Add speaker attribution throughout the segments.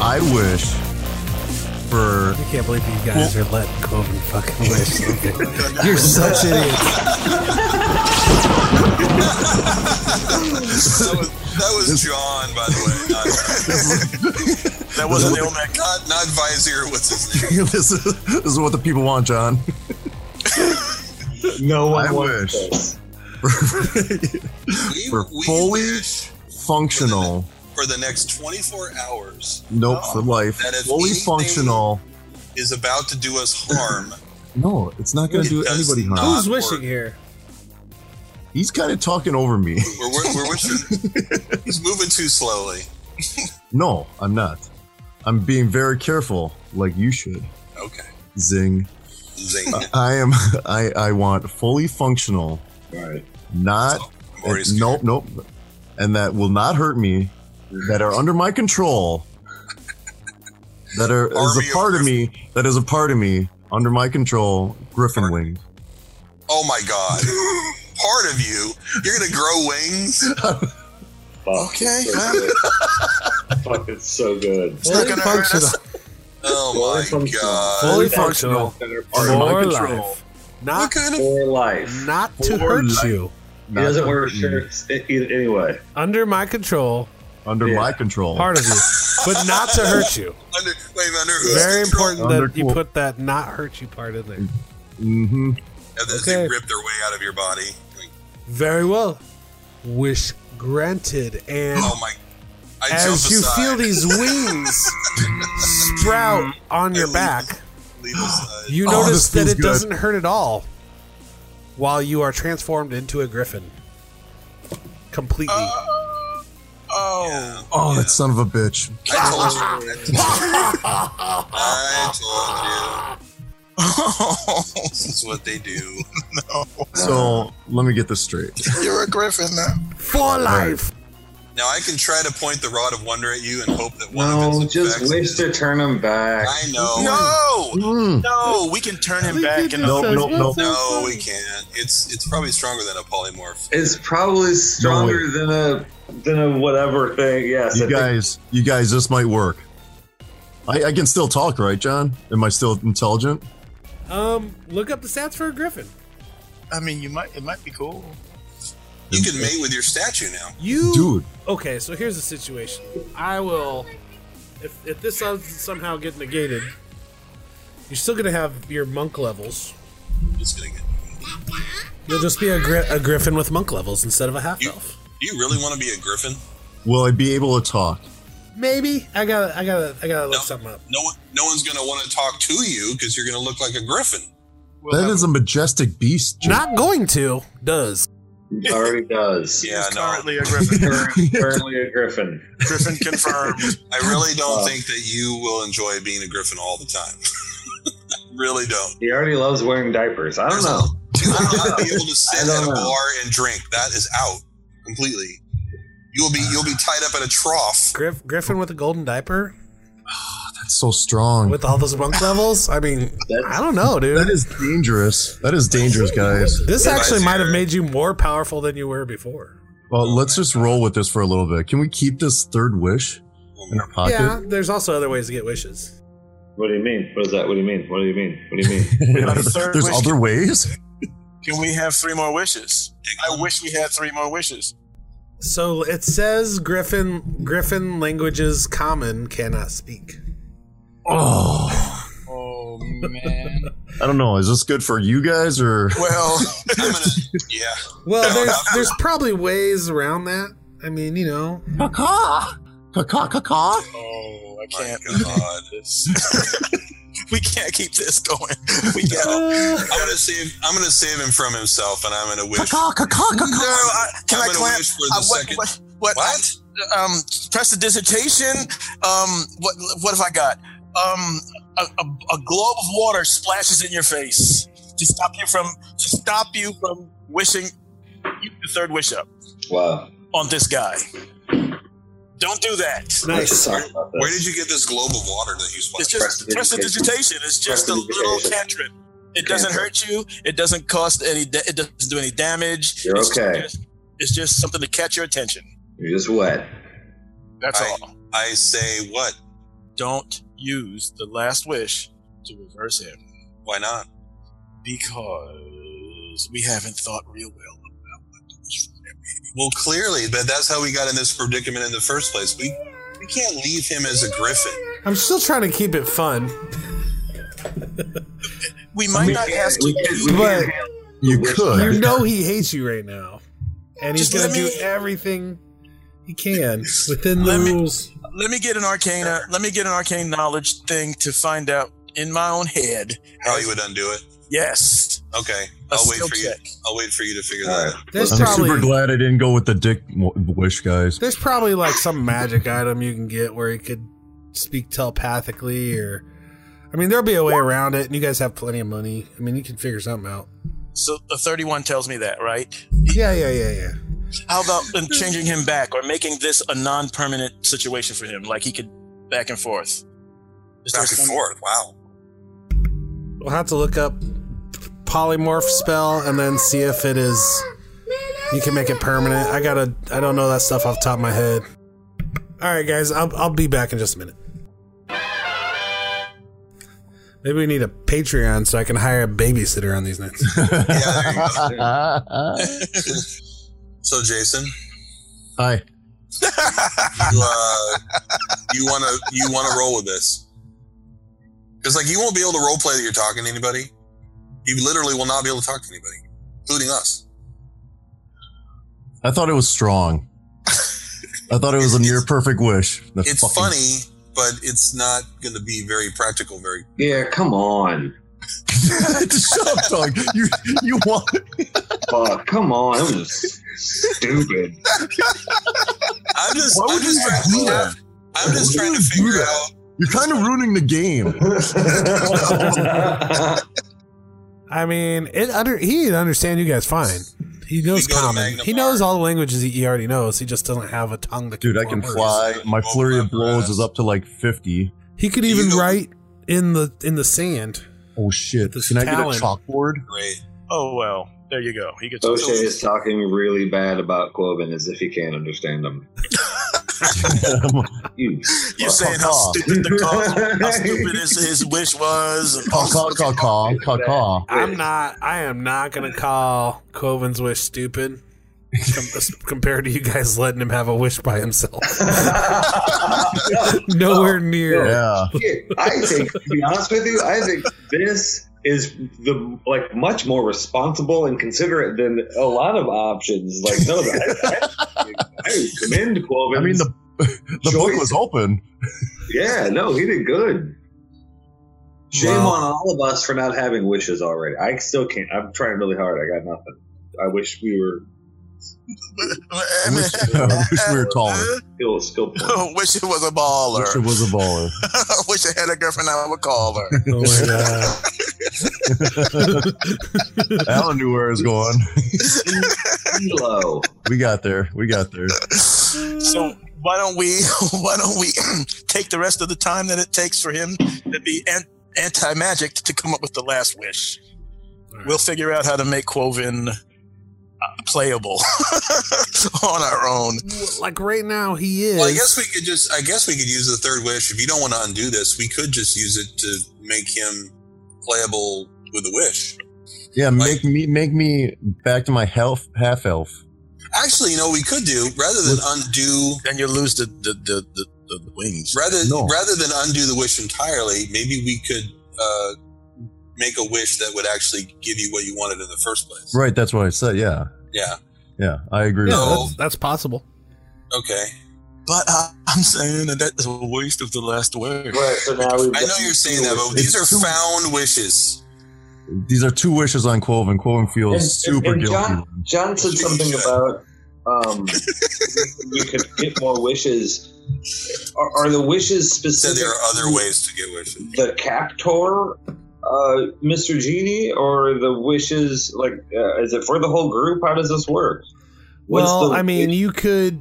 Speaker 1: I wish for
Speaker 2: I can't believe you guys are letting Coven fucking wish. You're such idiots.
Speaker 3: That was, that was John, by the way. Not, that wasn't Ilmek. Not, not Vizier. What's his name?
Speaker 1: this, is, this is what the people want, John.
Speaker 4: No one
Speaker 1: I
Speaker 4: wants
Speaker 1: wish.
Speaker 4: this.
Speaker 3: We,
Speaker 1: For
Speaker 3: we
Speaker 1: fully
Speaker 3: wish
Speaker 1: Functional.
Speaker 3: for the next 24 hours
Speaker 1: Nope, for life.
Speaker 3: That if
Speaker 1: Fully
Speaker 3: anything-
Speaker 1: functional.
Speaker 3: is about to do us harm.
Speaker 1: No, it's not going to do
Speaker 3: It does
Speaker 1: anybody harm.
Speaker 3: not.
Speaker 2: Who's wishing here?
Speaker 1: He's kind of talking over me.
Speaker 3: we're, we're, we're wishing. He's moving too slowly.
Speaker 1: No, I'm not. I'm being very careful, like you should.
Speaker 3: Okay.
Speaker 1: Zing.
Speaker 3: Zing.
Speaker 1: I am. I. I want fully functional,
Speaker 4: Alright.
Speaker 1: not
Speaker 3: I'm already scared.
Speaker 1: nope, nope. And that will not hurt me, that are under my control, that are
Speaker 3: Army
Speaker 1: is
Speaker 3: of
Speaker 1: a part of me, that is a part of me, under my control, Griffin Wing.
Speaker 3: Oh my god. Part of you, you're gonna grow wings.
Speaker 4: Fuck,
Speaker 3: Okay.
Speaker 4: it's so good. Fuck, it's so good.
Speaker 3: It's not gonna hurt us. Oh
Speaker 4: Fully
Speaker 3: my
Speaker 4: functional.
Speaker 3: god.
Speaker 2: Fully
Speaker 1: functional.
Speaker 4: Center part
Speaker 1: Under
Speaker 4: of
Speaker 1: my
Speaker 2: For
Speaker 1: control.
Speaker 2: life.
Speaker 3: What
Speaker 2: Not,
Speaker 3: kind of
Speaker 4: for life.
Speaker 2: not
Speaker 1: For
Speaker 2: to hurt
Speaker 1: life.
Speaker 2: you.
Speaker 4: He
Speaker 1: Not
Speaker 4: doesn't wear
Speaker 1: hurt me.
Speaker 4: shirts i- i- anyway.
Speaker 2: Under my control,
Speaker 1: Under
Speaker 4: Yeah.
Speaker 1: my control.
Speaker 2: part of you, but not to hurt you.
Speaker 3: under, wait, under who's
Speaker 2: Very
Speaker 3: control?
Speaker 2: important
Speaker 1: Under
Speaker 2: that you
Speaker 1: cool.
Speaker 2: put that not hurt you part in there.
Speaker 1: hmm
Speaker 3: As as
Speaker 2: Okay.
Speaker 3: they rip their way out of your body.
Speaker 2: Very well. Wish granted. And
Speaker 3: Oh my! I
Speaker 2: as
Speaker 3: jump
Speaker 2: you
Speaker 3: aside.
Speaker 2: feel these wings sprout on your
Speaker 3: leave-
Speaker 2: back,
Speaker 3: Leave aside.
Speaker 2: you
Speaker 1: Oh,
Speaker 2: notice
Speaker 1: this
Speaker 2: that
Speaker 1: feels
Speaker 2: it
Speaker 1: good.
Speaker 2: doesn't hurt at all while you are transformed into a griffin. Completely.
Speaker 3: Oh,
Speaker 1: Oh, that son of a bitch.
Speaker 3: I told you. I told you. this is what they do.
Speaker 1: So Oh, let me get this straight.
Speaker 5: You're a griffin now.
Speaker 2: For life.
Speaker 3: Now I can try to point the rod of wonder at you and hope that one of
Speaker 4: No,
Speaker 3: it's
Speaker 4: just
Speaker 3: affects-
Speaker 4: wish to turn him back.
Speaker 3: I know.
Speaker 5: No,
Speaker 1: Mm.
Speaker 5: no, we can turn him back. And
Speaker 1: Nope, nope, nope.
Speaker 3: No, we can't. It's it's probably stronger than a polymorph.
Speaker 4: It's probably stronger than a than a whatever thing. Yes, I
Speaker 1: You
Speaker 4: think-
Speaker 1: guys, you guys, this might work. I, I can still talk, right, John? Am I still intelligent?
Speaker 2: Um, look up the stats for a griffin.
Speaker 5: I mean, you might. It might be cool.
Speaker 3: You can mate with your statue now.
Speaker 2: You
Speaker 1: Dude,
Speaker 2: Okay, so here's the situation. I will. If, if this does somehow get negated, you're still gonna have your monk levels.
Speaker 3: It's gonna get.
Speaker 2: You'll just be a, gri- a griffin with monk levels instead of a half elf.
Speaker 3: Do you really want to be a griffin?
Speaker 1: will I be able to talk?
Speaker 2: Maybe I gotta, I gotta, I gotta look
Speaker 3: No.
Speaker 2: something up.
Speaker 3: No one, no one's gonna want to talk to you because you're gonna look like a griffin.
Speaker 5: We'll
Speaker 1: That
Speaker 5: have
Speaker 1: is a majestic beast. Jake.
Speaker 2: Not going to does.
Speaker 4: It already does.
Speaker 3: Yeah,
Speaker 5: He's
Speaker 3: no.
Speaker 5: currently a griffin.
Speaker 4: Current- Currently a griffin.
Speaker 5: griffin confirmed.
Speaker 3: I really don't
Speaker 4: Uh,
Speaker 3: think that you will enjoy being a griffin all the time. really don't.
Speaker 4: He already loves wearing diapers. I don't
Speaker 3: There's a-
Speaker 4: know.
Speaker 3: You're not gonna be able to
Speaker 4: I
Speaker 3: sit
Speaker 4: don't
Speaker 3: at a
Speaker 4: know.
Speaker 3: bar and drink. That is out completely. You'll be you'll be tied up at a trough.
Speaker 2: Griff, griffin with a golden diaper
Speaker 1: That's so strong.
Speaker 2: with all those monk levels. I mean, I don't know,
Speaker 1: That
Speaker 2: dude.
Speaker 1: is dangerous. That is dangerous, guys.
Speaker 2: This
Speaker 3: That's
Speaker 2: actually might have
Speaker 3: here.
Speaker 2: made you more powerful than you were before.
Speaker 1: Well, let's just roll with this for a little bit. Can we keep this third wish
Speaker 3: Oh
Speaker 1: in our pocket?
Speaker 2: Yeah, there's also other ways to get wishes.
Speaker 4: What do you mean? What is that? What do you mean? What do you mean? What do you mean?
Speaker 5: have a third
Speaker 1: There's
Speaker 5: wish?
Speaker 1: other ways.
Speaker 5: Can we have three more wishes? I wish we had three more wishes.
Speaker 2: So it says Griffin Griffin languages common cannot speak.
Speaker 1: Oh,
Speaker 5: Oh man.
Speaker 1: I don't know. Is this good for you guys or?
Speaker 5: well,
Speaker 3: I'm gonna, yeah.
Speaker 2: Well, there's there's probably ways around that. I mean, you know,
Speaker 1: Caca, caca, caca.
Speaker 5: oh, I
Speaker 3: My
Speaker 5: can't.
Speaker 3: God.
Speaker 5: we can't keep this going. We gotta.
Speaker 2: Uh,
Speaker 3: I'm gonna save. I'm gonna save him from himself, and I'm gonna wish.
Speaker 5: Caw, caw, caw, caw, caw. No, I, can
Speaker 3: I'm
Speaker 5: I
Speaker 3: gonna
Speaker 5: clamp?
Speaker 3: wish for the
Speaker 5: Uh, what,
Speaker 3: second-
Speaker 5: what, what,
Speaker 3: What?
Speaker 5: Um, press the dissertation. Um, what? What have I got? Um, a, a, a globe of water splashes in your face to stop you from to stop you from wishing you the third wish up
Speaker 4: Wow.
Speaker 5: on this guy. Don't do that.
Speaker 2: nice.
Speaker 4: Sorry about
Speaker 3: Where
Speaker 4: this.
Speaker 3: did you get this globe of water that you
Speaker 5: It's
Speaker 3: splashed?
Speaker 5: just prestidigitation. It's just a little cantrip. It doesn't hurt you. It doesn't cost any. Da- it doesn't do any damage.
Speaker 4: You're
Speaker 5: it's
Speaker 4: okay.
Speaker 5: Just, it's just something to catch your attention.
Speaker 4: You're just wet.
Speaker 5: That's
Speaker 3: Right.
Speaker 5: all.
Speaker 3: I say what?
Speaker 5: Don't use the last wish to reverse him
Speaker 3: Why not?
Speaker 5: because we haven't thought real well.
Speaker 3: Well, clearly, but that's how we got in this predicament in the first place. We we can't leave him as a griffin.
Speaker 2: I'm still trying to keep it fun.
Speaker 5: We might not have to.
Speaker 4: We can't- we can't
Speaker 2: But-
Speaker 4: handle-
Speaker 1: You
Speaker 4: Wish-
Speaker 2: You
Speaker 1: could.
Speaker 2: know he hates you right now, and he's
Speaker 5: Just
Speaker 2: gonna
Speaker 5: let
Speaker 2: do
Speaker 5: me-
Speaker 2: everything he can within the
Speaker 5: Let me-
Speaker 2: rules.
Speaker 5: Let me get an arcana. Let me get an arcane knowledge thing to find out in my own head.
Speaker 3: How you would undo it?
Speaker 5: Yes.
Speaker 3: Okay,
Speaker 5: A
Speaker 3: I'll wait
Speaker 5: skill
Speaker 3: for you.
Speaker 5: check.
Speaker 3: I'll wait for you to figure
Speaker 4: All
Speaker 3: that out.
Speaker 2: There's
Speaker 1: I'm super
Speaker 2: probably
Speaker 1: glad I didn't go with the dick mo- wish, guys.
Speaker 2: there's probably like some magic item you can get where he could speak telepathically, or I mean, there'll be a way around it, and you guys have plenty of money. I mean, you can figure something out.
Speaker 5: So the thirty-one tells me that, right?
Speaker 2: Yeah, yeah, yeah, yeah.
Speaker 5: How about um, changing him back or making this a non-permanent situation for him? Like he could back and forth. Is there
Speaker 3: Back and
Speaker 5: some-
Speaker 3: forth. Wow.
Speaker 2: We'll have to look up polymorph spell and then see if it is. You can make it permanent. I gotta. I don't know that stuff off the top of my head. All right, guys. I'll I'll be back in just a minute. Maybe we need a Patreon so I can hire a babysitter on these nights.
Speaker 3: Yeah. There you go.
Speaker 1: Hi.
Speaker 3: So, Jason, you, uh, you wanna you wanna roll with this? Because like you won't be able to role play that you're talking to anybody. You literally will not be able to talk to anybody, including us.
Speaker 1: I thought it was strong. I thought it was a near perfect wish. The
Speaker 3: It's
Speaker 1: fucking-
Speaker 3: funny, but it's not going to be very practical. Very
Speaker 4: Yeah, come on.
Speaker 1: Shut up, dog. You you want
Speaker 4: Fuck, come on. That was stupid.
Speaker 3: I'm just
Speaker 1: Why
Speaker 3: I'm
Speaker 1: would
Speaker 3: just
Speaker 1: you
Speaker 3: trying
Speaker 1: do that?
Speaker 3: to I'm just
Speaker 1: Why
Speaker 3: trying
Speaker 1: would
Speaker 3: to
Speaker 1: you do
Speaker 3: figure
Speaker 1: that?
Speaker 3: out.
Speaker 1: You're kind of ruining the game.
Speaker 2: I mean, it under he can understand you guys fine. He knows
Speaker 3: You go to
Speaker 2: common.
Speaker 3: Magna
Speaker 2: He
Speaker 3: Bar.
Speaker 2: knows all the languages he, he already knows. He just doesn't have a tongue that can.
Speaker 1: Dude, I can
Speaker 2: form
Speaker 1: fly.
Speaker 2: words.
Speaker 1: My flurry of blows is up to like 50.
Speaker 2: He could
Speaker 3: You
Speaker 2: even
Speaker 3: know-
Speaker 2: write in the in the sand.
Speaker 1: Oh shit.
Speaker 2: This
Speaker 1: Can I get a
Speaker 2: talent.
Speaker 1: chalkboard?
Speaker 3: Great.
Speaker 5: Oh well, there you go. He gets.
Speaker 3: Oh,
Speaker 4: O'Shea is talking really bad about Cloven as if he can't understand him. You
Speaker 5: You're saying how
Speaker 3: Oh,
Speaker 1: Caw-caw.
Speaker 5: stupid the call, how stupid his, his wish was.
Speaker 1: Caw, caw, caw, caw, caw, caw.
Speaker 2: I'm not. I am not gonna call Coven's wish stupid com- compared to you guys letting him have a wish by himself. Nowhere near.
Speaker 1: Yeah.
Speaker 4: Shit, I think, to be honest with you, I think this is the like much more responsible and considerate than a lot of options. Like, no, I, I, I commend Cloven.
Speaker 1: I mean, the, the book was open.
Speaker 4: yeah, no, he did good. Shame
Speaker 2: Wow.
Speaker 4: on all of us for not having wishes already. I still can't. I'm trying really hard. I got nothing. I wish we were
Speaker 1: I wish, I wish we were taller.
Speaker 4: still skill points.
Speaker 5: wish it was a
Speaker 1: I wish it
Speaker 5: baller.
Speaker 1: was a baller.
Speaker 5: wish I had a girlfriend I would call her.
Speaker 2: Oh my god.
Speaker 1: Alan knew where I was going.
Speaker 4: Kilo.
Speaker 1: We got there. We got there.
Speaker 5: So why don't we why don't we take the rest of the time that it takes for him to be an, anti magic to come up with the last wish? We'll figure out how to make Quoven uh, playable on our own.
Speaker 2: Like right now, he is.
Speaker 3: Well, I guess we could just. I guess we could use the third wish. If you don't want to undo this, we could just use it to make him playable with a wish.
Speaker 1: Yeah, make me make me back to my health half elf.
Speaker 3: Actually, you know, what we could do rather than undo
Speaker 5: Then you lose the the the, the, the wings.
Speaker 3: rather
Speaker 1: No.
Speaker 3: rather than undo the wish entirely. Maybe we could uh, make a wish that would actually give you what you wanted in the first place.
Speaker 1: Right, that's what I said. Yeah,
Speaker 3: Yeah.
Speaker 1: yeah, I agree.
Speaker 2: yeah,
Speaker 3: No.
Speaker 2: that's, that's possible.
Speaker 3: Okay.
Speaker 5: But uh, I'm I'm saying that that is a waste of the last word.
Speaker 4: Right, so now we've
Speaker 3: I know you're saying that, but these are
Speaker 1: It's too-
Speaker 3: found wishes.
Speaker 1: These are two wishes on Quoven. Quoven feels
Speaker 4: and,
Speaker 1: super
Speaker 4: and
Speaker 1: guilty.
Speaker 4: John, John said something about um, we could get more wishes. Are, are the wishes
Speaker 3: Said
Speaker 4: specific
Speaker 3: there are other ways to get wishes.
Speaker 4: the captor, uh, Mr. Genie, or the wishes? Like, uh, is it for the whole group? How does this work? What's
Speaker 2: Well,
Speaker 4: the-
Speaker 2: I mean, you could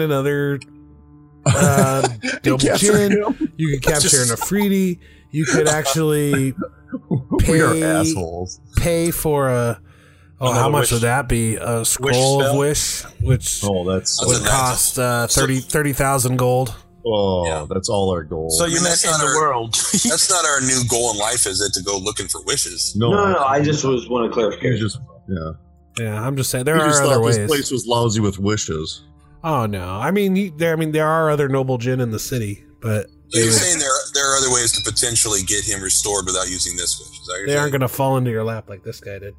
Speaker 2: another uh, double
Speaker 1: Capture
Speaker 2: chin.
Speaker 1: him.
Speaker 2: You could capture an Afridi. You could actually
Speaker 1: We are
Speaker 2: Pay-
Speaker 1: assholes.
Speaker 2: pay for a. Oh,
Speaker 5: Another
Speaker 2: how much
Speaker 5: wish-
Speaker 2: would that be? A scroll of
Speaker 5: spell?
Speaker 2: wish, which
Speaker 1: Oh, that's
Speaker 3: That's
Speaker 2: would
Speaker 3: a-
Speaker 2: cost uh, 30 30,000 gold.
Speaker 1: oh,
Speaker 3: Yeah.
Speaker 1: that's all our goal.
Speaker 5: So you meant
Speaker 3: That's
Speaker 5: in
Speaker 3: not
Speaker 5: the
Speaker 3: our-
Speaker 5: world.
Speaker 3: That's not our new goal in life, is it? To go looking for wishes.
Speaker 1: no,
Speaker 4: no, no, no. I just was want to clarify.
Speaker 1: You just yeah.
Speaker 2: Yeah, I'm just saying there
Speaker 1: You
Speaker 2: are
Speaker 1: just
Speaker 2: other
Speaker 1: thought this
Speaker 2: ways.
Speaker 1: place was lousy with wishes.
Speaker 2: Oh no, I mean he, there. I mean there are other noble jinn in the city, but
Speaker 3: You're saying there there are other ways to potentially get him restored without using this wish. Is that what you're
Speaker 2: they aren't
Speaker 3: saying?
Speaker 2: going to fall into your lap like this guy did.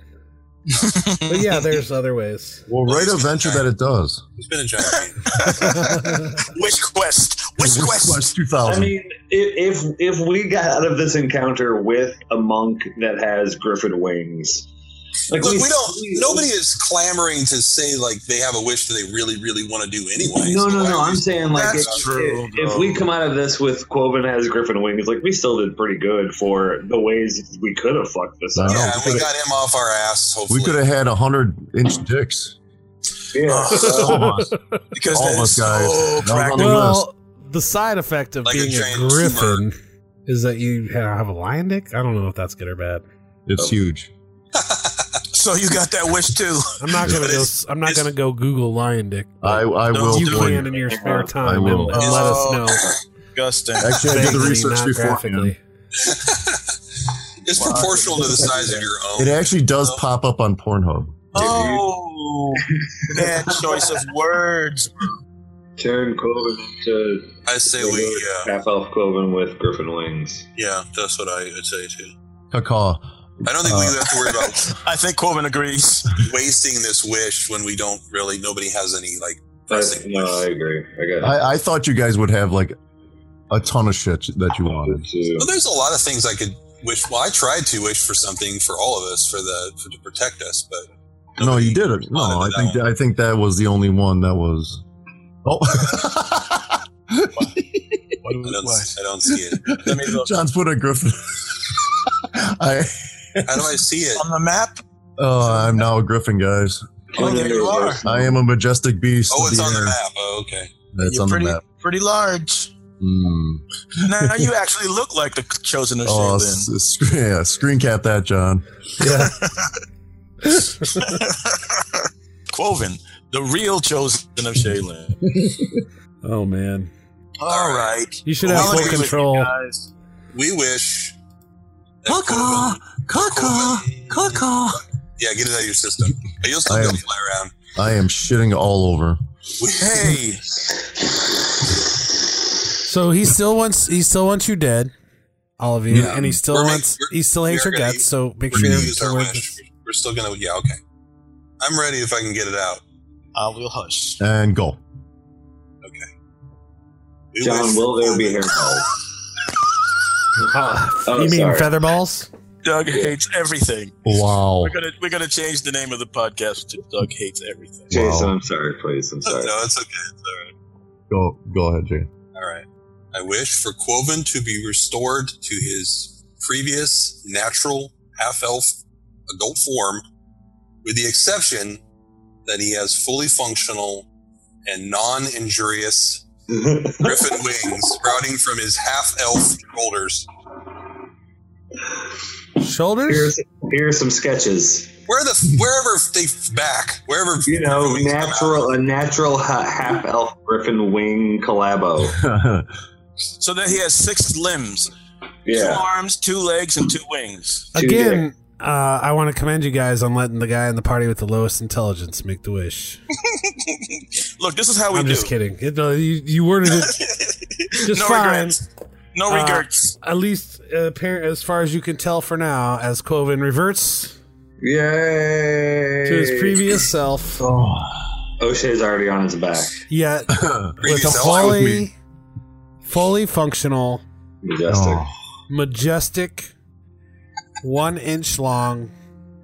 Speaker 2: but yeah, there's other ways.
Speaker 1: Well, right a venture that it does.
Speaker 3: He's been in China.
Speaker 5: Wish quest. Wish
Speaker 1: Wish
Speaker 5: quest.
Speaker 1: Quest
Speaker 4: I
Speaker 1: 2000.
Speaker 4: mean, if, if if we got out of this encounter with a monk that has griffin wings, like
Speaker 3: Look, we don't. Nobody is clamoring to say like they have a wish that they really, really want to do anyway.
Speaker 4: No,
Speaker 3: So
Speaker 4: no,
Speaker 3: why
Speaker 4: no.
Speaker 3: are
Speaker 4: I'm
Speaker 3: we-
Speaker 4: saying like
Speaker 5: That's
Speaker 4: if,
Speaker 5: true,
Speaker 4: if- if we come out of this with Quoven has Griffin wings, like we still did pretty good for the ways we could have fucked this up.
Speaker 1: I know.
Speaker 3: Yeah, and we got him off our ass. Hopefully,
Speaker 1: we could have had a hundred inch dicks.
Speaker 4: Yeah.
Speaker 3: Uh,
Speaker 1: All of us.
Speaker 5: Because
Speaker 1: All of
Speaker 5: that
Speaker 1: us
Speaker 5: is
Speaker 1: guys.
Speaker 5: so
Speaker 1: That was on the list.
Speaker 2: well, the side effect of
Speaker 3: Like a
Speaker 2: being a,
Speaker 3: giant
Speaker 2: griffin is that you have a lion dick. I don't know if that's good or bad.
Speaker 1: It's huge.
Speaker 5: So you got that wish too.
Speaker 2: I'm not going to go.
Speaker 3: It's-
Speaker 2: I'm not
Speaker 3: it's-
Speaker 2: going to go Google lion dick.
Speaker 1: I, I
Speaker 5: No,
Speaker 1: will.
Speaker 2: you
Speaker 1: for
Speaker 2: can
Speaker 1: you.
Speaker 2: in your spare
Speaker 1: I
Speaker 2: time and,
Speaker 1: will.
Speaker 2: and let
Speaker 3: Oh.
Speaker 2: us know.
Speaker 5: Disgusting.
Speaker 1: Actually, I did the
Speaker 2: Vaguely,
Speaker 1: research
Speaker 2: not
Speaker 1: beforehand.
Speaker 2: graphically.
Speaker 3: It's proportional to the size of your own.
Speaker 1: It actually does pop up on Pornhub.
Speaker 5: Oh, bad choice of words.
Speaker 4: Turn Quoven into
Speaker 3: I say we. uh, Yeah,
Speaker 4: half elf Quoven with Griffin wings.
Speaker 3: yeah. That's what I would say too.
Speaker 1: Caw.
Speaker 3: I don't think we have to worry about
Speaker 5: I think Corbin agrees.
Speaker 3: wasting this wish when we don't really. Nobody has any like
Speaker 4: But,
Speaker 3: pressing.
Speaker 4: no, I
Speaker 3: wish.
Speaker 4: agree. I got
Speaker 1: I, I thought you guys would have like a ton of shit that you wanted.
Speaker 4: it.
Speaker 3: Well, there's a lot of things I could wish. Well, I tried to wish for something for all of us for the for, to protect us, but
Speaker 1: No,
Speaker 3: nobody
Speaker 1: you did it. No, I
Speaker 3: responded to that
Speaker 1: think
Speaker 3: one.
Speaker 1: I think that was the only one that was. Oh,
Speaker 5: What,
Speaker 3: I don't, I don't see it.
Speaker 5: Let me look.
Speaker 1: John's put a griffin. I
Speaker 3: How do I see it?
Speaker 5: On the map?
Speaker 1: oh, I'm now a griffin, guys.
Speaker 5: Oh, there you are.
Speaker 1: I am a majestic beast.
Speaker 3: Oh,
Speaker 1: of
Speaker 3: it's
Speaker 1: the
Speaker 3: on the
Speaker 1: air.
Speaker 3: map. Oh, okay.
Speaker 1: That's
Speaker 5: You're
Speaker 1: on
Speaker 5: pretty,
Speaker 1: the map.
Speaker 5: pretty large.
Speaker 2: Hmm.
Speaker 1: Mm.
Speaker 5: Now you actually look like the chosen of
Speaker 1: Oh,
Speaker 5: Shaolin.
Speaker 1: s- sc- yeah, screen cap that, John.
Speaker 5: Quoven, the real chosen of Shaolin.
Speaker 2: Oh man,
Speaker 5: All right.
Speaker 2: you should
Speaker 5: Well,
Speaker 2: have
Speaker 5: I'll
Speaker 2: full
Speaker 5: agree with you
Speaker 2: control.
Speaker 5: guys.
Speaker 3: We wish. that
Speaker 1: Caw-caw,
Speaker 3: Corbin- Corbin- Yeah, get it out of your system. But you'll still
Speaker 1: I
Speaker 3: be
Speaker 1: am-
Speaker 3: able to fly around.
Speaker 1: I am shitting all over.
Speaker 3: We,
Speaker 5: Hey,
Speaker 2: So he still wants he still wants you dead, all of you,
Speaker 1: Yeah.
Speaker 2: and he still
Speaker 3: We're make-
Speaker 2: wants
Speaker 3: we're-
Speaker 2: he still hates
Speaker 3: we
Speaker 2: your
Speaker 3: are gonna
Speaker 2: guts.
Speaker 3: use-
Speaker 2: So make
Speaker 3: we're
Speaker 2: sure
Speaker 3: going to use
Speaker 2: to
Speaker 3: our
Speaker 2: work
Speaker 3: wish.
Speaker 2: this-
Speaker 3: We're still going to. Yeah, okay. I'm ready if I can get it out.
Speaker 5: I will hush.
Speaker 1: And go.
Speaker 3: We
Speaker 4: John,
Speaker 3: wish-
Speaker 4: will there be hair balls?
Speaker 2: Oh,
Speaker 4: Oh,
Speaker 2: you mean
Speaker 4: sorry.
Speaker 2: feather balls?
Speaker 5: Doug hates everything.
Speaker 1: Wow.
Speaker 5: We're gonna we're gonna change the name of the podcast to Doug hates everything.
Speaker 4: Jason, I'm sorry, please. I'm sorry.
Speaker 3: Oh, No, it's okay. It's all right.
Speaker 1: Go. Go ahead, Jay.
Speaker 3: All right. I wish for Quoven to be restored to his previous natural half elf adult form, with the exception that he has fully functional and non injurious griffin wings sprouting from his half elf shoulders.
Speaker 2: Shoulders?
Speaker 4: Here's, here are some sketches.
Speaker 3: Where the wherever they back, wherever
Speaker 4: You know,
Speaker 3: wings come out.
Speaker 4: natural a natural ha- half elf griffin wing collabo.
Speaker 5: So that he has six limbs, two
Speaker 4: Yeah.
Speaker 5: arms, two legs, and two wings.
Speaker 4: Two
Speaker 2: Again, uh, I want to commend you guys on letting the guy in the party with the lowest intelligence make the wish.
Speaker 5: Look, this is how we
Speaker 2: I'm
Speaker 5: do.
Speaker 2: just kididding. It- no, you, you worded it just
Speaker 5: no
Speaker 2: fine.
Speaker 5: regrets. No
Speaker 2: Uh,
Speaker 5: regrets.
Speaker 2: At least, uh, apparent, as far as you can tell for now, as Quoven reverts
Speaker 4: Yay!
Speaker 2: to his previous self.
Speaker 4: O'Shea's already on his back.
Speaker 2: Yet with a
Speaker 3: Previous allies with me.
Speaker 2: fully, fully functional,
Speaker 4: Majestic.
Speaker 1: Oh.
Speaker 2: majestic, one inch long.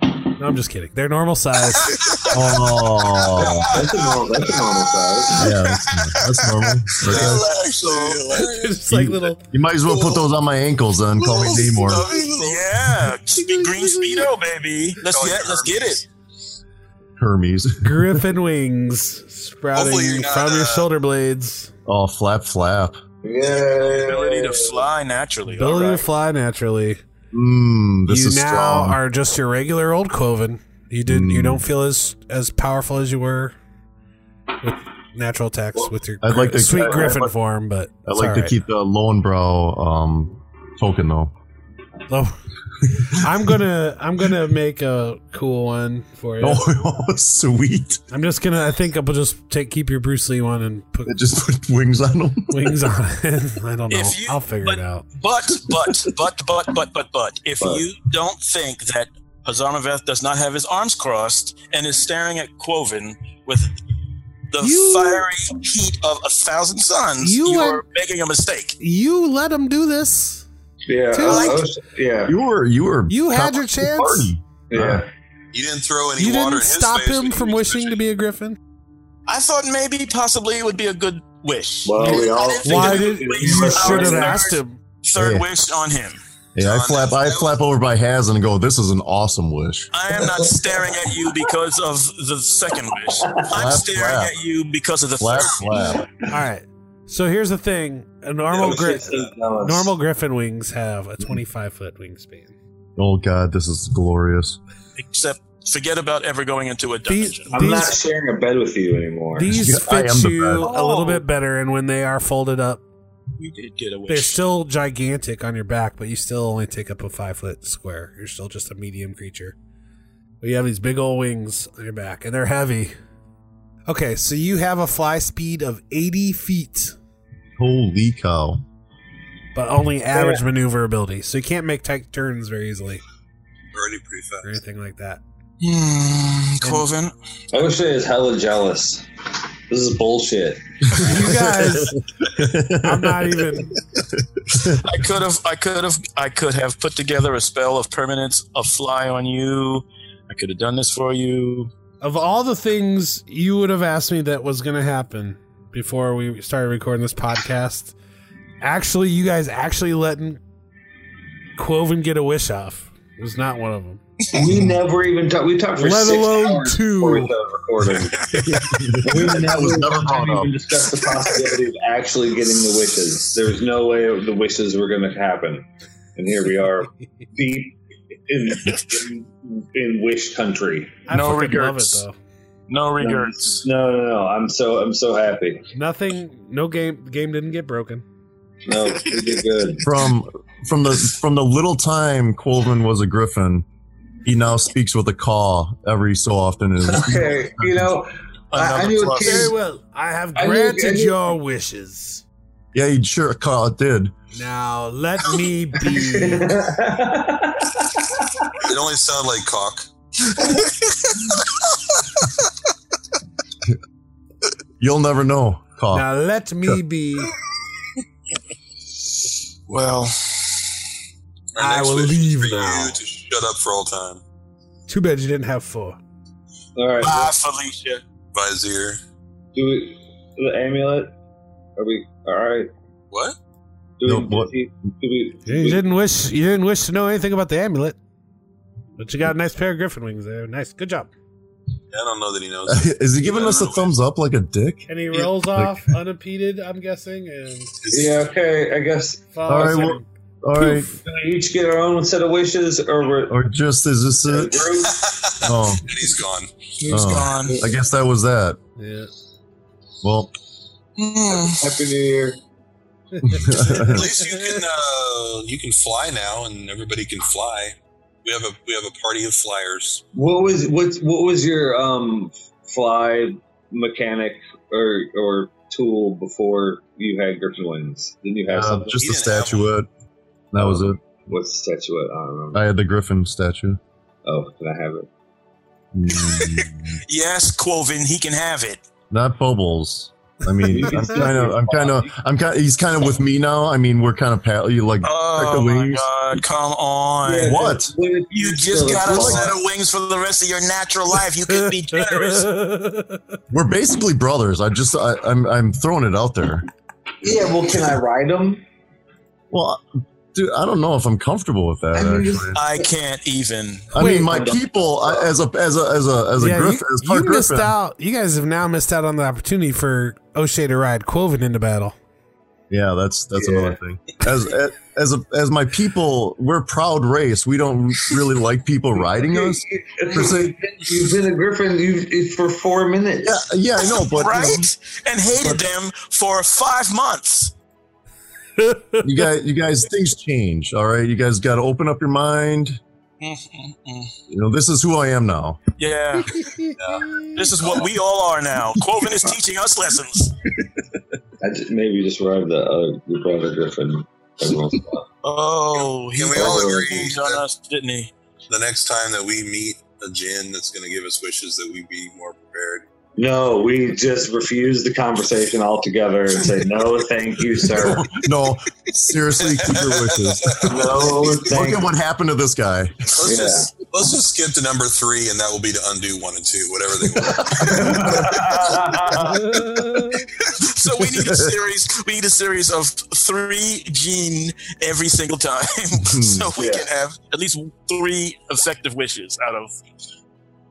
Speaker 2: No, I'm just kidding. They're normal size.
Speaker 1: Oh.
Speaker 4: That's a normal. That's a normal size.
Speaker 1: yeah, that's, that's normal. Okay.
Speaker 2: They're just like little.
Speaker 1: You might as well put those on my ankles then. Call me Namor.
Speaker 5: Yeah, Spe- green speedo, baby. Let's get let's get it.
Speaker 1: Hermes.
Speaker 2: Griffin wings
Speaker 3: Hopefully
Speaker 2: sprouting
Speaker 3: you're not,
Speaker 2: from your
Speaker 3: uh,
Speaker 2: shoulder blades.
Speaker 1: Oh, flap, flap.
Speaker 5: Ability
Speaker 4: Yeah.
Speaker 5: to fly naturally.
Speaker 2: Ability
Speaker 5: all
Speaker 2: to
Speaker 5: right.
Speaker 2: fly naturally.
Speaker 1: Mmm, this
Speaker 2: you
Speaker 1: is
Speaker 2: now
Speaker 1: strong.
Speaker 2: are just your regular old Quoven. You didn't. You
Speaker 1: Mm.
Speaker 2: don't feel as as powerful as you were with natural attacks with your
Speaker 1: I'd like to-
Speaker 2: sweet
Speaker 1: I'd
Speaker 2: Griffin
Speaker 1: like-
Speaker 2: form, but
Speaker 1: I like to keep the Lowenbrow um, token though.
Speaker 2: I'm gonna I'm gonna make a cool one for you.
Speaker 1: Oh, sweet.
Speaker 2: I'm just gonna. I think I'll just take keep your Bruce Lee one and put
Speaker 1: It just put wings on them.
Speaker 2: wings on it. I don't know.
Speaker 5: If you-
Speaker 2: I'll figure
Speaker 5: but-
Speaker 2: it out.
Speaker 5: But but but but but but but if
Speaker 4: But.
Speaker 5: you don't think that Hazanoveth does not have his arms crossed and is staring at Quoven with the
Speaker 2: You-
Speaker 5: fiery heat of a thousand suns,
Speaker 2: You
Speaker 5: you,
Speaker 2: went-
Speaker 5: are making a mistake.
Speaker 2: You let him do this.
Speaker 4: Yeah.
Speaker 2: Two.
Speaker 4: uh, O'Shea- yeah.
Speaker 1: You were, you were.
Speaker 2: You had
Speaker 1: complimenting
Speaker 2: your chance.
Speaker 1: Party.
Speaker 4: Yeah.
Speaker 3: You didn't throw any
Speaker 2: You
Speaker 3: water
Speaker 2: didn't
Speaker 3: in his
Speaker 2: stop
Speaker 3: face
Speaker 2: him
Speaker 3: when
Speaker 2: from
Speaker 3: you-
Speaker 2: wishing to be a Griffin.
Speaker 5: I thought maybe possibly it would be a good wish.
Speaker 4: Well, we all.
Speaker 5: I
Speaker 2: Why
Speaker 5: think
Speaker 2: did
Speaker 5: it
Speaker 2: you
Speaker 5: was a waste of
Speaker 2: should have
Speaker 5: hours.
Speaker 2: asked him?
Speaker 5: Third
Speaker 1: Yeah.
Speaker 5: wish on him.
Speaker 1: Yeah, I
Speaker 3: John,
Speaker 1: flap, I
Speaker 3: that's-
Speaker 1: flap over by Haz and go. This is an awesome wish.
Speaker 5: I am not staring at you because of the second wish. I'm
Speaker 1: Slap,
Speaker 5: staring
Speaker 1: slap.
Speaker 5: at you because of the
Speaker 1: Flap,
Speaker 5: third.
Speaker 1: flap.
Speaker 2: All right. So here's the thing: a normal
Speaker 4: O'Shea
Speaker 2: gri-
Speaker 4: says no, it's-
Speaker 2: normal Griffin wings have a 25 foot wingspan.
Speaker 1: Oh God, this is glorious.
Speaker 5: Except forget about ever going into a
Speaker 2: These-
Speaker 5: dungeon.
Speaker 4: I'm not sharing a bed with you anymore.
Speaker 2: These
Speaker 1: I am
Speaker 2: fit
Speaker 1: the
Speaker 2: you
Speaker 1: best.
Speaker 2: a little bit better, and when they are folded up,
Speaker 5: We did get a wish.
Speaker 2: they're still gigantic on your back, but you still only take up a five foot square. You're still just a medium creature. But you have these big old wings on your back, and they're heavy. Okay, so you have a fly speed of 80 feet,
Speaker 1: Holy cow!
Speaker 2: but only average maneuverability, so you can't make tight turns very easily
Speaker 3: Already pretty fast.
Speaker 2: or anything like that.
Speaker 5: Hmm, Quoven.
Speaker 4: O'Shea is hella jealous. This is bullshit.
Speaker 2: You guys, I'm not even.
Speaker 5: I could have, I could have, I could have put together a spell of permanence, a fly on you. I could have done this for you.
Speaker 2: Of all the things you would have asked me that was going to happen before we started recording this podcast, actually, you guys actually letting Quoven get a wish off was not one of them.
Speaker 4: We never even talked. We talked for
Speaker 2: Let
Speaker 4: six
Speaker 2: alone
Speaker 4: hours
Speaker 2: two.
Speaker 4: before we started recording. we
Speaker 1: That was never brought up.
Speaker 4: even discussed the possibility of actually getting the wishes. There was no way the wishes were going to happen, and here we are, deep in, in, in wish country.
Speaker 2: I
Speaker 5: No
Speaker 2: fucking
Speaker 5: regrets.
Speaker 2: Love it
Speaker 5: No regrets.
Speaker 4: No, no, no. I'm so I'm so happy.
Speaker 2: though. Nothing. No game. Game didn't get broken.
Speaker 4: No, we did good.
Speaker 1: from from the from the little time Quilvin was a Griffin, he now speaks with a caw every so often. Is
Speaker 4: Okay, you know, I, I knew a
Speaker 2: Very
Speaker 4: kid.
Speaker 2: well. I have
Speaker 4: I knew- I
Speaker 2: granted
Speaker 4: knew-
Speaker 2: your wishes.
Speaker 1: yeah, he sure caw did.
Speaker 2: Now let me be.
Speaker 3: It only sounded like cock.
Speaker 1: You'll never know caw.
Speaker 2: Now let me be.
Speaker 5: Well,
Speaker 3: Our
Speaker 2: I
Speaker 3: next
Speaker 2: will
Speaker 3: wish is
Speaker 2: leave
Speaker 3: for
Speaker 2: now.
Speaker 3: You to shut up for all time,
Speaker 2: Too bad you didn't have four.
Speaker 4: All right,
Speaker 5: bye, Felicia.
Speaker 3: Vizier.
Speaker 4: do we the amulet? Are we all right?
Speaker 3: What?
Speaker 4: Do we,
Speaker 1: No, what-
Speaker 4: do we, do we,
Speaker 2: You didn't wish you didn't wish to know anything about the amulet, but you got a nice pair of griffin wings there. Nice, good job.
Speaker 3: I don't know that he knows.
Speaker 1: is he giving us a thumbs up like a dick?
Speaker 2: And he
Speaker 1: Yeah,
Speaker 2: rolls
Speaker 1: like-
Speaker 2: off unimpeded, I'm guessing, and
Speaker 4: yeah, okay, I guess.
Speaker 1: All
Speaker 2: follows
Speaker 1: right,
Speaker 2: him.
Speaker 1: well- All right,
Speaker 4: Can we each get our own set of wishes, or we're.
Speaker 1: or just is this it? Oh,
Speaker 3: and he's gone.
Speaker 5: He's
Speaker 1: Oh.
Speaker 5: gone.
Speaker 1: I guess that was that.
Speaker 2: Yeah.
Speaker 1: Well,
Speaker 5: Hmm.
Speaker 4: Happy New Year.
Speaker 3: At least you can uh, you can fly now, and everybody can fly. We have a we have a party of flyers.
Speaker 4: What was what what was your um fly mechanic or or tool before you had Griffin wings? Didn't you have
Speaker 1: uh,
Speaker 4: something?
Speaker 1: just
Speaker 3: He
Speaker 1: the
Speaker 3: didn't have
Speaker 1: statuette. That was it.
Speaker 4: What's the statuette? Oh, I don't remember.
Speaker 1: I had the Griffin statue.
Speaker 4: oh, can I have it?
Speaker 1: Mm.
Speaker 5: Yes, Quoven, he can have it.
Speaker 1: Not Bubbles. I mean, I'm kind of, I'm kind of, I'm kind. He's kind of with me now. I mean, we're kind of pal. You like
Speaker 5: Oh
Speaker 1: Check the
Speaker 5: my
Speaker 1: wings.
Speaker 5: God! Come on.
Speaker 4: Yeah,
Speaker 1: what?
Speaker 4: You,
Speaker 5: You just got a set of wings for the rest of your natural life. You could be generous.
Speaker 1: We're basically brothers. I just, I, I'm, I'm throwing it out there.
Speaker 4: Yeah, well, can I ride them?
Speaker 1: Well, dude, I don't know if I'm comfortable with that.
Speaker 4: I mean,
Speaker 1: actually.
Speaker 5: I can't even.
Speaker 1: I
Speaker 2: Wait.
Speaker 1: mean, my people I, as a, as a, as a, as a
Speaker 2: yeah,
Speaker 1: griffin,
Speaker 2: you,
Speaker 1: as part
Speaker 2: you missed
Speaker 1: griffin.
Speaker 2: out. You guys have now missed out on the opportunity for O'Shea to ride Quoven into battle.
Speaker 1: Yeah, that's that's
Speaker 4: Yeah.
Speaker 1: another thing. As a- as a, as my people, we're a proud race. We don't really like people riding us. per
Speaker 4: It's-
Speaker 1: se.
Speaker 4: You've been a griffin you've, it- for four minutes.
Speaker 1: Yeah, yeah, I know, but
Speaker 5: right?
Speaker 1: you,
Speaker 5: and hated them for five months.
Speaker 1: know, you guys, you guys, things change. All right, you guys got to open up your mind.
Speaker 5: Mm-hmm.
Speaker 1: You know, this is who I am now.
Speaker 5: Yeah. This is what we all are now. Quoven is teaching us lessons.
Speaker 4: I just, maybe just ride the uh, your brother griffin. every once in a while.
Speaker 5: Oh, he
Speaker 3: Can we
Speaker 5: brought
Speaker 3: all
Speaker 5: the
Speaker 3: agree
Speaker 5: wounds on
Speaker 3: that-
Speaker 5: us, didn't he?
Speaker 3: The next time that we meet a djinn that's going to give us wishes, that we be more prepared.
Speaker 4: No, we just refuse the conversation altogether and say no, thank you, sir.
Speaker 1: No, seriously, keep your wishes.
Speaker 4: No,
Speaker 1: Look
Speaker 4: thank
Speaker 1: at
Speaker 4: you.
Speaker 1: what happened to this guy.
Speaker 3: Let's
Speaker 4: Yeah.
Speaker 3: just let's just skip to number three, and that will be to undo one and two, whatever they want.
Speaker 5: So we need a series. We need a series of three gene every single time, so we
Speaker 4: Yeah.
Speaker 5: can have at least three effective wishes out of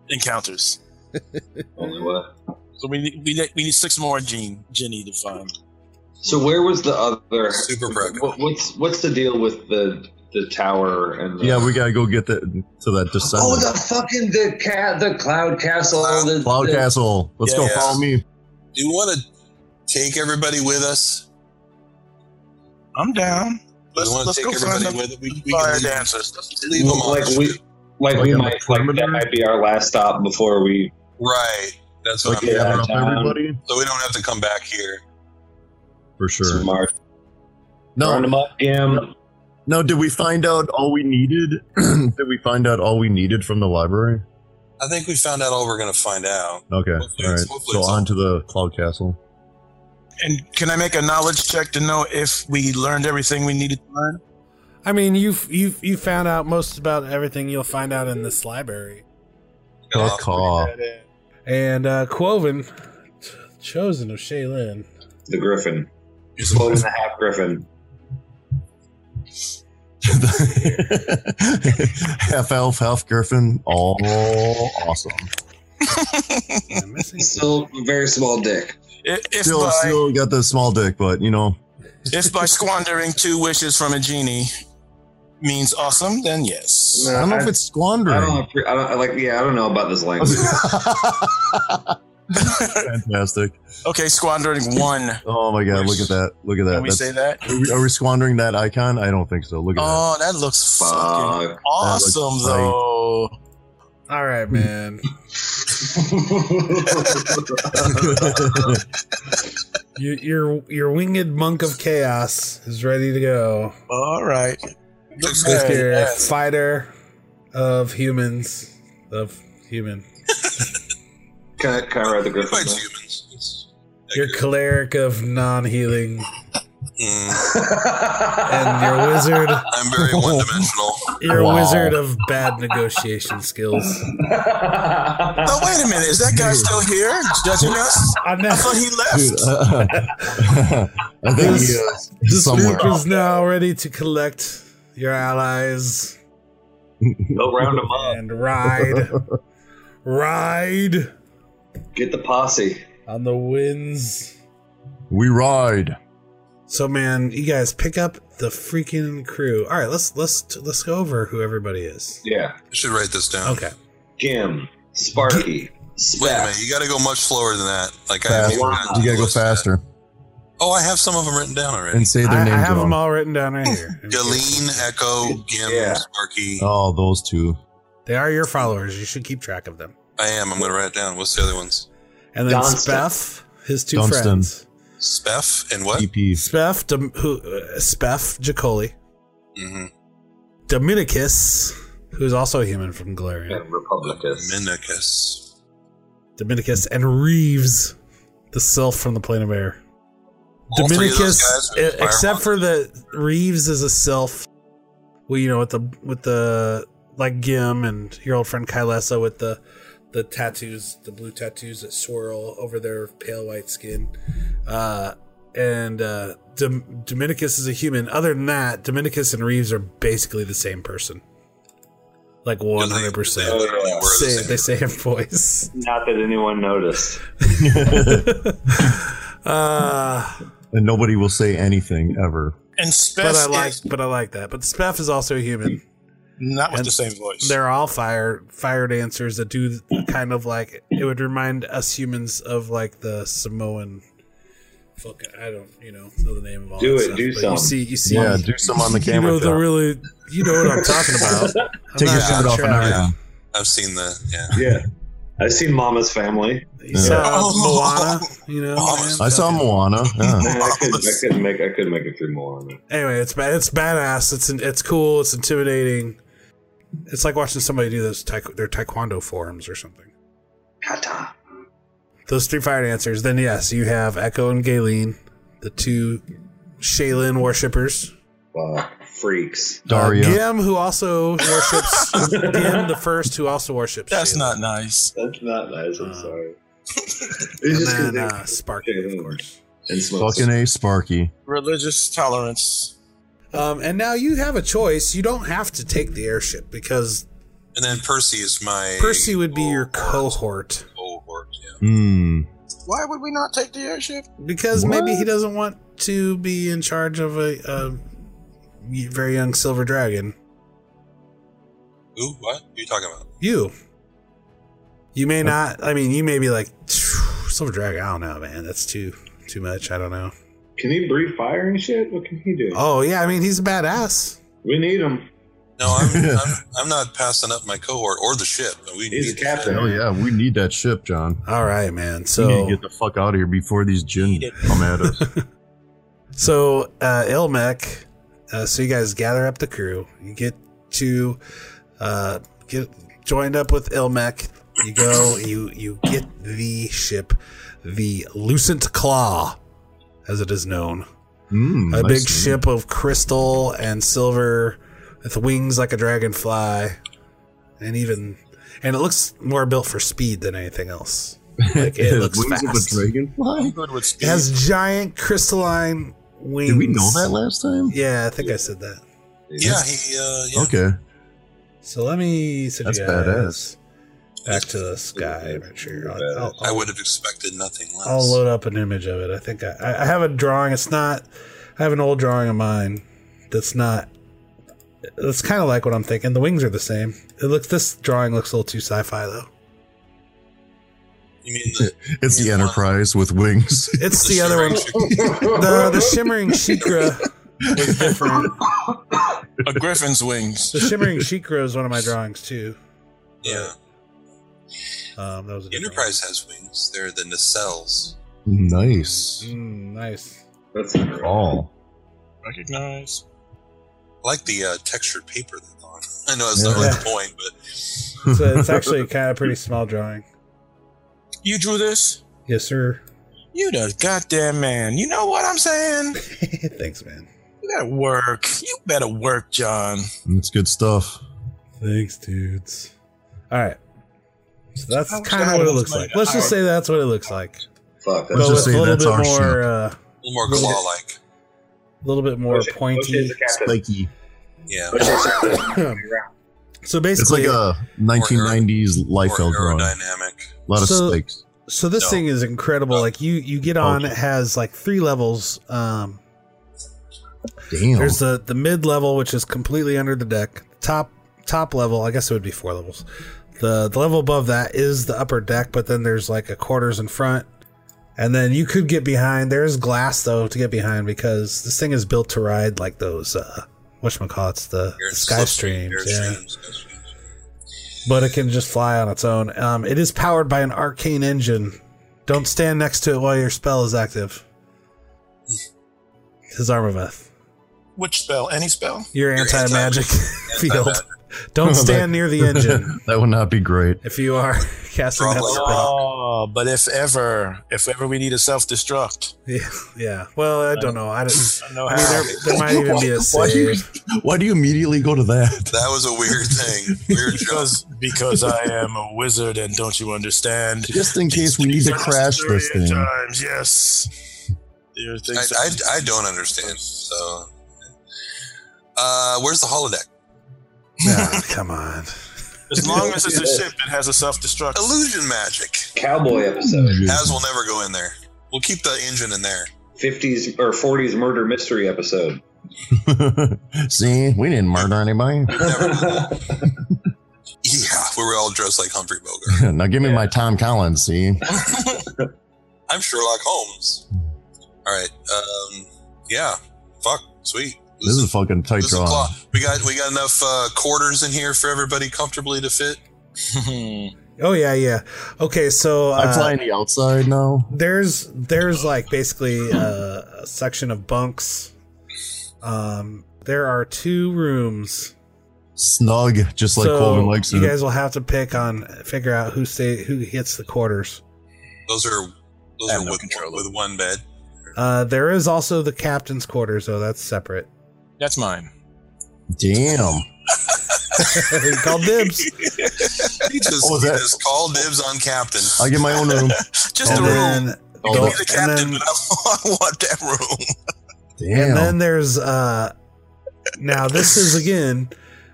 Speaker 5: encounters.
Speaker 4: Only what?
Speaker 5: So we need we need, we need six more gene Ginny to find.
Speaker 4: So where was the other?
Speaker 3: Super pregnant.
Speaker 4: What, what's what's the deal with the the tower and the,
Speaker 1: Yeah, we gotta go get the, to that
Speaker 4: Oh,
Speaker 1: descendant.
Speaker 4: the fucking the cat, the cloud castle. The,
Speaker 1: Cloud
Speaker 4: the-
Speaker 1: Castle. Let's
Speaker 5: Yeah,
Speaker 1: go.
Speaker 5: yeah.
Speaker 1: Follow me.
Speaker 3: Do you want to take everybody with us?
Speaker 5: I'm down.
Speaker 3: Do
Speaker 5: Let's,
Speaker 3: you want
Speaker 5: let's
Speaker 3: to
Speaker 5: go
Speaker 3: take
Speaker 5: find
Speaker 3: everybody with
Speaker 5: them.
Speaker 3: us? We, we
Speaker 5: Fire
Speaker 3: can leave,
Speaker 5: dancers.
Speaker 3: leave them on.
Speaker 4: Like we, like,
Speaker 1: Like
Speaker 4: we
Speaker 1: a
Speaker 4: might, like that
Speaker 1: perimeter?
Speaker 4: might be our last stop before we.
Speaker 3: Right. That's what
Speaker 1: Like,
Speaker 3: I'm.
Speaker 1: gather up
Speaker 4: Downtown.
Speaker 1: everybody
Speaker 3: So we don't have to come back here.
Speaker 1: for sure.
Speaker 4: Mark,
Speaker 1: No,
Speaker 4: Round them up, Jim.
Speaker 1: No, did we find out all we needed? did we find out all we needed from the library?
Speaker 3: I think we found out all we're going to find out.
Speaker 1: Okay,
Speaker 3: Hopefully
Speaker 1: all right.
Speaker 3: it's- hopefully
Speaker 1: So
Speaker 3: it's
Speaker 1: on
Speaker 3: all-
Speaker 1: to the cloud castle.
Speaker 5: And can I make a knowledge check to know if we learned everything we needed to learn?
Speaker 2: I mean, you've you've you found out most about everything you'll find out in this library.
Speaker 1: Caw, caw.
Speaker 2: And uh, Quoven, t- chosen of Shaylin.
Speaker 4: The griffin. Twelve and a half griffin.
Speaker 1: half elf, half griffin, all awesome.
Speaker 2: Am I missing?
Speaker 4: Still very small dick.
Speaker 5: I- If
Speaker 1: Still,
Speaker 5: by
Speaker 1: still got the small dick, but you know,
Speaker 5: if by squandering two wishes from a genie means awesome, then yes.
Speaker 1: I don't know
Speaker 4: I-
Speaker 1: if it's
Speaker 4: I don't,
Speaker 1: squandering.
Speaker 4: appre- I don't like. Yeah, I don't know about this language.
Speaker 1: Fantastic!
Speaker 5: Okay, squandering one.
Speaker 1: Oh my god, look at that! Look at that!
Speaker 5: Can we
Speaker 1: That's-
Speaker 5: say that?
Speaker 1: Are we, are we squandering that icon? I don't think so. Look at
Speaker 5: Oh, that looks fucking
Speaker 4: Fuck.
Speaker 5: awesome,
Speaker 1: looks
Speaker 5: though.
Speaker 2: All right, man.
Speaker 5: Oh.
Speaker 1: that.
Speaker 2: your, your your winged monk of chaos is ready to go.
Speaker 5: All right. Looks
Speaker 2: With
Speaker 5: good.
Speaker 2: your
Speaker 5: Yes.
Speaker 2: fighter of humans of human.
Speaker 4: can, I, can I ride the
Speaker 3: It
Speaker 4: griffin?
Speaker 3: bites humans. It's-
Speaker 2: Your cleric of non-healing
Speaker 3: Mm,
Speaker 2: and your wizard
Speaker 3: I'm very one dimensional.
Speaker 2: your
Speaker 1: Wow.
Speaker 2: wizard of bad negotiation skills.
Speaker 5: Oh, wait a minute. Is that guy still here judging us?
Speaker 2: I
Speaker 5: I
Speaker 2: know
Speaker 5: thought he
Speaker 1: Dude,
Speaker 5: left.
Speaker 1: uh, I think he is somewhere.
Speaker 2: Luke is now ready to collect your allies
Speaker 4: They'll round them up.
Speaker 2: and ride ride
Speaker 4: Get the posse.
Speaker 2: on the winds.
Speaker 1: We ride.
Speaker 2: So man, you guys pick up the freaking crew. All right, let's let's let's go over who everybody is.
Speaker 4: Yeah.
Speaker 3: I should write this down.
Speaker 2: Okay.
Speaker 4: Jim, Sparky,
Speaker 3: Wait a
Speaker 4: Spec.
Speaker 3: minute. You got to go much slower than that. Like I
Speaker 1: Fast.
Speaker 3: haven't even gotten
Speaker 1: You gotta go
Speaker 3: close to that.
Speaker 1: faster
Speaker 3: Oh, I have some of them written down already.
Speaker 1: and say
Speaker 2: I,
Speaker 1: their
Speaker 2: I
Speaker 1: names.
Speaker 2: have them
Speaker 1: wrong.
Speaker 2: all written down right here.
Speaker 3: Galeen, Echo, Gim,
Speaker 4: Yeah.
Speaker 3: Sparky.
Speaker 1: Oh, those two.
Speaker 2: They are your followers. You should keep track of them.
Speaker 3: I am. I'm going to write it down. What's the other ones?
Speaker 2: And then
Speaker 4: Donston.
Speaker 2: Speff, his two
Speaker 1: Donston.
Speaker 2: friends.
Speaker 3: Speff and what?
Speaker 1: EP.
Speaker 2: Speff, Dom- who, uh, Speff Jacoli.
Speaker 3: Mm-hmm.
Speaker 2: Dominicus, who's also a human from Galarian.
Speaker 4: And Republicus.
Speaker 3: Dominicus.
Speaker 2: Dominicus, and Reeves, the sylph from the plane of air.
Speaker 3: All three of those
Speaker 2: Dominicus,
Speaker 3: guys
Speaker 2: e-
Speaker 3: are
Speaker 2: except for the Reeves is a sylph. Well, you know, with the with the like Gim and your old friend Kylesa with the the tattoos, the blue tattoos that swirl over their pale white skin. Uh, and uh, Dom- Dominicus is a human. Other than that, Dominicus and Reeves are basically the same person. Like one hundred
Speaker 3: They
Speaker 2: percent.
Speaker 4: Oh,
Speaker 3: literally were the same.
Speaker 2: They say him voice.
Speaker 4: Not that anyone noticed.
Speaker 2: uh,
Speaker 1: And nobody will say anything ever.
Speaker 5: And
Speaker 2: but I
Speaker 5: Speth
Speaker 2: like,
Speaker 5: is
Speaker 2: but I like that. But Speff is also a human.
Speaker 5: not with
Speaker 2: and
Speaker 5: the same voice.
Speaker 2: They're all fire fire dancers that do kind of like it would remind us humans of like the Samoan. Fuck, I don't, you know, know the name of all.
Speaker 4: Do
Speaker 2: that
Speaker 4: it,
Speaker 2: stuff,
Speaker 4: do
Speaker 2: but
Speaker 4: some.
Speaker 2: You see, you see,
Speaker 1: Yeah, do some on the
Speaker 2: you
Speaker 1: camera.
Speaker 2: know the
Speaker 1: though.
Speaker 2: really, you know what I'm talking about. I'm
Speaker 1: Take
Speaker 2: not
Speaker 1: your shirt
Speaker 2: gonna
Speaker 1: off and
Speaker 2: try.
Speaker 1: everything.
Speaker 3: I've seen the yeah.
Speaker 4: Yeah. I've seen Mama's Family.
Speaker 2: You saw
Speaker 5: Oh.
Speaker 2: Moana, you know.
Speaker 3: Oh,
Speaker 2: man?
Speaker 1: I saw Moana. Yeah.
Speaker 4: I couldn't, I couldn't make I couldn't make it through Moana.
Speaker 2: Anyway, it's bad. It's badass. It's it's cool. It's intimidating. It's like watching somebody do those taek- their taekwondo forms or something.
Speaker 4: Kata.
Speaker 2: Those three fire dancers. Then yes, you have Echo and Galen, the two Shaylin worshippers.
Speaker 4: Wow. Freaks.
Speaker 1: Daria.
Speaker 2: Uh, Gim, who also worships Gim the first, who also worships.
Speaker 5: That's
Speaker 2: Shaylin.
Speaker 5: not nice.
Speaker 4: That's not nice. I'm
Speaker 2: Uh,
Speaker 4: sorry. It's
Speaker 2: And
Speaker 4: just 'cause
Speaker 2: then
Speaker 4: they-
Speaker 2: uh, Sparky, of course.
Speaker 4: and smoke.
Speaker 1: Fucking A Sparky.
Speaker 5: Religious tolerance.
Speaker 2: Um, and now you have a choice. You don't have to take the airship because
Speaker 3: And then Percy is my
Speaker 2: Percy would be your cohort.
Speaker 3: cohort. Yeah.
Speaker 1: Hmm.
Speaker 5: Why would we not take the airship?
Speaker 2: Because maybe he doesn't want to be in charge of a, a very young silver dragon.
Speaker 3: Ooh, what? What are you talking about?
Speaker 2: You. You may not. I mean, you may be like "Phew, silver dragon. I don't know, man. That's too too much. I don't know.
Speaker 4: Can he breathe fire and shit? What can he do?
Speaker 2: Oh yeah, I mean he's a badass.
Speaker 4: We need him.
Speaker 3: No, I'm, I'm I'm not passing up my cohort or the ship. We
Speaker 4: He's
Speaker 3: need-
Speaker 4: a captain.
Speaker 1: Hell Oh, yeah, we need that ship, John.
Speaker 2: All right, man.
Speaker 1: we need
Speaker 2: So
Speaker 1: to get the fuck out of here before these gin come at us.
Speaker 2: so uh, Ilmec. Uh, so you guys gather up the crew. You get to uh, get joined up with Ilmec. You go. You you get the ship, the Lucent Claw, as it is known.
Speaker 1: Mm, nice
Speaker 2: a big
Speaker 1: name.
Speaker 2: ship of crystal and silver with wings like a dragonfly and even and it looks more built for speed than anything else like it looks
Speaker 1: Wings of a
Speaker 2: fast
Speaker 1: dragonfly?
Speaker 5: Good with speed.
Speaker 2: it has giant crystalline wings
Speaker 1: Did we know that last time?
Speaker 2: yeah i think i said that
Speaker 3: Yeah, he. Uh, yeah.
Speaker 1: Okay.
Speaker 2: so let me send you
Speaker 1: That's
Speaker 2: guys back to the sky make sure I'll, I'll,
Speaker 3: I would have expected nothing less.
Speaker 2: I'll load up an image of it i think I, I- I have a drawing it's not i have an old drawing of mine that's not that's kind of like what i'm thinking the wings are the same it looks this drawing looks a little too sci-fi though
Speaker 3: you mean the,
Speaker 1: It's the Enterprise with wings.
Speaker 2: it's the other one the, the shimmering shikra was different
Speaker 5: A griffin's wings.
Speaker 2: the shimmering shikra is one of my drawings too
Speaker 3: Yeah,
Speaker 2: um that was a
Speaker 3: the
Speaker 2: different
Speaker 3: Enterprise has wings. They're the nacelles.
Speaker 2: one.
Speaker 1: nice.
Speaker 2: Mm, nice
Speaker 4: That's a
Speaker 1: All.
Speaker 5: Recognize.
Speaker 3: I like the uh, textured paper they're on. I know that's not really the point, but
Speaker 2: so it's actually kind of pretty small drawing
Speaker 5: You drew this?
Speaker 2: yes sir
Speaker 5: You the goddamn man. You know what I'm saying?
Speaker 2: thanks man
Speaker 5: You better work. You better work, John.
Speaker 1: It's good stuff.
Speaker 2: Thanks, dudes. All right. So that's
Speaker 5: How much
Speaker 2: kind of
Speaker 5: time
Speaker 2: what it
Speaker 5: was
Speaker 2: looks
Speaker 5: made?
Speaker 2: like. Let's just say that's what it looks like.
Speaker 4: Fuck.
Speaker 1: Let's
Speaker 2: But
Speaker 4: That's
Speaker 1: just
Speaker 2: with
Speaker 1: say
Speaker 2: a little
Speaker 1: that's our
Speaker 2: bit more, uh,
Speaker 3: a little more claw-like.
Speaker 2: a little bit more
Speaker 4: Moshe- Moshe's
Speaker 2: pointy.
Speaker 4: the captain.
Speaker 1: Spiky.
Speaker 3: Yeah,
Speaker 4: Moshe's the captain.
Speaker 2: So
Speaker 1: It's like
Speaker 2: basically,
Speaker 1: a 1990s Liefeld
Speaker 3: more
Speaker 1: drawing. A
Speaker 3: aerodynamic.
Speaker 1: lot of
Speaker 2: So-
Speaker 1: spikes.
Speaker 2: so this
Speaker 3: no.
Speaker 2: thing is incredible. Like you, you get on. It has like three levels. Um,
Speaker 1: Damn.
Speaker 2: There's the the mid level, which is completely under the deck. Top top level, I guess it would be four levels. The the level above that is the upper deck, but then there's like a quarters in front. And then you could get behind. There's glass though to get behind because this thing is built to ride like those uh whatchamacallits, the, the sky streams. Yeah. But it can just fly on its own. Um it is powered by an arcane engine. Don't stand next to it while your spell is active. His Armaveth.
Speaker 5: Which spell? Any spell?
Speaker 2: Your anti magic field.
Speaker 3: Anti-magic.
Speaker 2: Don't stand near the engine
Speaker 1: that would not be great.
Speaker 2: if you are casting that
Speaker 3: Probably.
Speaker 2: spell.
Speaker 5: Oh, but if ever, if ever we need a self destruct,
Speaker 2: Yeah, yeah. Well, I don't know. I don't.
Speaker 5: I don't know
Speaker 2: I mean,
Speaker 5: how.
Speaker 2: there, there might even be a
Speaker 1: Why do you
Speaker 2: save.
Speaker 1: why do you immediately go to that?
Speaker 3: That was a weird thing. Weird joke.
Speaker 5: Because because I am a wizard, and don't you understand?
Speaker 1: Just in case we need to crash this thing.
Speaker 5: Times, yes. There are
Speaker 3: I,
Speaker 5: things
Speaker 3: I, I don't understand. So, uh, where's the holodeck?
Speaker 2: No, Ah, come on.
Speaker 5: as long as it's a ship, it has a self destruct.
Speaker 3: Illusion magic.
Speaker 4: Cowboy episode,
Speaker 1: uh,
Speaker 3: Has will never go in there. We'll keep the engine in there.
Speaker 4: 50s or 40s murder mystery episode.
Speaker 1: See, we didn't murder anybody.
Speaker 3: Never done that. Yeah, where we all dressed like Humphrey Bogart.
Speaker 1: now give me my Tom Collins. See,
Speaker 3: I'm Sherlock Holmes. All right. Um, yeah. Fuck. Sweet.
Speaker 1: this is a fucking tight
Speaker 3: this is
Speaker 1: drawing.
Speaker 3: claw. We got we got enough uh, quarters in here for everybody comfortably to fit.
Speaker 2: Oh yeah, yeah. Okay, so
Speaker 1: I'm
Speaker 2: uh,
Speaker 1: flying the outside now.
Speaker 2: there's there's like basically a, a section of bunks. Um, there are two rooms.
Speaker 1: Snug, just like
Speaker 2: so
Speaker 1: Colvin likes
Speaker 2: you
Speaker 1: it.
Speaker 2: guys will have to pick on figure out who stay who gets the quarters.
Speaker 3: Those are those
Speaker 5: I
Speaker 3: are
Speaker 5: have no
Speaker 3: with,
Speaker 5: control
Speaker 3: with one bed.
Speaker 2: Uh, there is also the captain's quarters, though that's separate.
Speaker 5: That's mine.
Speaker 1: Damn.
Speaker 2: you called dibs.
Speaker 3: He just,
Speaker 1: Oh,
Speaker 3: he
Speaker 1: that-
Speaker 3: just call dibs on captain.
Speaker 1: I get my own room.
Speaker 5: Just
Speaker 2: And
Speaker 5: the
Speaker 2: then,
Speaker 5: room. You can
Speaker 1: Oh,
Speaker 5: be the captain,
Speaker 2: and then,
Speaker 5: but I want that room.
Speaker 1: Damn.
Speaker 2: and then there's uh, now this is again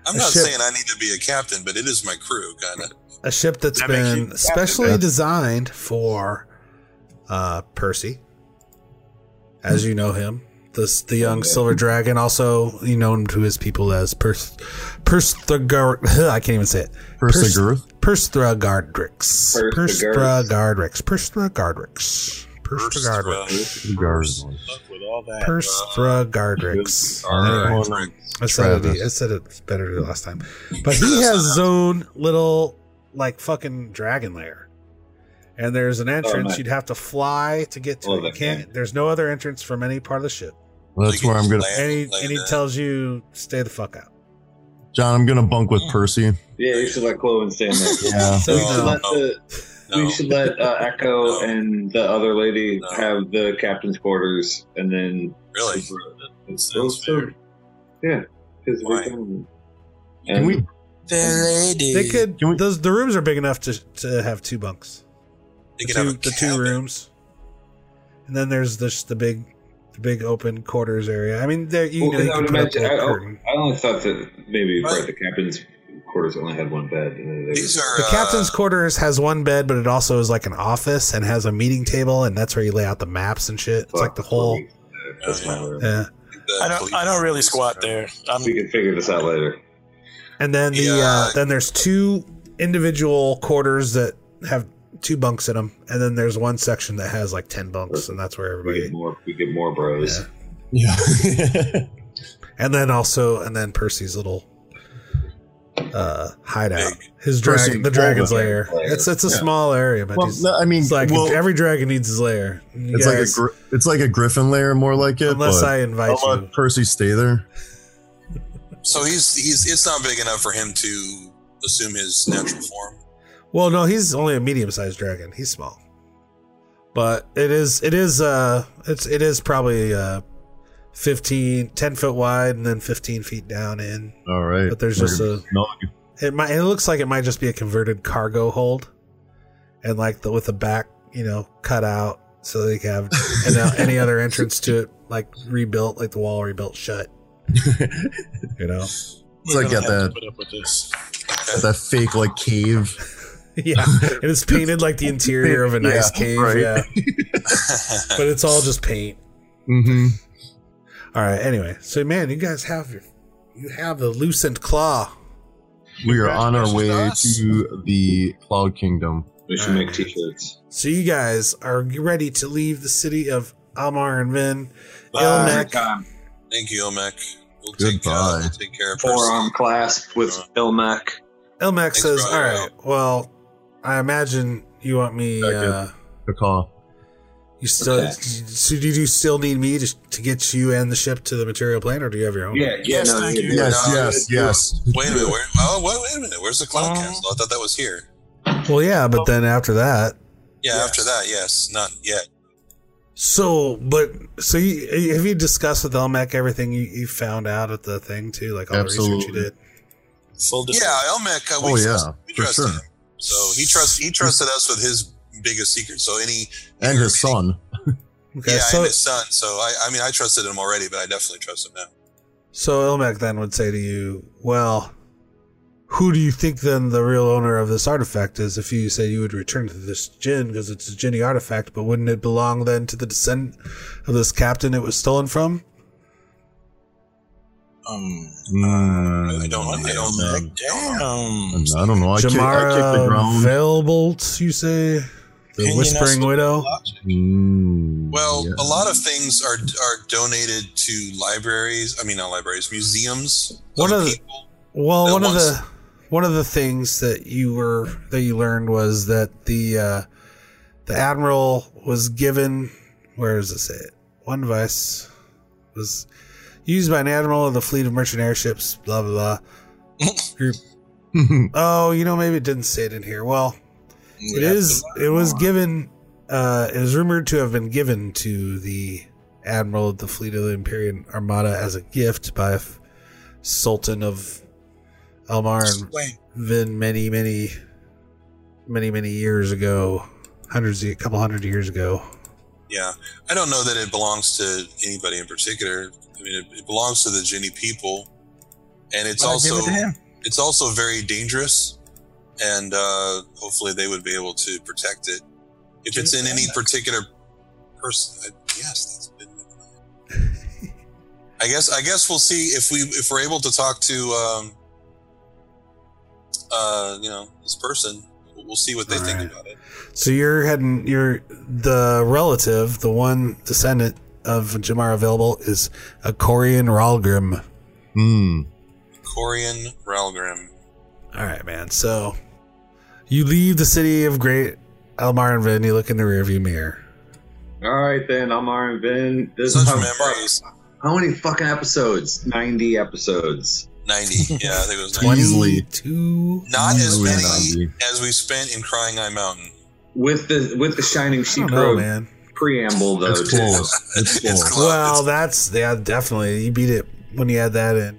Speaker 3: I'm
Speaker 2: a
Speaker 3: not
Speaker 2: ship-
Speaker 3: saying I need to be a captain, but it is my crew, kind of.
Speaker 2: a ship that's
Speaker 5: That makes you
Speaker 2: been
Speaker 5: captain.
Speaker 2: specially
Speaker 1: Yeah.
Speaker 2: designed for uh, Percy, as you know him. This the young silver dragon, also you known to his people as Pers Persthagar. I can't even say it.
Speaker 1: First
Speaker 2: Pers-
Speaker 1: the Groove.
Speaker 2: Persthragardrix.
Speaker 4: Persthragardrix.
Speaker 2: Persthragardrix. Persthragardrix.
Speaker 3: uh,
Speaker 2: Persthragardrix.
Speaker 5: With all that.
Speaker 2: Persthragardrix.
Speaker 3: All
Speaker 1: Alright.
Speaker 3: right.
Speaker 2: I said, it,
Speaker 1: Travis.
Speaker 2: I said it better the last time. But he has
Speaker 3: uh,
Speaker 2: his own little, like, fucking dragon lair. And there's an entrance.
Speaker 4: nice.
Speaker 2: You'd have to fly to get to
Speaker 4: Love
Speaker 2: it. You
Speaker 4: that
Speaker 2: can't, there's no other entrance from any part of the ship.
Speaker 1: That's where I'm gonna.
Speaker 2: And he, and he tells you, stay the fuck out.
Speaker 1: John, I'm gonna bunk
Speaker 3: Mm.
Speaker 1: with Percy.
Speaker 4: Yeah, you should let Cloven stand there.
Speaker 1: Yeah.
Speaker 2: So
Speaker 4: we
Speaker 2: you
Speaker 4: should
Speaker 2: know,
Speaker 4: let the we should let uh, Echo
Speaker 3: No.
Speaker 4: and the other lady
Speaker 3: No.
Speaker 4: have the captain's quarters, and then
Speaker 3: really.
Speaker 4: those two. Yeah, because
Speaker 3: Why?
Speaker 4: we're done.
Speaker 1: Can
Speaker 4: And
Speaker 1: we
Speaker 5: lady.
Speaker 2: they could,
Speaker 1: Can we-
Speaker 2: those, the rooms are big enough to, to have two bunks.
Speaker 3: They
Speaker 2: the
Speaker 3: could
Speaker 2: two,
Speaker 3: have a
Speaker 2: the two
Speaker 3: cabin.
Speaker 2: rooms, and then there's this the big, the big open quarters area. I mean, there you
Speaker 4: Well,
Speaker 2: know you
Speaker 4: I
Speaker 2: can
Speaker 4: would
Speaker 2: put up a
Speaker 4: imagine- I, oh, I-
Speaker 2: curtain.
Speaker 4: I only thought that maybe
Speaker 3: Right.
Speaker 4: right, the captain's quarters only had one bed. And then they
Speaker 3: These are
Speaker 2: The captain's
Speaker 3: uh,
Speaker 2: quarters has one bed, but it also is like an office and has a meeting table, and that's where you lay out the maps and shit. It's like the whole.
Speaker 4: That's my room.
Speaker 2: Yeah.
Speaker 3: the
Speaker 5: I don't.
Speaker 3: police-
Speaker 5: I don't really squat there. I'm
Speaker 4: We can figure this out later.
Speaker 2: And then the
Speaker 3: Yeah.
Speaker 2: uh, then there's two individual quarters that have two bunks in them, and then there's one section that has like ten bunks, and that's where
Speaker 4: We get
Speaker 2: everybody.
Speaker 4: more. We get more bros.
Speaker 2: Yeah.
Speaker 1: Yeah.
Speaker 2: And then also, and then Percy's little uh hideout, his
Speaker 1: Percy
Speaker 2: dragon, the
Speaker 1: Clover.
Speaker 2: dragon's lair. It's it's a small area, but
Speaker 1: well,
Speaker 2: he's,
Speaker 1: no, I mean,
Speaker 2: it's like
Speaker 1: well,
Speaker 2: every dragon needs his lair. You
Speaker 1: it's
Speaker 2: guys-
Speaker 1: like a gr- it's like a Griffin layer, more like it.
Speaker 2: unless
Speaker 1: but
Speaker 2: I invite
Speaker 1: I'll
Speaker 2: you,
Speaker 1: let Percy stay there.
Speaker 3: So he's he's it's not big enough for him to assume his natural form.
Speaker 2: Well, no, he's only a medium-sized dragon. He's small, but it is it is uh it's it is probably uh 15, 10 foot wide and then fifteen feet down in.
Speaker 1: All right.
Speaker 2: But there's just a
Speaker 1: no.
Speaker 2: it might it looks like it might just be a converted cargo hold, and like the with the back you know cut out so they can have and now any other entrance to it like rebuilt like the wall rebuilt shut. you know,
Speaker 1: It's like
Speaker 5: gonna
Speaker 1: at
Speaker 5: have to
Speaker 1: that
Speaker 5: Put up with this.
Speaker 1: that fake like cave.
Speaker 2: yeah, and it's painted like the interior of a nice
Speaker 1: Yeah,
Speaker 2: cave,
Speaker 1: right.
Speaker 2: yeah, but it's all just paint.
Speaker 1: Mm-hmm.
Speaker 2: All right. Anyway, so man, you guys have your, you have the loosened claw.
Speaker 1: We are on our way
Speaker 5: Congratulations
Speaker 1: to the Cloud Kingdom.
Speaker 4: We should make t-shirts.
Speaker 2: So you guys are ready to leave the city of Almar and Vin.
Speaker 3: Bye.
Speaker 2: Ilnek,
Speaker 3: Thank you, Omek. We'll take, uh,
Speaker 1: Goodbye.
Speaker 3: we'll take care of
Speaker 4: Forearm clasp with Ilmac.
Speaker 2: Ilmek says, "All
Speaker 3: brother.
Speaker 2: right, well, I imagine you want me.
Speaker 1: Second.
Speaker 2: Uh,
Speaker 1: The call.
Speaker 2: You still,
Speaker 4: Okay.
Speaker 2: so do you still need me to, to get you and the ship to the material plane, or do you have your own?
Speaker 4: Yeah, yeah,
Speaker 5: Yes,
Speaker 4: no,
Speaker 5: thank
Speaker 4: yeah,
Speaker 5: you.
Speaker 4: yeah.
Speaker 1: Yes,
Speaker 3: No,
Speaker 1: yes, yes.
Speaker 3: Wait a minute. Where, oh, wait, wait a minute. Where's the
Speaker 2: Uh-huh.
Speaker 3: cloud castle? I thought that was here.
Speaker 2: Well, yeah, but then after that,
Speaker 3: Yeah,
Speaker 5: Yes.
Speaker 3: after that, yes. Not yet.
Speaker 2: so but so you, have you discussed with Elmec everything you, you found out at the thing too, like all the research
Speaker 1: Absolutely.
Speaker 2: you did?
Speaker 5: Full
Speaker 3: Yeah, Elmec. Uh, we
Speaker 1: Oh,
Speaker 3: trust-
Speaker 1: yeah,
Speaker 3: we
Speaker 1: for
Speaker 3: trust
Speaker 1: sure.
Speaker 3: him. So he trusts. He trusted us with his biggest secret. So any
Speaker 1: And his son.
Speaker 2: Okay,
Speaker 3: yeah,
Speaker 2: so
Speaker 3: and his son. So I, I mean, I trusted him already, but I definitely trust him now.
Speaker 2: So Ilmek then would say to you, "Well, who do you think then the real owner of this artifact is? If you say you would return to this djinn because it's a djinni artifact, but wouldn't it belong then to the descendant of this captain it was stolen from?
Speaker 5: Um,
Speaker 3: I don't. I don't.
Speaker 1: Hmm, Yeah.
Speaker 3: think- don't know.
Speaker 5: damn.
Speaker 1: I don't know. I kick, I kick the
Speaker 2: Jamara
Speaker 1: ground.
Speaker 2: Veilbolt, you say, the
Speaker 5: Opinion
Speaker 2: Whispering
Speaker 5: as-
Speaker 2: Widow.
Speaker 1: Mm,
Speaker 3: Well,
Speaker 1: yeah.
Speaker 3: a lot of things are are donated to libraries. I mean, not libraries, museums.
Speaker 2: One
Speaker 3: Other
Speaker 2: of the-
Speaker 3: people.
Speaker 2: Well,
Speaker 3: that
Speaker 2: one of
Speaker 3: once-
Speaker 2: the one of the things that you were that you learned was that the uh, the admiral was given where does it say it? One vice was used by an admiral of the fleet of merchant airships. Blah blah blah. Group.
Speaker 3: uh,
Speaker 2: Oh, you know, maybe it didn't say it in here. Well, it is. It was given. Uh, it was rumored to have been given to the admiral of the fleet of the Imperial Armada as a gift by f- Sultan of Elmar and
Speaker 5: Explain.
Speaker 2: Vin many, many, many, many years ago, hundreds, a couple hundred years ago.
Speaker 3: Yeah, I don't know that it belongs to anybody in particular. I mean, it, it belongs to the Ginny people, and it's
Speaker 5: Why'd I
Speaker 3: also
Speaker 5: give it to him?
Speaker 3: it's also very dangerous, and uh, hopefully they would be able to protect it. If it's in any particular person, I, yes, that's been. I guess I guess we'll see if we if we're able to talk to um, uh, you know this person. We'll see what they
Speaker 2: All
Speaker 3: think
Speaker 2: right.
Speaker 3: about it.
Speaker 2: So you're heading. You're the relative, the one descendant of Jamar available is a Corian Ralgrim.
Speaker 1: Mm,
Speaker 3: Corian Ralgrim.
Speaker 2: All right, man. So you leave the city of Great Elmar and Vin. You look in the rearview mirror.
Speaker 4: All right, then. I'm Aaron Vin. This is
Speaker 3: Such
Speaker 4: how,
Speaker 3: memories.
Speaker 4: how many fucking episodes? 90 episodes.
Speaker 3: 90. Yeah, I think it was 90.
Speaker 1: Easily.
Speaker 2: Two.
Speaker 3: Not as
Speaker 1: Easily
Speaker 3: many
Speaker 1: 90.
Speaker 3: as we spent in Crying Eye Mountain.
Speaker 4: With the with the Shining
Speaker 2: I don't
Speaker 4: Sheep
Speaker 2: know,
Speaker 4: Road
Speaker 2: man.
Speaker 4: preamble, though.
Speaker 1: it's
Speaker 4: too.
Speaker 1: close. It's
Speaker 3: It's
Speaker 1: close.
Speaker 3: close,
Speaker 2: Well,
Speaker 3: it's-
Speaker 2: that's yeah, definitely. You beat it when you add that in,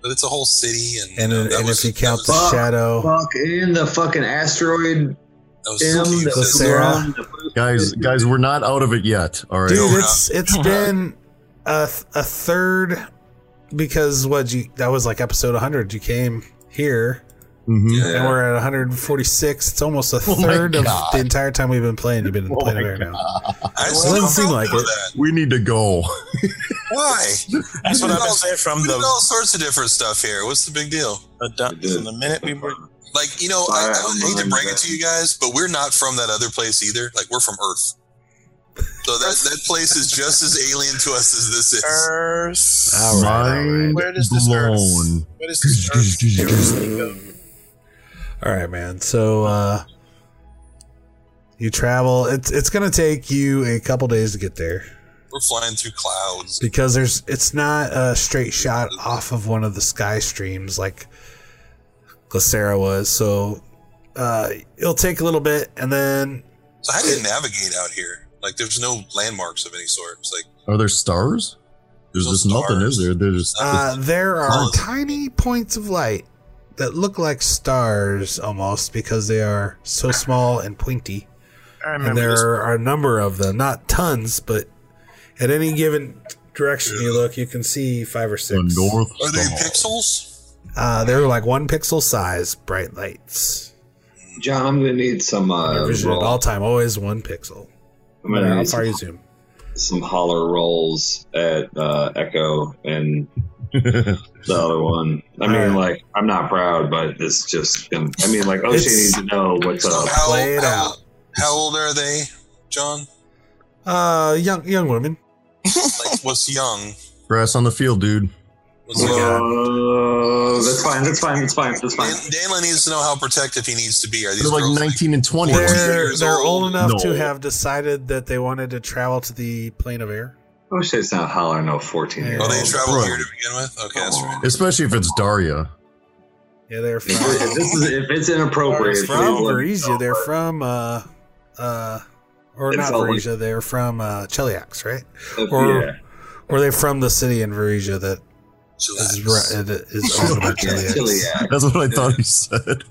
Speaker 3: but it's a whole city. And,
Speaker 2: and,
Speaker 3: you know,
Speaker 2: and
Speaker 3: that
Speaker 2: if
Speaker 3: was-
Speaker 2: you count
Speaker 3: that
Speaker 2: the
Speaker 3: was-
Speaker 4: Fuck,
Speaker 2: shadow,
Speaker 4: Fuck in the fucking asteroid
Speaker 3: that was
Speaker 4: M
Speaker 3: so cute.
Speaker 4: that was
Speaker 2: Sarah.
Speaker 4: around the first-
Speaker 1: Guys, guys, we're not out of it yet. All right.
Speaker 2: dude,
Speaker 3: we're
Speaker 2: it's it's been a th- a third because what you that was like episode 100. You came here,
Speaker 1: Mhm.
Speaker 3: Yeah.
Speaker 2: and we're at 146. It's almost a third of the entire time we've been playing. You've been
Speaker 1: Oh
Speaker 2: playing
Speaker 1: my
Speaker 2: right now.
Speaker 3: I
Speaker 2: It
Speaker 3: still
Speaker 2: doesn't seem
Speaker 3: don't
Speaker 2: like
Speaker 3: know
Speaker 2: it.
Speaker 3: that.
Speaker 1: We need to go.
Speaker 3: Why?
Speaker 5: That's what I've been saying from
Speaker 3: We did
Speaker 5: the,
Speaker 3: all sorts of different stuff here. What's the big deal?
Speaker 5: the, du- from the minute we were.
Speaker 3: Like, you know, I, I
Speaker 4: Fire
Speaker 3: would hate to
Speaker 4: Emblem,
Speaker 3: break it
Speaker 4: man.
Speaker 3: to you guys, but we're not from that other place either. Like, we're from Earth. So that, that place is just as alien to us as this is.
Speaker 5: Earth.
Speaker 2: All right, all right.
Speaker 1: Mind
Speaker 5: Where does this
Speaker 1: blown.
Speaker 5: Earth? Where does this Earth?
Speaker 2: All right, man. So uh you travel. It's it's gonna take you a couple days to get there
Speaker 3: We're flying through clouds.
Speaker 2: because there's it's not a straight shot off of one of the sky streams like Glacera was. So uh it'll take a little bit, and then
Speaker 3: So how do you navigate out here? Like, there's no landmarks of any sort. It's like,
Speaker 1: Are there stars? There's
Speaker 3: No
Speaker 1: just nothing, is
Speaker 3: stars.
Speaker 1: there? There's
Speaker 2: uh there are
Speaker 3: Well-
Speaker 2: tiny points of light that look like stars almost because they are so small and pointy.
Speaker 5: I
Speaker 2: and
Speaker 5: remember
Speaker 2: there
Speaker 5: this.
Speaker 2: are a number of them, not tons, but at any given direction you look, you can see five or
Speaker 1: the
Speaker 2: six.
Speaker 1: north.
Speaker 3: are they
Speaker 1: Star.
Speaker 3: pixels?
Speaker 2: Uh, they're like one pixel size bright lights.
Speaker 4: John, I'm gonna need some. Uh,
Speaker 2: Your vision at
Speaker 4: roll.
Speaker 2: all time always one pixel.
Speaker 4: I'm
Speaker 2: No
Speaker 4: gonna
Speaker 2: matter how
Speaker 4: need
Speaker 2: far
Speaker 4: some,
Speaker 2: you zoom.
Speaker 4: some holler rolls at uh, Echo and the other one. I mean,
Speaker 2: Alright.
Speaker 4: like, I'm not proud, but it's just. um, I mean, like, O'Shea
Speaker 2: It's-
Speaker 4: needs to know what's
Speaker 3: So
Speaker 4: up.
Speaker 3: how,
Speaker 2: play it
Speaker 3: how,
Speaker 2: out.
Speaker 3: how old are they, John?
Speaker 2: Uh, young young women.
Speaker 3: Like, what's young?
Speaker 1: Grass on the field, dude.
Speaker 3: What's he got?
Speaker 4: Uh, that's fine. That's fine. That's fine. That's fine.
Speaker 3: Dan- Danlin needs to know how protective he needs to be. Are these
Speaker 1: They're like
Speaker 3: girls
Speaker 1: 19 and 20.
Speaker 2: They're,
Speaker 3: years
Speaker 2: they're old
Speaker 3: old.
Speaker 2: enough to
Speaker 1: No.
Speaker 2: have decided that they wanted to travel to the plane of air.
Speaker 4: I wish it's not holler no fourteen year
Speaker 3: Oh,
Speaker 4: old.
Speaker 3: they travel
Speaker 1: Right.
Speaker 3: here to begin with. Okay, that's right.
Speaker 1: Especially if it's Daria.
Speaker 2: Yeah, they're
Speaker 4: If
Speaker 2: from.
Speaker 4: this is if it's
Speaker 2: they're
Speaker 4: inappropriate.
Speaker 2: from
Speaker 4: please let-
Speaker 2: Varisia. They're from uh, uh, or
Speaker 4: It's
Speaker 2: not
Speaker 4: all like-
Speaker 2: Varisia. They're from uh, Cheliax, right? Or
Speaker 4: uh, Yeah.
Speaker 2: or they're from the city in Varisia that
Speaker 3: Chillax.
Speaker 2: is ru- it is owned by Cheliax.
Speaker 4: Chiliac.
Speaker 1: That's what I thought he said.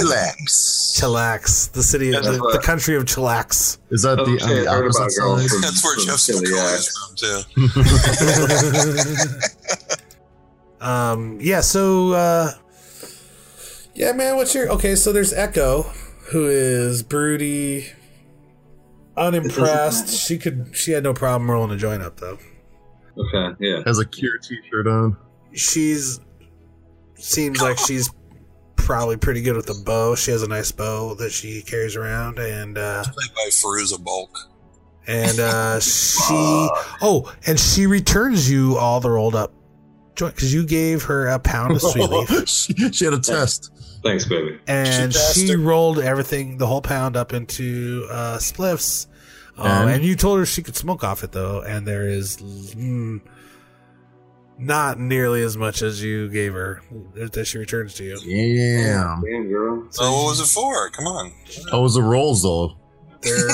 Speaker 5: Relax.
Speaker 2: Chillax, the city,
Speaker 4: Yeah,
Speaker 2: the,
Speaker 4: that's what-
Speaker 2: the country of Chillax.
Speaker 1: Is that
Speaker 4: Okay,
Speaker 1: the, on the
Speaker 4: Oh, I heard about
Speaker 1: opposite
Speaker 4: girls
Speaker 1: side?
Speaker 4: from,
Speaker 3: That's where
Speaker 4: from
Speaker 3: Jeff's Macaulay
Speaker 4: Chiliac.
Speaker 3: is from too.
Speaker 2: um, yeah, so uh, yeah, man, what's your okay? So there's Echo, who is broody, unimpressed. She could she had no problem rolling a joint up though.
Speaker 4: Okay, yeah.
Speaker 1: Has a Cure t-shirt on.
Speaker 2: She's seems like she's probably pretty good with the bow. She has a nice bow that she carries around, and uh,
Speaker 3: Played by Feruza Bulk.
Speaker 2: and uh, she oh, and she returns you all the rolled up joint because you gave her a pound of sweet leaf.
Speaker 1: she, she had a test.
Speaker 4: Thanks, baby.
Speaker 2: and
Speaker 5: She passed
Speaker 2: she,
Speaker 5: her-
Speaker 2: rolled everything, the whole pound, up into uh, spliffs. Um,
Speaker 1: And?
Speaker 2: and you told her she could smoke off it though, and there is mm, not nearly as much as you gave her that she returns to you.
Speaker 1: Damn.
Speaker 4: Damn, girl.
Speaker 3: So Oh, what was it for? Come on.
Speaker 1: How was the rolls though?
Speaker 2: There,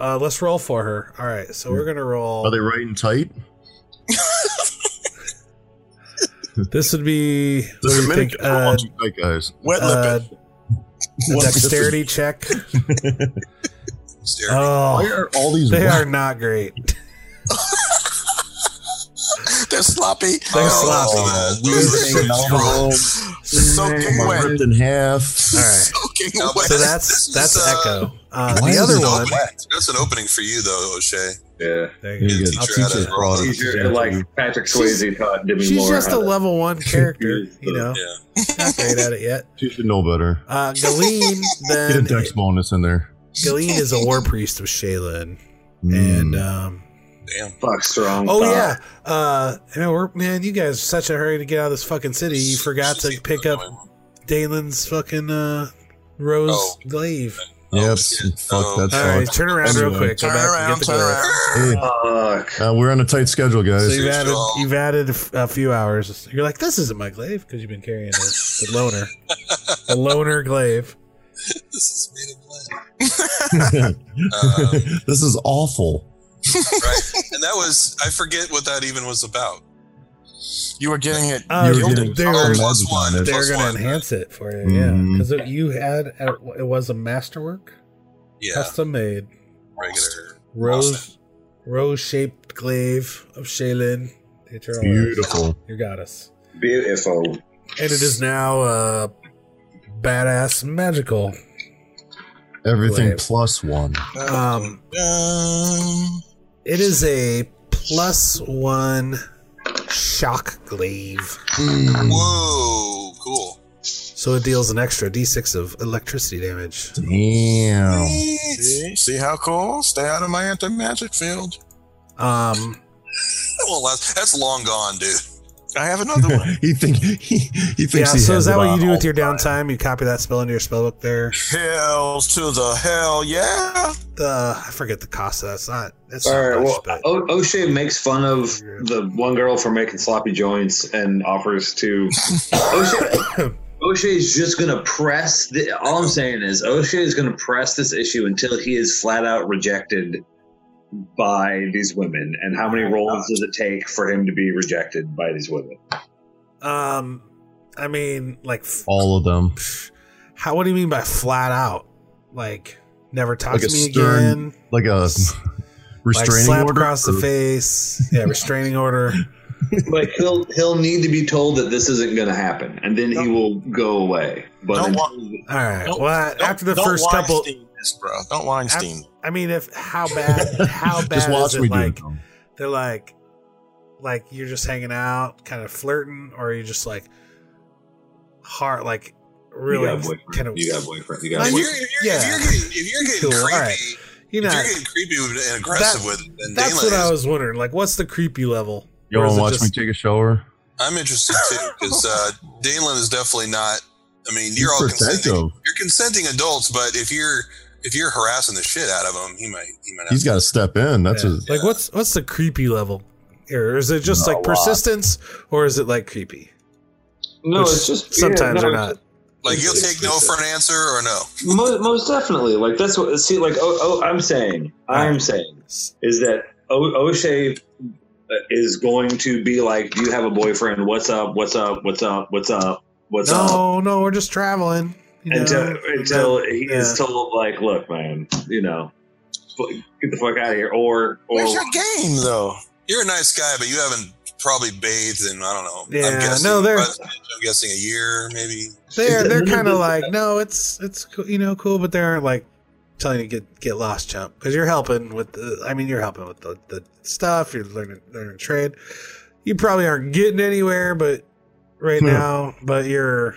Speaker 2: uh, let's roll for her. All right, so we're gonna roll.
Speaker 1: Are they right and tight?
Speaker 2: This would be what do
Speaker 1: The
Speaker 2: you think,
Speaker 1: Dominican
Speaker 2: uh,
Speaker 1: watching tight guys.
Speaker 5: Wet
Speaker 2: uh,
Speaker 5: lip
Speaker 2: a dexterity check.
Speaker 1: Why
Speaker 3: Stare.
Speaker 2: Oh,
Speaker 1: are all these
Speaker 2: they
Speaker 1: wa-
Speaker 2: are not great.
Speaker 5: it. They're sloppy.
Speaker 2: They're
Speaker 3: Oh,
Speaker 2: sloppy.
Speaker 3: that
Speaker 2: Those
Speaker 3: losing
Speaker 2: things-
Speaker 3: roll.
Speaker 1: Am
Speaker 5: Soaking
Speaker 1: I
Speaker 5: wet.
Speaker 1: ripped in half?
Speaker 2: All right,
Speaker 5: Soaking
Speaker 3: No,
Speaker 5: wet.
Speaker 2: so
Speaker 3: This
Speaker 2: that's
Speaker 3: is,
Speaker 2: that's
Speaker 3: uh,
Speaker 2: Echo. Uh,
Speaker 3: This
Speaker 2: the
Speaker 3: is
Speaker 2: other
Speaker 3: an
Speaker 2: one.
Speaker 3: opening- That's an opening for you, though, O'Shea.
Speaker 4: Yeah.
Speaker 2: There
Speaker 1: Here
Speaker 2: you go.
Speaker 1: you go.
Speaker 3: I'll teach
Speaker 1: Teach
Speaker 3: you
Speaker 1: it,
Speaker 3: how to
Speaker 1: bro.
Speaker 3: roll.
Speaker 1: Teach
Speaker 4: She's
Speaker 1: it.
Speaker 4: like Patrick Swayze taught Demi
Speaker 2: She's
Speaker 4: Moore.
Speaker 2: just a
Speaker 4: how to-
Speaker 2: level one character, you know.
Speaker 3: Yeah.
Speaker 2: Not great at it yet.
Speaker 1: She should know better.
Speaker 2: Uh, Galeen
Speaker 1: Get a
Speaker 2: then
Speaker 1: dex bonus in there.
Speaker 2: Galeen is a war priest of Shaylin,
Speaker 1: Mm.
Speaker 2: and um,
Speaker 3: Damn.
Speaker 4: Fuck strong.
Speaker 2: oh
Speaker 4: thought.
Speaker 2: yeah, uh, you know, we're, man, you guys are such a hurry to get out of this fucking city. You forgot to pick up Dalen's fucking uh, rose
Speaker 3: Oh.
Speaker 2: glaive.
Speaker 3: Oh,
Speaker 1: Yep.
Speaker 3: shit.
Speaker 1: Fuck
Speaker 3: Oh.
Speaker 1: that.
Speaker 2: All right,
Speaker 1: sucks.
Speaker 2: turn around real
Speaker 1: Anyway.
Speaker 2: quick. Go
Speaker 5: Turn
Speaker 2: back and
Speaker 5: around,
Speaker 2: get the
Speaker 5: turn
Speaker 2: glaive.
Speaker 1: Hey,
Speaker 5: around.
Speaker 4: Fuck.
Speaker 1: uh, we're on a tight schedule, guys.
Speaker 2: So you've
Speaker 3: Seriously,
Speaker 2: added
Speaker 3: all-
Speaker 2: you've added a f- a few hours. You're like, this isn't my glaive because you've been carrying a, the loner, the loner glaive.
Speaker 3: This is made of lead. Uh,
Speaker 1: this is awful.
Speaker 3: and that was, I forget what that even was about.
Speaker 5: You were getting it.
Speaker 2: Uh,
Speaker 1: You're getting
Speaker 2: there
Speaker 3: Oh,
Speaker 2: are-
Speaker 3: plus one.
Speaker 2: they're
Speaker 3: plus
Speaker 2: going to
Speaker 3: one.
Speaker 2: enhance it for you, yeah.
Speaker 1: Mhm.
Speaker 2: Because you had uh, it was a masterwork,
Speaker 3: Yeah,
Speaker 2: custom made
Speaker 3: regular.
Speaker 2: rose rose shaped glaive of Shaylin, the eternal. Beautiful.
Speaker 1: Beautiful.
Speaker 2: Your goddess,
Speaker 4: Beautiful.
Speaker 2: and it is now uh, badass magical.
Speaker 1: Everything
Speaker 2: Wait.
Speaker 1: plus one.
Speaker 2: Um,
Speaker 5: Um,
Speaker 2: it is a plus one shock glaive,
Speaker 3: Whoa, cool.
Speaker 2: so it deals an extra d6 of electricity damage.
Speaker 1: Damn.
Speaker 5: see, see how cool? Stay out of my anti-magic field.
Speaker 2: Um,
Speaker 3: That won't last. That's long gone, dude.
Speaker 5: I have another one.
Speaker 1: he think he, he thinks
Speaker 2: yeah.
Speaker 1: he
Speaker 2: So
Speaker 1: has
Speaker 2: is that
Speaker 1: it
Speaker 2: what
Speaker 1: on
Speaker 2: you do
Speaker 1: all
Speaker 2: with your
Speaker 1: the time.
Speaker 2: downtime? You copy that spell into your spellbook there.
Speaker 5: Hells to the hell, yeah.
Speaker 2: the I forget the cost of that. It's not. It's
Speaker 4: All
Speaker 2: not
Speaker 4: right.
Speaker 2: much,
Speaker 4: Well,
Speaker 2: but
Speaker 4: o- O'Shea makes fun of the one girl for making sloppy joints and offers to. O'Shea, O'Shea's just going to press. The, all I'm saying is O'Shea is going to press this issue until he is flat out rejected by these women. And how many rolls does it take for him to be rejected by these women?
Speaker 2: um, I mean, like, f-
Speaker 1: All of them.
Speaker 2: how? What do you mean by flat out? Like, never talk
Speaker 1: Like
Speaker 2: to
Speaker 1: a
Speaker 2: me
Speaker 1: stern
Speaker 2: again.
Speaker 1: Like a
Speaker 2: Like
Speaker 1: restraining
Speaker 2: slap
Speaker 1: order.
Speaker 2: across the
Speaker 1: or-
Speaker 2: face. Yeah, restraining order.
Speaker 4: But he'll he'll need to be told that this isn't going to happen, and then he will go away. But
Speaker 5: Don't wa-
Speaker 4: until-
Speaker 2: All right.
Speaker 5: Don't-
Speaker 2: well,
Speaker 5: Don't-
Speaker 2: after the
Speaker 5: don't
Speaker 2: first couple,
Speaker 5: Weinstein this, bro. Don't Weinstein.
Speaker 2: I mean, if how bad, how bad
Speaker 1: Just watch
Speaker 2: is
Speaker 1: me
Speaker 2: it? Like,
Speaker 1: do it.
Speaker 2: they're like, like you're just hanging out, kind of flirting, or you're just like hard, like
Speaker 4: you
Speaker 2: really
Speaker 4: got a boyfriend.
Speaker 2: kind of
Speaker 4: you got a boyfriend. You got
Speaker 2: Like,
Speaker 4: a
Speaker 3: If
Speaker 4: boyfriend.
Speaker 3: you're, if you're,
Speaker 2: Yeah.
Speaker 3: if you're getting, if you're getting
Speaker 2: Cool,
Speaker 3: creepy,
Speaker 2: alright. you know.
Speaker 3: if you're getting creepy and aggressive
Speaker 2: That-
Speaker 3: with it, then
Speaker 2: That's
Speaker 3: Daylight
Speaker 2: what I
Speaker 3: is-
Speaker 2: was wondering. Like, what's the creepy level?
Speaker 1: You
Speaker 2: Or
Speaker 1: want
Speaker 2: is
Speaker 1: to
Speaker 2: it
Speaker 1: watch me
Speaker 2: just-
Speaker 1: take a shower?
Speaker 3: I'm interested too because uh, Dalen is definitely not. I mean, you're all
Speaker 1: He's
Speaker 3: consenting.
Speaker 1: protective.
Speaker 3: You're consenting adults, but if you're if you're harassing the shit out of him, he might he might.
Speaker 1: He's got to step in. That's his.
Speaker 2: Like what's what's the creepy level? Or is it just like persistence, or is it like creepy?
Speaker 4: No,
Speaker 2: Which
Speaker 4: it's just yeah,
Speaker 2: sometimes
Speaker 4: no,
Speaker 2: or
Speaker 4: it's
Speaker 2: not.
Speaker 3: like you'll take no for an answer or no.
Speaker 4: most, most definitely like that's what see like oh, oh i'm saying i'm saying is that o- o'shea uh, is going to be like do you have a boyfriend what's up what's up what's up what's up what's up
Speaker 2: No, no, we're just traveling. you
Speaker 4: until
Speaker 2: know?
Speaker 4: until he
Speaker 2: Yeah.
Speaker 4: is told like look man you know fu- get the fuck out of here or or
Speaker 5: Where's your game, though?
Speaker 3: You're a nice guy, but you haven't probably bathed in I don't know.
Speaker 2: Yeah,
Speaker 3: I'm guessing,
Speaker 2: no, they're-
Speaker 3: I'm guessing a year maybe.
Speaker 2: they're
Speaker 4: Is it-
Speaker 2: they're kind of like no, it's it's cool, you know cool, but they aren't like telling you to get get lost, chump, because you're helping with the. I mean, you're helping with the, the stuff. You're learning learning a trade. You probably aren't getting anywhere, but right
Speaker 1: Hmm.
Speaker 2: now, but you're.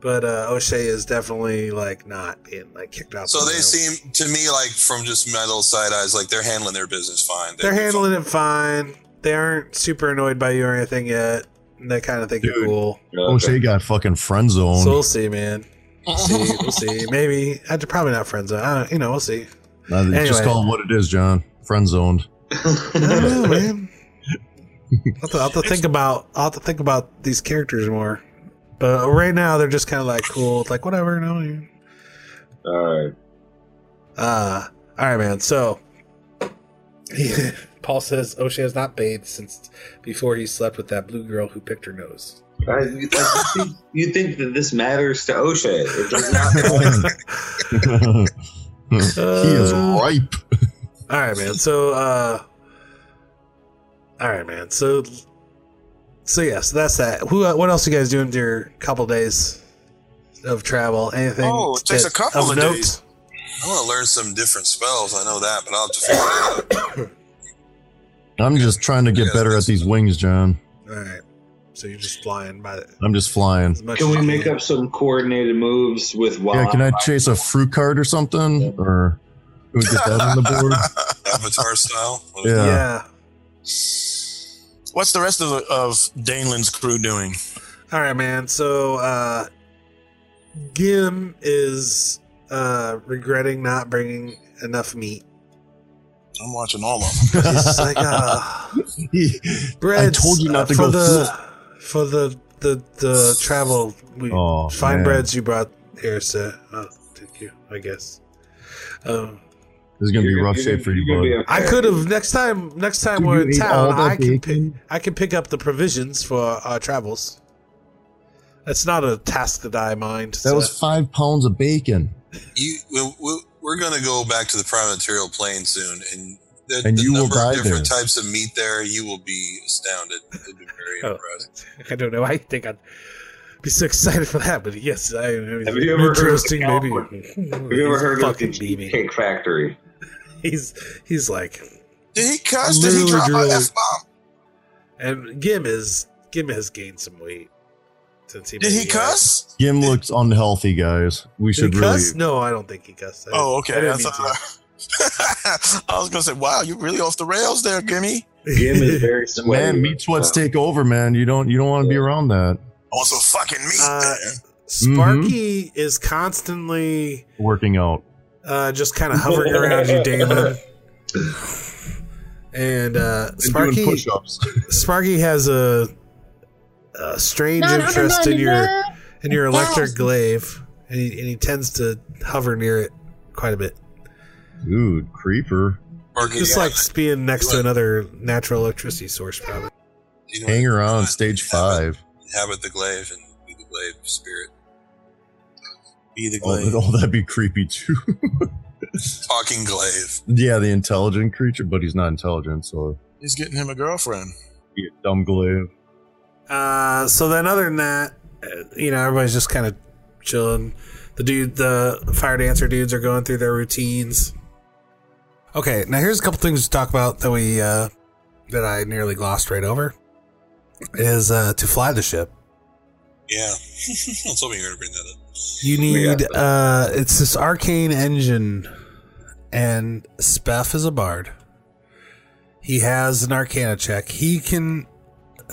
Speaker 2: But uh, O'Shea is definitely like not being like kicked out.
Speaker 3: So
Speaker 2: the
Speaker 3: they
Speaker 2: room.
Speaker 3: seem to me like from just my little side eyes, like they're handling their business fine.
Speaker 2: they're handling it fine. They aren't super annoyed by you or anything yet. And they kind of think you're
Speaker 1: Dude.
Speaker 2: cool.
Speaker 1: Oh, Shea got fucking friend zoned.
Speaker 2: So we'll see, man. We'll see. We'll see. Maybe. I'd probably not friends. uh, I don't, you know, we'll see.
Speaker 1: Now that- Just
Speaker 2: Anyway.
Speaker 1: call it what it is, John. Friend zoned.
Speaker 2: I don't know, man. I'll have, to, I'll have to think about I'll have to think about these characters more. But right now they're just kind of like cool, like whatever. No, you-
Speaker 4: all right
Speaker 2: uh, all right, man. So Paul says O'Shea has not bathed since before he slept with that blue girl who picked her nose.
Speaker 4: I, like, you, think, you think that this matters to o'shea it does not
Speaker 1: he
Speaker 2: Uh,
Speaker 1: is ripe.
Speaker 2: All right, man. So, uh, all right, man. So, so yeah. So that's that. Who? uh, What else you guys doing during your couple days of travel? Anything?
Speaker 5: Oh, it takes
Speaker 2: that-
Speaker 5: a couple of
Speaker 2: note?
Speaker 5: days.
Speaker 3: I want to learn some different spells. I know that, but I'll have to figure it out.
Speaker 1: I'm just trying to get better at these wings, John.
Speaker 2: All right. So you're just flying by the,
Speaker 1: I'm just flying.
Speaker 2: as much.
Speaker 4: can
Speaker 2: as
Speaker 4: we
Speaker 2: you
Speaker 4: make up some coordinated moves with
Speaker 1: Yeah,
Speaker 4: Wild?
Speaker 1: can I chase a fruit cart or something? Or can we get that on the board?
Speaker 3: Avatar style.
Speaker 1: Yeah.
Speaker 2: Yeah.
Speaker 5: What's the rest of, the, of Danelin's crew doing?
Speaker 2: All right, man. So, uh, Gim is uh regretting not bringing enough meat.
Speaker 5: I'm watching all of them.
Speaker 2: He's like, ah. bread.
Speaker 1: I told you not to
Speaker 2: for
Speaker 1: go
Speaker 2: the for the the the travel. We
Speaker 1: Oh,
Speaker 2: fine
Speaker 1: man.
Speaker 2: breads you brought here, sir. Oh, thank you. I guess. Um,
Speaker 1: This is gonna be rough shape for you,
Speaker 2: I could have next time. Next time
Speaker 1: bud.
Speaker 2: we're in town, I can pick. I can pick up the provisions for our travels. That's not a task that I mind.
Speaker 1: That
Speaker 2: so-
Speaker 1: was five pounds of bacon,
Speaker 3: You, we, we, we're going to go back to the prime material plane soon, and the,
Speaker 1: And
Speaker 3: the
Speaker 1: you will
Speaker 3: number of
Speaker 1: die
Speaker 3: different
Speaker 1: there.
Speaker 3: types of meat there, you will be astounded. You'll be very
Speaker 2: Oh.
Speaker 3: impressed.
Speaker 2: I don't know. I think I'd be so excited for that. But yes, I am.
Speaker 4: Have you ever heard of
Speaker 2: interesting?
Speaker 4: the
Speaker 2: maybe.
Speaker 4: Have you ever heard of
Speaker 2: fucking
Speaker 4: the
Speaker 2: beaming.
Speaker 4: Cheesecake Factory?
Speaker 2: He's he's like
Speaker 5: Did he cuss? Did he
Speaker 2: Literally
Speaker 5: drop an
Speaker 2: drilled.
Speaker 5: F bomb?
Speaker 2: And Gim is Gim has gained some weight since he
Speaker 5: Did
Speaker 2: made
Speaker 5: he
Speaker 2: the-
Speaker 5: cuss?
Speaker 1: Gim looks unhealthy, guys. We
Speaker 2: Did
Speaker 1: should
Speaker 2: he
Speaker 1: really.
Speaker 2: cuss? No, I don't think he cussed. I-
Speaker 5: Oh,
Speaker 2: I
Speaker 5: okay.
Speaker 2: didn't
Speaker 5: I,
Speaker 2: mean
Speaker 5: thought- I was gonna say, wow, you're really off the rails there, Gimme.
Speaker 2: to.
Speaker 4: Jim is very sweaty.
Speaker 1: Man, meat sweats
Speaker 4: So-
Speaker 1: take over, man. You don't you don't want to be around that.
Speaker 5: I want some fucking meat.
Speaker 2: Uh,
Speaker 5: there.
Speaker 2: Sparky is constantly
Speaker 1: Working out.
Speaker 2: uh, just kind of hovering around you, Damon. And uh, Sparky,
Speaker 1: push-ups.
Speaker 2: Sparky has a, a strange interest in your in your electric glaive, and he, and he tends to hover near it quite a bit.
Speaker 1: Dude, creeper.
Speaker 3: Mark,
Speaker 2: Just
Speaker 3: yeah,
Speaker 2: like being next to another natural electricity source, probably.
Speaker 3: you know,
Speaker 1: Hang around stage
Speaker 3: inhabit-
Speaker 1: five.
Speaker 3: Inhabit the glaive and be the glaive spirit. Be the
Speaker 1: Oh,
Speaker 3: glaive.
Speaker 1: oh, that'd be creepy too.
Speaker 3: Talking glaive.
Speaker 1: yeah, the intelligent creature, but he's not intelligent, so
Speaker 5: He's getting him a girlfriend.
Speaker 1: be a dumb glaive.
Speaker 2: Uh, so then, other than that, uh, you know, everybody's just kind of chilling. The dude, the fire dancer dudes are going through their routines. Okay, now here's a couple things to talk about that we uh, that I nearly glossed right over. Is uh, to fly the ship,
Speaker 3: Yeah. I was hoping you were going to bring that up.
Speaker 2: you need uh, it's this arcane engine, and Speff is a bard. He has an arcana check. He can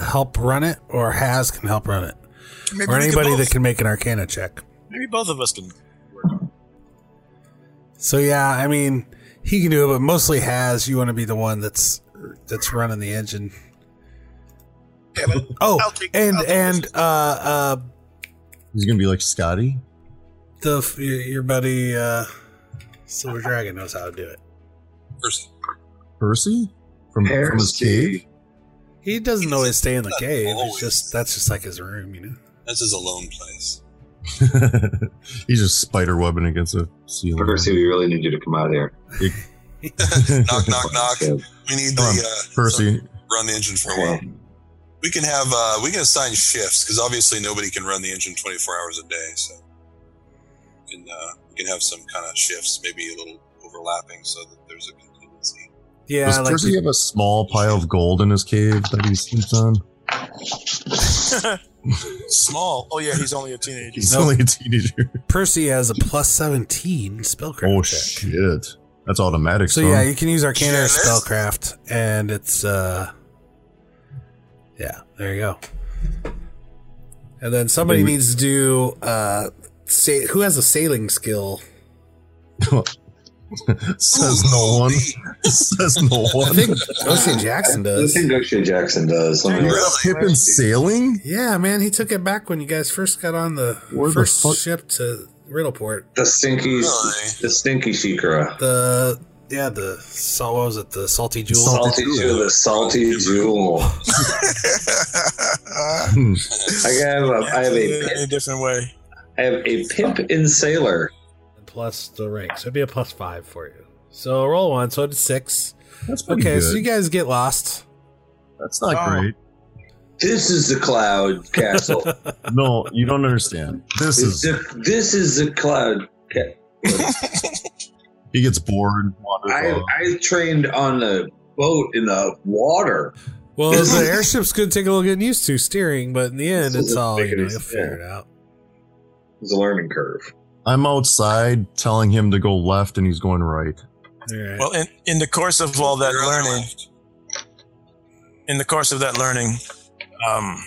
Speaker 2: help run it, or Has can help run it,
Speaker 5: Maybe
Speaker 2: or
Speaker 5: we could
Speaker 2: anybody
Speaker 5: both-
Speaker 2: that can make an Arcana check.
Speaker 5: Maybe both of us can.
Speaker 2: So yeah, I mean, he can do it, but mostly Has. You want to be the one that's that's running the engine.
Speaker 5: Yeah, but
Speaker 2: Oh,
Speaker 5: I'll take-
Speaker 2: and
Speaker 5: I'll take
Speaker 2: and uh, uh,
Speaker 1: He's gonna be like Scotty.
Speaker 2: the f- your, your buddy uh, Silver Dragon knows how to do it.
Speaker 3: First,
Speaker 1: Percy from, from his
Speaker 4: Percy.
Speaker 1: cave.
Speaker 2: He doesn't always stay in the
Speaker 3: Not
Speaker 2: cave. It's
Speaker 3: always.
Speaker 2: just that's just like his room, you know.
Speaker 3: that's his alone place.
Speaker 1: He's just spider webbing against a ceiling.
Speaker 4: Percy, we really need you to come out of here.
Speaker 3: Knock, knock, knock.
Speaker 4: Yeah.
Speaker 3: We need
Speaker 1: Come on,
Speaker 3: the uh,
Speaker 1: Percy,
Speaker 3: run the engine for a while. We can have uh, we can assign shifts because obviously nobody can run the engine 24 hours a day. So we can uh, we can have some kind of shifts, maybe a little overlapping, so that there's a contingency.
Speaker 2: Yeah,
Speaker 1: does
Speaker 2: like
Speaker 1: Percy have a small pile of gold in his cave that he sleeps on?
Speaker 5: Small. Oh yeah, he's only a teenager.
Speaker 1: He's
Speaker 2: Nope.
Speaker 1: only a teenager.
Speaker 2: Percy has a plus seventeen spellcraft.
Speaker 1: Oh
Speaker 2: check.
Speaker 1: shit, that's automatic.
Speaker 2: So
Speaker 1: son.
Speaker 2: yeah, you can use Arcana or
Speaker 3: Yes.
Speaker 2: spellcraft, and it's uh, yeah, there you go. And then somebody
Speaker 1: Maybe-
Speaker 2: needs to do uh, say who has a sailing skill.
Speaker 1: says no one. says no
Speaker 2: I
Speaker 1: one.
Speaker 2: think Ocean Jackson
Speaker 4: I
Speaker 2: does.
Speaker 4: think O'Shea Jackson does. Let me-
Speaker 1: You're up Pippin sailing.
Speaker 2: Yeah, man, he took it back when you guys first got on the
Speaker 1: Where the
Speaker 2: first
Speaker 1: fuck-
Speaker 2: ship to Riddleport.
Speaker 4: The stinky,
Speaker 3: Really?
Speaker 4: the stinky Shikara.
Speaker 2: The yeah, the salt what was it? The salty jewel.
Speaker 4: Salty jewel, the salty jewel.
Speaker 1: Hmm.
Speaker 4: I have a, I have a,
Speaker 5: in a
Speaker 4: pip-
Speaker 5: different way.
Speaker 4: I have a pip in sailor.
Speaker 2: plus the rank. So it'd be a plus five for you. So roll one, so it's six.
Speaker 1: That's pretty
Speaker 2: Okay,
Speaker 1: good.
Speaker 2: so you guys get lost.
Speaker 1: That's not
Speaker 5: Oh.
Speaker 1: great.
Speaker 4: This is the cloud castle.
Speaker 1: No, you don't understand. This
Speaker 4: this, is
Speaker 1: is
Speaker 4: the, this is the cloud. Ca-
Speaker 1: he gets bored. wanders
Speaker 4: I
Speaker 6: Uh-huh.
Speaker 1: off.
Speaker 4: I trained on a boat in the water.
Speaker 2: Well, the airship's gonna take a little getting used to steering, but in the end,
Speaker 4: This
Speaker 2: it's
Speaker 4: is
Speaker 2: all you know,
Speaker 4: ridiculous.
Speaker 2: you'll figure it out.
Speaker 4: It's a learning curve.
Speaker 1: I'm outside telling him to go left, and he's going right.
Speaker 2: All right.
Speaker 5: Well, in, in the course of all that
Speaker 3: You're on the
Speaker 5: learning,
Speaker 3: left.
Speaker 5: in the course of that learning, um,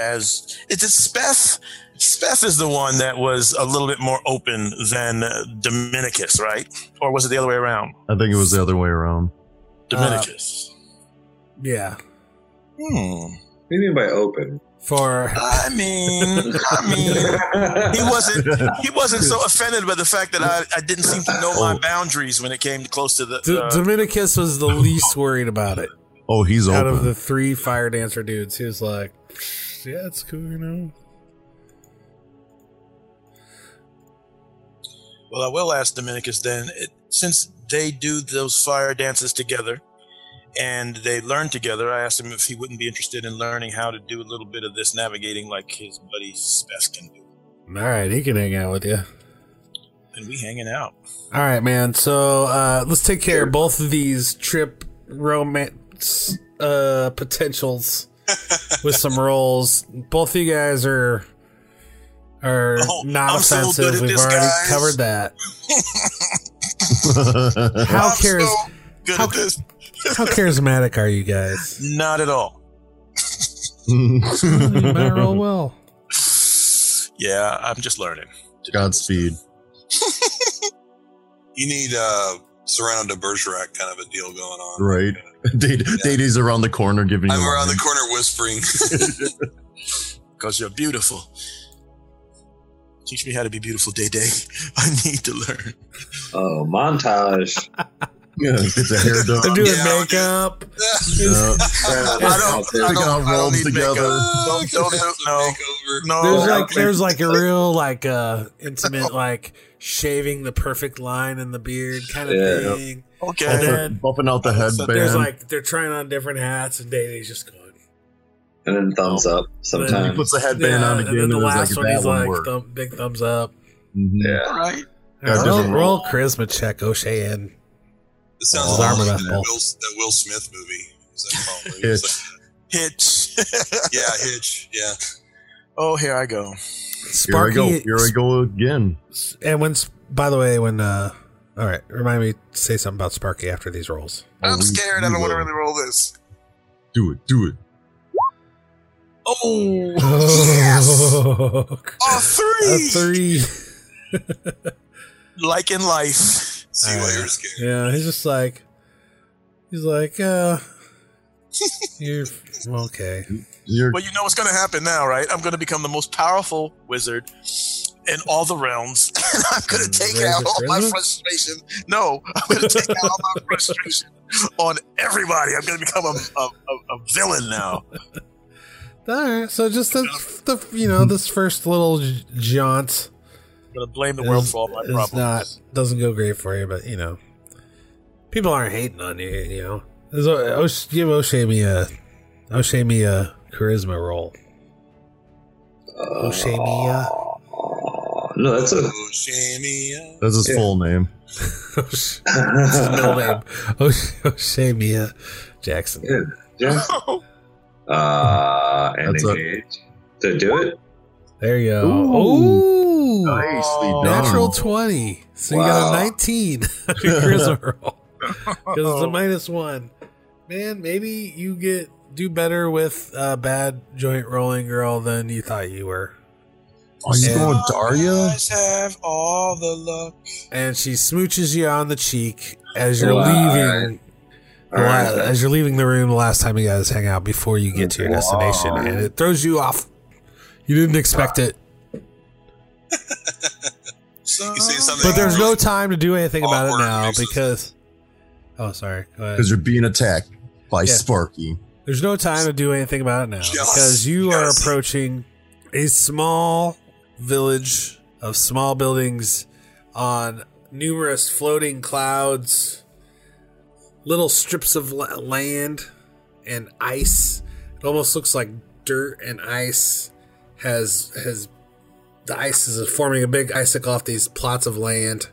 Speaker 5: as it's Speth. Speth is the one that was a little bit more open than uh, Dominicus, right? Or was it the other way around?
Speaker 1: I think it was the other way around.
Speaker 5: Dominicus.
Speaker 2: yeah,
Speaker 5: hmm.
Speaker 4: What do you mean by open?
Speaker 2: for
Speaker 5: I mean, I mean, he wasn't. He wasn't so offended by the fact that I, I didn't seem to know my boundaries when it came close to the.
Speaker 2: D-
Speaker 5: uh,
Speaker 2: Dominicus was the least worried about it
Speaker 1: oh, he's
Speaker 2: out of
Speaker 1: open.
Speaker 2: the three fire dancer dudes. He was like, "Yeah, it's cool, you know."
Speaker 5: Well, I will ask Dominicus then, it, since they do those fire dances together and they learn together, I asked him if he wouldn't be interested in learning how to do a little bit of this navigating like his buddy Speth can do.
Speaker 2: All right, he can hang out with you.
Speaker 5: And we hanging out.
Speaker 2: All right, man. So uh, let's take care of both of these trip romance uh, potentials with some rolls. Both of you guys are are
Speaker 5: Oh,
Speaker 2: not
Speaker 5: I'm so
Speaker 2: offensive.
Speaker 5: good at
Speaker 2: We've
Speaker 5: this,
Speaker 2: already
Speaker 5: guys.
Speaker 2: covered that. How
Speaker 5: I'm
Speaker 2: cares?
Speaker 5: so good
Speaker 2: how-
Speaker 5: at this?
Speaker 2: How charismatic are you guys?
Speaker 5: Not at all.
Speaker 2: you might roll well.
Speaker 5: Yeah, I'm just learning.
Speaker 1: Godspeed.
Speaker 3: You need uh, Serrano de Bergerac kind of a deal going on,
Speaker 1: Right. Date, Datey's around the corner giving you.
Speaker 3: I'm around
Speaker 1: lines.
Speaker 3: the corner whispering.
Speaker 5: Because you're beautiful. Teach me how to be beautiful, Day Day. I need to learn.
Speaker 4: Oh, montage.
Speaker 1: Yeah, get the hair
Speaker 2: They're
Speaker 1: done.
Speaker 2: doing
Speaker 3: Yeah, I'll do-
Speaker 2: makeup.
Speaker 1: Yeah.
Speaker 5: I don't, I
Speaker 1: Taking out
Speaker 5: don't, I don't
Speaker 1: rolls
Speaker 5: need
Speaker 1: together.
Speaker 5: makeup. Don't, don't, do no.
Speaker 3: Takeover.
Speaker 5: No.
Speaker 2: There's
Speaker 4: Oh,
Speaker 2: like
Speaker 4: okay.
Speaker 2: there's like a real like uh intimate like shaving the perfect line in the beard kind of
Speaker 4: Yeah.
Speaker 2: thing.
Speaker 5: okay.
Speaker 2: And
Speaker 1: Buffing,
Speaker 2: then-
Speaker 1: buffing out the
Speaker 5: So
Speaker 2: There's
Speaker 1: headband.
Speaker 2: like they're trying on different hats, and Davey's just going.
Speaker 4: And then thumbs up
Speaker 1: and he
Speaker 4: sometimes.
Speaker 1: puts the headband on
Speaker 2: and
Speaker 1: again,
Speaker 2: then
Speaker 1: and,
Speaker 2: the
Speaker 1: it's like
Speaker 2: last one,
Speaker 1: that
Speaker 2: he's
Speaker 1: one
Speaker 2: like
Speaker 1: worked.
Speaker 2: thumb, big thumbs up.
Speaker 1: Mhm.
Speaker 4: Yeah.
Speaker 5: All right.
Speaker 1: Got
Speaker 2: roll,
Speaker 1: different
Speaker 2: roll charisma check, O'Shea, and
Speaker 3: It sounds
Speaker 2: Oh,
Speaker 3: a lot
Speaker 2: armor
Speaker 3: like
Speaker 2: that
Speaker 3: that
Speaker 2: ball.
Speaker 3: Will, that Will Smith movie. Is that called? It was
Speaker 1: Hitch.
Speaker 5: Hitch.
Speaker 3: like- yeah, Hitch. Yeah.
Speaker 5: oh, here I go.
Speaker 1: Here I
Speaker 2: Sparky.
Speaker 1: go. Here I go again.
Speaker 2: And when, s- by the way, when uh, all right, remind me to say something about Sparky after these rolls.
Speaker 1: Oh, we- we will.
Speaker 5: roll this.
Speaker 1: Do it. Do it.
Speaker 5: Oh,
Speaker 2: a
Speaker 5: a three.
Speaker 2: Oh. three.
Speaker 5: Like in life.
Speaker 3: See why you're scared.
Speaker 2: Yeah, he's just like, he's like, uh, you're okay.
Speaker 1: You're
Speaker 5: Well, you know what's going to happen now, right? I'm going to become the most powerful wizard in all the realms, and I'm going to take
Speaker 2: Raise
Speaker 5: out
Speaker 2: the
Speaker 5: all my
Speaker 2: prism?
Speaker 5: frustration. No, I'm going to take out all my frustration on everybody. I'm going to become a, a, a, a villain now.
Speaker 2: All right, so just the, the you know this first little j- jaunt
Speaker 5: I'm going to blame the
Speaker 2: is,
Speaker 5: world for all my
Speaker 2: is
Speaker 5: problems.
Speaker 2: not doesn't go great for you, but you know people aren't hating on you. You know, There's a- Osh- give O'Shea me a O'Shea me a charisma roll. O'Shea me a oh,
Speaker 4: Aw, no, that's a.
Speaker 3: Oh, Shamia.
Speaker 1: that's his
Speaker 4: Yeah.
Speaker 1: full name.
Speaker 2: O'Shea- it's the middle name O'Shea, O'Shea me a Jackson.
Speaker 4: Yeah. Uh, and
Speaker 1: That's a-
Speaker 4: engage. To do it?
Speaker 2: There you go.
Speaker 1: Ooh.
Speaker 2: Ooh. Oh.
Speaker 1: Nicely done.
Speaker 2: Natural 20. So you got a
Speaker 4: Wow.
Speaker 2: 19 on your charisma roll. Because it's a minus one. Man, maybe you get do better with uh, bad joint rolling girl than you thought you were.
Speaker 1: Are you
Speaker 2: Yeah.
Speaker 1: going with Daria?
Speaker 5: Guys have all the luck.
Speaker 2: And she smooches you on the cheek as you're
Speaker 4: Wow.
Speaker 2: leaving. the
Speaker 4: All
Speaker 2: la-
Speaker 4: right.
Speaker 2: As you're leaving the room the last time you guys hang out before you get to your destination,
Speaker 4: Wow.
Speaker 2: and it throws you off. You didn't expect it,
Speaker 3: You say something.
Speaker 2: but there's no time to do anything about it
Speaker 3: Awkward
Speaker 2: now
Speaker 3: mixes.
Speaker 2: because. Oh, sorry. Go ahead.
Speaker 1: Because you're being attacked by
Speaker 2: Yeah.
Speaker 1: Sparky.
Speaker 2: There's no time to do anything about it now
Speaker 3: Jealous.
Speaker 2: because you are
Speaker 3: Jealous.
Speaker 2: approaching a small village of small buildings on numerous floating clouds, little strips of la- land and ice. It almost looks like dirt and ice has has the ice is forming a big icicle off these plots of land,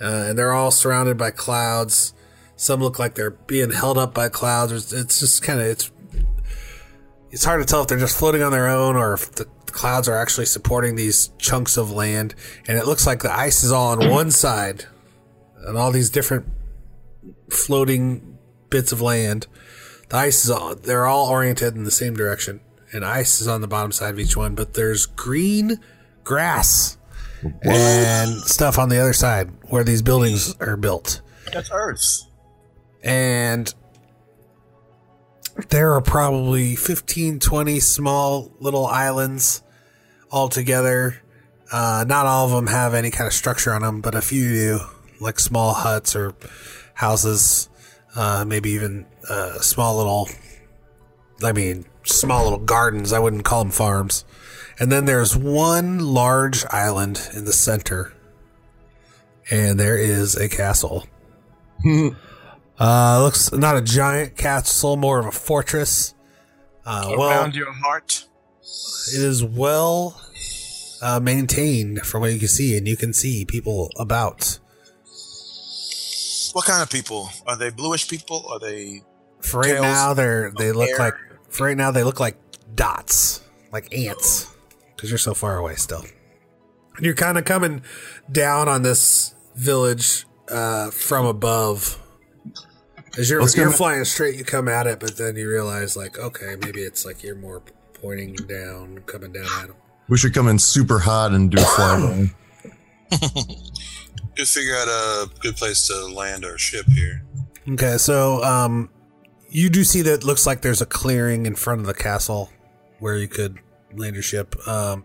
Speaker 2: uh, and they're all surrounded by clouds. Some look like they're being held up by clouds. It's, it's just kind of it's it's hard to tell if they're just floating on their own or if the clouds are actually supporting these chunks of land. And it looks like the ice is all on one side, and all these different floating bits of land. The ice is all they're all oriented in the same direction, and ice is on the bottom side of each one. But there's green grass and stuff on the other side where these buildings are built
Speaker 5: That's Earth.
Speaker 2: and there are probably 15 20 small little islands all together uh, not all of them have any kind of structure on them but a few do like small huts or houses uh, maybe even uh, small little i mean small little gardens i wouldn't call them farms and then there's one large island in the center and there is a castle uh, looks not a giant castle, more of a fortress. Uh, well,
Speaker 5: Around your heart.
Speaker 2: it is well uh, maintained from what you can see, and you can see people about.
Speaker 5: What kind of people? Are they bluish people? Are they
Speaker 2: For right
Speaker 5: Tails
Speaker 2: now, they're they look
Speaker 5: air.
Speaker 2: like for right now they look like dots, like ants, because you're so far away still. And you're kind of coming down on this village uh, from above. As you're,
Speaker 1: Let's go-
Speaker 2: you're flying straight, you come at it, but then you realize, like, okay, maybe it's like you're more pointing down, coming down at them.
Speaker 1: We should come in super hot and do a flyby.
Speaker 3: Could figure out a good place to land our ship here.
Speaker 2: Okay, so um, you do see that it looks like there's a clearing in front of the castle where you could land your ship. Um,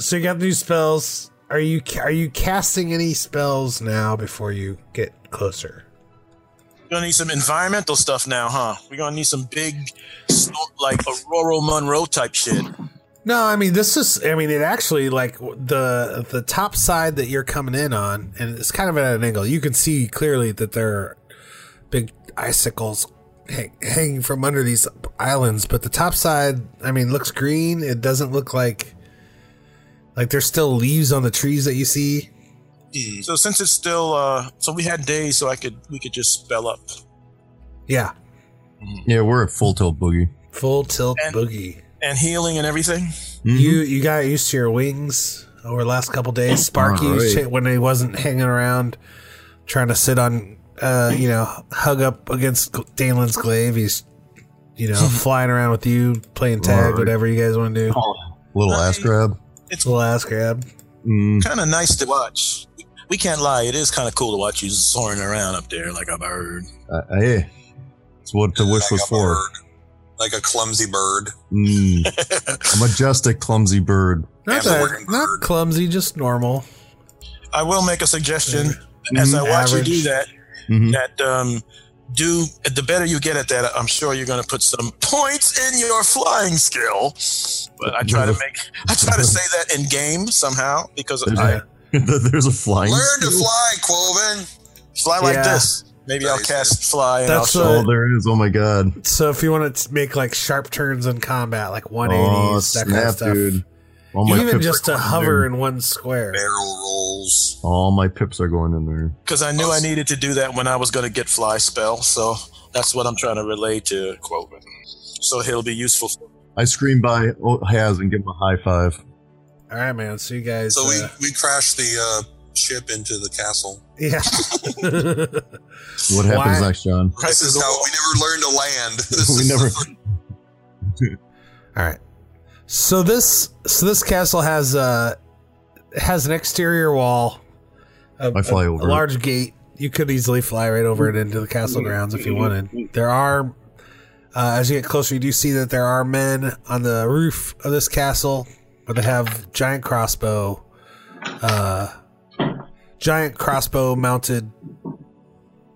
Speaker 2: so you got new spells. Are you are you casting any spells now before you get closer?
Speaker 5: We're gonna need some environmental stuff now, huh? We're gonna need some big, snow, like Aurora Monroe type shit.
Speaker 2: No, I mean this is. I mean it actually like the the top side that you're coming in on, and it's kind of at an angle. You can see clearly that there are big icicles hang, hanging from under these islands, but the top side, I mean, looks green. It doesn't look like like there's still leaves on the trees that you see.
Speaker 3: Hmm.
Speaker 5: So since it's still, uh, so we had days, so I could we could just spell up.
Speaker 2: Yeah,
Speaker 1: yeah, we're at full tilt boogie.
Speaker 2: full tilt
Speaker 5: And-
Speaker 2: boogie.
Speaker 5: and healing and everything.
Speaker 2: You you got used to your wings over the last couple days. Sparky,
Speaker 1: Alright.
Speaker 2: shit, when he wasn't hanging around trying to sit on, uh, you know, hug up against Dalen's glaive, he's you know, flying around with you, playing tag,
Speaker 1: Right.
Speaker 2: whatever you guys want to do.
Speaker 1: Little ass grab.
Speaker 2: It's a little ass grab.
Speaker 1: Mm.
Speaker 5: Kind of nice to watch. We can't lie. It is kind of cool to watch you soaring around up there like a bird.
Speaker 1: Uh, hey, it's what the wish
Speaker 3: Like
Speaker 1: was
Speaker 3: a
Speaker 1: for.
Speaker 3: bird. like a clumsy bird.
Speaker 1: Mm. A majestic, clumsy bird.
Speaker 2: Not,
Speaker 3: Yeah,
Speaker 2: that,
Speaker 3: we're
Speaker 2: not
Speaker 3: bird.
Speaker 2: clumsy, just normal.
Speaker 5: I will make a suggestion as I
Speaker 2: Mhm.
Speaker 5: watch
Speaker 2: Average.
Speaker 5: you do that.
Speaker 1: Mhm.
Speaker 2: Mm-hmm.
Speaker 5: That um, do the better you get at that, I'm sure you're going to put some points in your flying skill. But I try to
Speaker 2: Mm-hmm.
Speaker 5: make, I try to say that in game somehow because
Speaker 1: There's,
Speaker 5: I
Speaker 1: a, there's a flying.
Speaker 3: Learn to fly, Quoven.
Speaker 5: fly like
Speaker 2: Yeah.
Speaker 5: this. Maybe I'll
Speaker 3: Nice.
Speaker 5: cast fly and
Speaker 2: That's
Speaker 5: I'll show.
Speaker 2: a-
Speaker 1: Oh, there it is. Oh my god.
Speaker 2: So if you want to make like sharp turns in combat, like 180s,
Speaker 1: Oh
Speaker 2: that kind of
Speaker 1: snap,
Speaker 2: stuff.
Speaker 1: dude. All my
Speaker 2: Even
Speaker 1: pips
Speaker 2: just
Speaker 1: are
Speaker 2: to
Speaker 1: going
Speaker 2: hover
Speaker 1: In.
Speaker 2: in one square.
Speaker 3: Barrel rolls.
Speaker 1: All my pips are going in there.
Speaker 5: because I knew I needed to do that when I was going to get fly spell. So that's what I'm trying to relay to Quoven. So he'll be useful. For
Speaker 1: I scream by oh, Has and give him a high five.
Speaker 2: All right, man. So you guys.
Speaker 3: So we,
Speaker 2: uh,
Speaker 3: we crashed the uh, ship into the castle.
Speaker 2: yeah.
Speaker 1: What happens
Speaker 2: Why-
Speaker 1: next, John?
Speaker 3: This is how we never learned to land. This
Speaker 1: We
Speaker 3: is
Speaker 1: never-
Speaker 2: All right. So this so this castle has a has an exterior wall. A,
Speaker 1: I fly
Speaker 2: a-
Speaker 1: over
Speaker 2: a
Speaker 1: it.
Speaker 2: large gate. You could easily fly right over it into the castle grounds if you wanted. There are, uh, as you get closer, you do see that there are men on the roof of this castle, where they have giant crossbow, uh, giant crossbow mounted,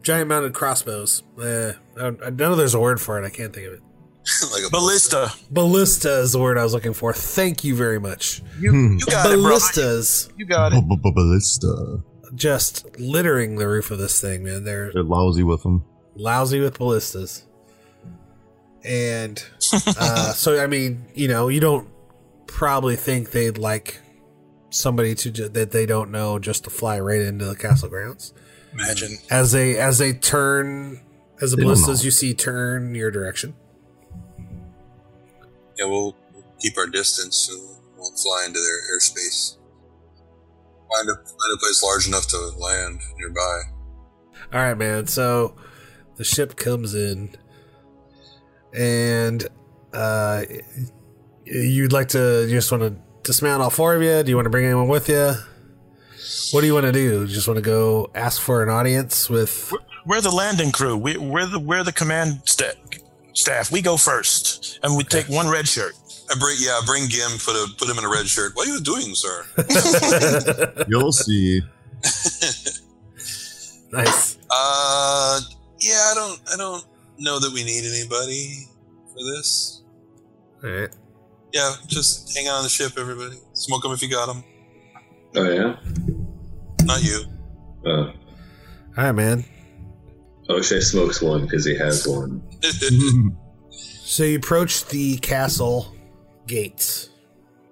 Speaker 2: giant mounted crossbows. Eh, I, I know there's a word for it. I can't think of it.
Speaker 3: like a
Speaker 5: ballista.
Speaker 2: Ballista is the word I was looking for. Thank you very much.
Speaker 1: Hmm.
Speaker 5: You got it, bro.
Speaker 2: Ballistas
Speaker 5: You got it.
Speaker 1: Ballista.
Speaker 2: just littering the roof of this thing, man. They're
Speaker 1: They're lousy with them.
Speaker 2: lousy with ballistas. And uh, so, I mean, you know, you don't probably think they'd like somebody to ju- that they don't know just to fly right into the castle grounds.
Speaker 5: Imagine.
Speaker 2: As they as they turn, as the
Speaker 1: They don't
Speaker 2: ballistas
Speaker 1: know.
Speaker 2: you see turn your direction.
Speaker 3: Yeah, we'll keep our distance and won't fly into their airspace. Find a, find a place large enough to land nearby.
Speaker 2: All right, man. So the ship comes in, and uh, you'd like to you just want to dismount all four of you. Do you want to bring anyone with you? What do you want to do? You just want to go ask for an audience with?
Speaker 5: We're the landing crew. We, we're the we're the command sta- staff. We go first, and we take one red shirt.
Speaker 3: I bring yeah, bring Gim. Put a put him in a red shirt. What are you doing, sir?
Speaker 1: You'll see.
Speaker 2: nice.
Speaker 3: uh, yeah, I don't I don't know that we need anybody for this.
Speaker 2: All right.
Speaker 3: Yeah, just hang out on the ship, everybody. Smoke them if you got them.
Speaker 4: Oh yeah.
Speaker 3: Not you.
Speaker 4: Uh,
Speaker 2: All right, man.
Speaker 4: O'Shea smokes one because he has one.
Speaker 2: So you approach the castle gates,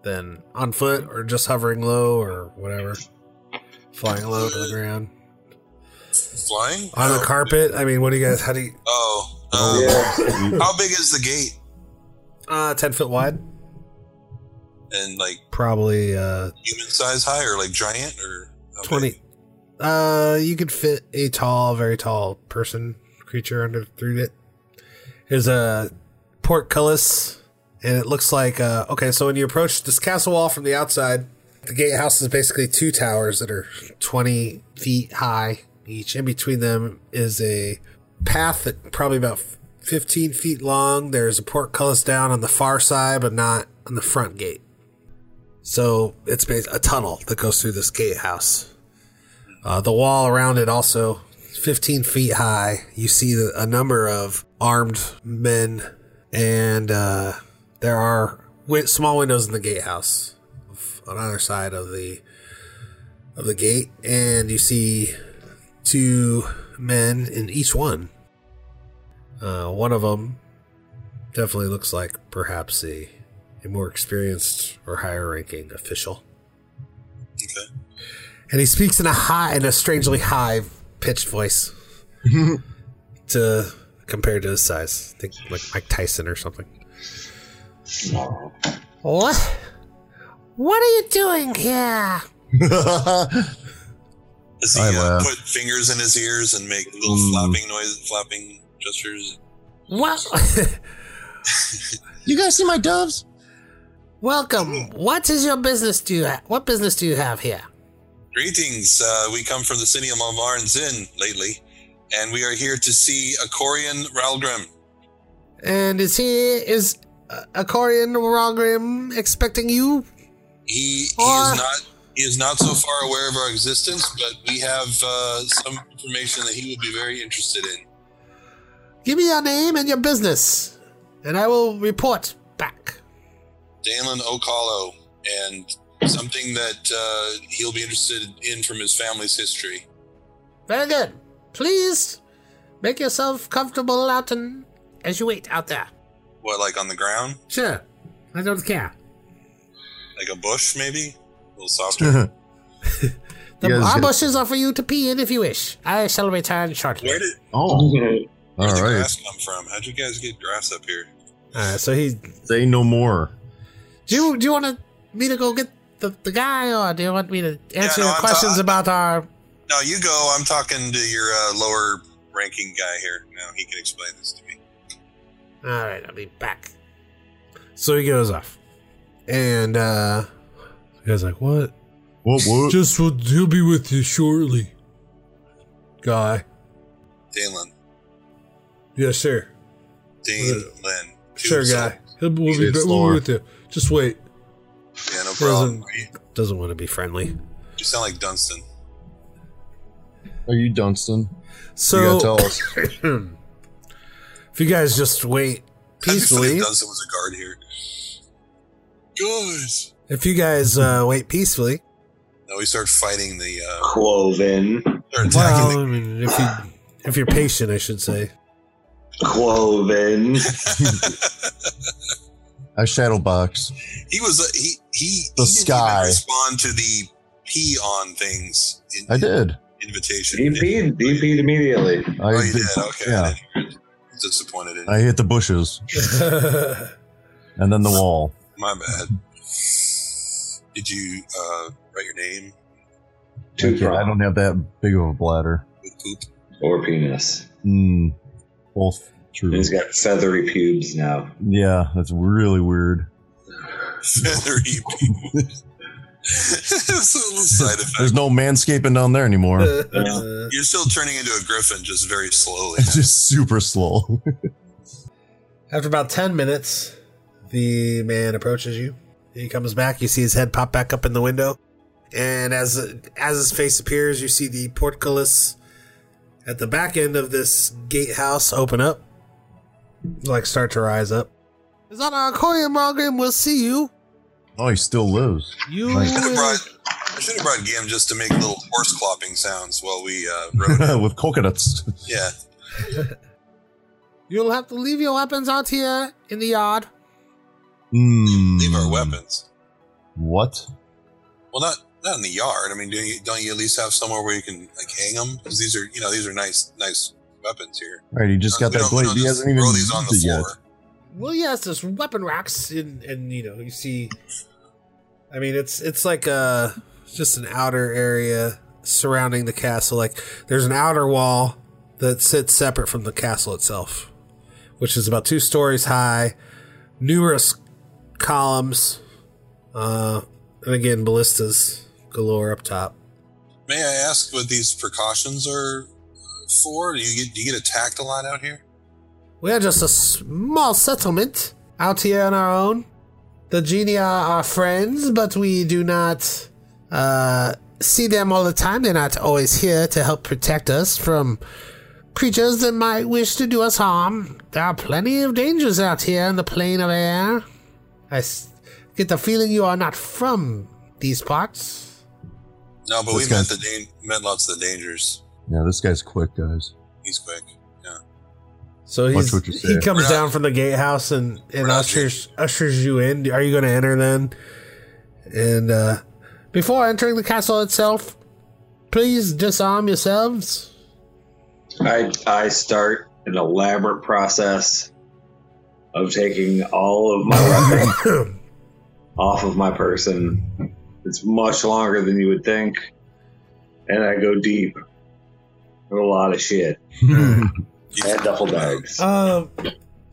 Speaker 2: then on foot or just hovering low or whatever, flying low to the ground
Speaker 3: Flying
Speaker 2: on the
Speaker 3: Oh.
Speaker 2: carpet. I mean, what do you guys? How do you?
Speaker 3: Oh, um,
Speaker 4: Yeah.
Speaker 3: how big is the gate?
Speaker 2: Uh, ten foot wide.
Speaker 3: And like
Speaker 2: Probably uh
Speaker 3: human size high or like giant or how big?
Speaker 2: twenty. Uh, you could fit a tall, very tall person creature under through it. There's a portcullis, and it looks like uh okay. So when you approach this castle wall from the outside, the gatehouse is basically two towers that are twenty feet high each. In between them is a path that probably about fifteen feet long. There's a portcullis down on the far side, but not on the front gate. So it's bas- a tunnel that goes through this gatehouse. Uh, the wall around it also 15 feet high. You see the- a number of armed men, and uh, there are wi- small windows in the gatehouse f- on either side of the of the gate, and you see two men in each one. Uh, one of them definitely looks like perhaps a a more experienced or higher ranking official.
Speaker 3: Okay.
Speaker 2: And he speaks in a high in a strangely high pitched voice to compared to his size. I think like Mike Tyson or something. What? What are you doing here?
Speaker 3: Does he
Speaker 1: I
Speaker 3: uh,
Speaker 1: laugh.
Speaker 3: put fingers in his ears and make little
Speaker 1: Mm.
Speaker 3: flapping noise, flapping gestures?
Speaker 2: What?
Speaker 1: You guys see my doves?
Speaker 7: Welcome. What is your business? Do you ha- what business do you have here?
Speaker 3: Greetings. Uh, we come from the city of Malvarn Zin lately, and we are here to see Akorian Ralgrim.
Speaker 7: And is he is uh, Akorian Rogrim expecting you?
Speaker 3: He, he
Speaker 7: Or-
Speaker 3: is not he is not so far aware of our existence, but we have uh, some information that he would be very interested in.
Speaker 7: Give me your name and your business, and I will report back.
Speaker 3: Dalen Okalo and something that uh, he'll be interested in from his family's history.
Speaker 7: Very good. Please make yourself comfortable out and as you wait out there.
Speaker 3: What, like on the ground,
Speaker 7: Sure. I don't care.
Speaker 3: like a bush, maybe? A little softer.
Speaker 1: you
Speaker 7: The
Speaker 1: guys
Speaker 7: our
Speaker 1: get-
Speaker 7: bushes are for you to pee in if you wish. I shall return shortly.
Speaker 3: Where did,
Speaker 1: oh,
Speaker 3: where
Speaker 1: all
Speaker 3: did the
Speaker 1: right.
Speaker 3: grass come from? How'd you guys get grass up here?
Speaker 2: All right, so he
Speaker 1: Say no more.
Speaker 7: Do you do you want to me to go get the, the guy, or do you want me to answer
Speaker 3: no,
Speaker 7: your
Speaker 3: I'm
Speaker 7: questions
Speaker 3: fine.
Speaker 7: about our?
Speaker 3: No, you go. I'm talking to your uh, lower ranking guy here. Now he can explain this to me.
Speaker 7: All right, I'll be back.
Speaker 2: so he goes off, and uh, the guy's like, "What?
Speaker 1: Whoop, whoop.
Speaker 2: Just will he'll be with you shortly, guy."
Speaker 3: Dalen.
Speaker 2: Yeah, sure,
Speaker 3: Dane Lynn.
Speaker 2: sure, guy. He'll we'll be,
Speaker 1: It's
Speaker 2: we'll
Speaker 1: Laura.
Speaker 2: be with you. Just wait.
Speaker 3: Yeah, no problem.
Speaker 2: Doesn't want to be friendly.
Speaker 3: You sound like Dunstan.
Speaker 1: Are you Dunstan?
Speaker 2: So
Speaker 1: you gotta tell us.
Speaker 2: if you guys just wait
Speaker 3: That'd be funny if
Speaker 2: peacefully,
Speaker 3: Dunstan was a guard here. Guys.
Speaker 2: if you guys uh, wait peacefully,
Speaker 3: Now we start fighting the. Uh,
Speaker 4: Cloven.
Speaker 3: they're attacking
Speaker 2: well, I mean, if you if you're patient, I should say.
Speaker 4: Cloven.
Speaker 3: the.
Speaker 1: I shadow box.
Speaker 3: he was uh, he he.
Speaker 1: The
Speaker 3: he Didn't
Speaker 1: sky.
Speaker 3: even respond to the pee on things. In,
Speaker 1: I did.
Speaker 3: Invitation.
Speaker 4: He peed. He peed immediately.
Speaker 1: I
Speaker 3: Oh, you
Speaker 1: did.
Speaker 3: did. Okay. I
Speaker 1: Yeah,
Speaker 3: didn't hear it. Disappointed in you.
Speaker 1: I hit the bushes and then the wall.
Speaker 3: My bad. Did you uh, write your name
Speaker 4: Two
Speaker 1: Okay, I
Speaker 4: prongs
Speaker 1: don't have that big of a bladder.
Speaker 3: with poop?
Speaker 4: or penis.
Speaker 1: Mm, both
Speaker 4: And
Speaker 1: true.
Speaker 4: he's got feathery pubes now.
Speaker 1: Yeah, that's really weird.
Speaker 3: Feathery poop. It's a little side effect.
Speaker 1: There's no manscaping down there anymore.
Speaker 2: Uh,
Speaker 3: You're still turning into a griffin, just very slowly.
Speaker 1: It's just super slow.
Speaker 2: After about 10 minutes, the man approaches you. He comes back. You see his head pop back up in the window. And as as his face appears, you see the portcullis at the back end of this gatehouse open up, like start to rise up.
Speaker 7: Is that our Corium Rogrim? We'll see you.
Speaker 1: Oh, he still lives.
Speaker 7: You
Speaker 1: Nice.
Speaker 3: I should have
Speaker 7: will-
Speaker 3: brought, I should have brought Gam just to make little horse clopping sounds while we uh, rode.
Speaker 1: With coconuts.
Speaker 3: yeah.
Speaker 7: you'll have to leave your weapons out here in the yard.
Speaker 1: Mm.
Speaker 3: Leave our weapons.
Speaker 1: What?
Speaker 3: Well, not not in the yard. I mean, do you, don't you at least have somewhere where you can like hang them? Because these are you know these are nice nice weapons here.
Speaker 1: All right, he just got
Speaker 3: We
Speaker 1: that
Speaker 3: don't- we
Speaker 1: blade.
Speaker 3: don't
Speaker 1: He
Speaker 3: just
Speaker 1: hasn't even
Speaker 3: throw these on the
Speaker 1: used it yet.
Speaker 3: floor.
Speaker 2: Well, yes, there's weapon racks, and and you know you see. I mean, it's it's like a just an outer area surrounding the castle. Like there's an outer wall that sits separate from the castle itself, which is about two stories high, numerous columns, uh, and again ballistas galore up top.
Speaker 3: May I ask what these precautions are for? Do you get do you get attacked a lot out here?
Speaker 7: We are just a small settlement out here on our own. The genie are our friends, but we do not uh, see them all the time. They're not always here to help protect us from creatures that might wish to do us harm. There are plenty of dangers out here in the plane of air. I s- get the feeling you are not from these parts.
Speaker 3: No, but
Speaker 1: This
Speaker 3: we met
Speaker 1: guy's-
Speaker 3: the dan- met lots of the dangers.
Speaker 1: Yeah, this guy's quick, guys.
Speaker 3: He's quick.
Speaker 2: So
Speaker 1: Watch
Speaker 2: he's,
Speaker 1: what you say.
Speaker 2: he comes
Speaker 3: We're not-
Speaker 2: down from the gatehouse and, and
Speaker 3: We're not
Speaker 2: ushers ushers you in. Are you going to enter then? And uh,
Speaker 7: Before entering the castle itself, please disarm yourselves.
Speaker 4: I I start an elaborate process of taking all of my weapons off of my person. It's much longer than you would think, and I go deep. A lot of shit.
Speaker 3: You
Speaker 2: Uh,
Speaker 4: I had duffel bags.
Speaker 2: Um,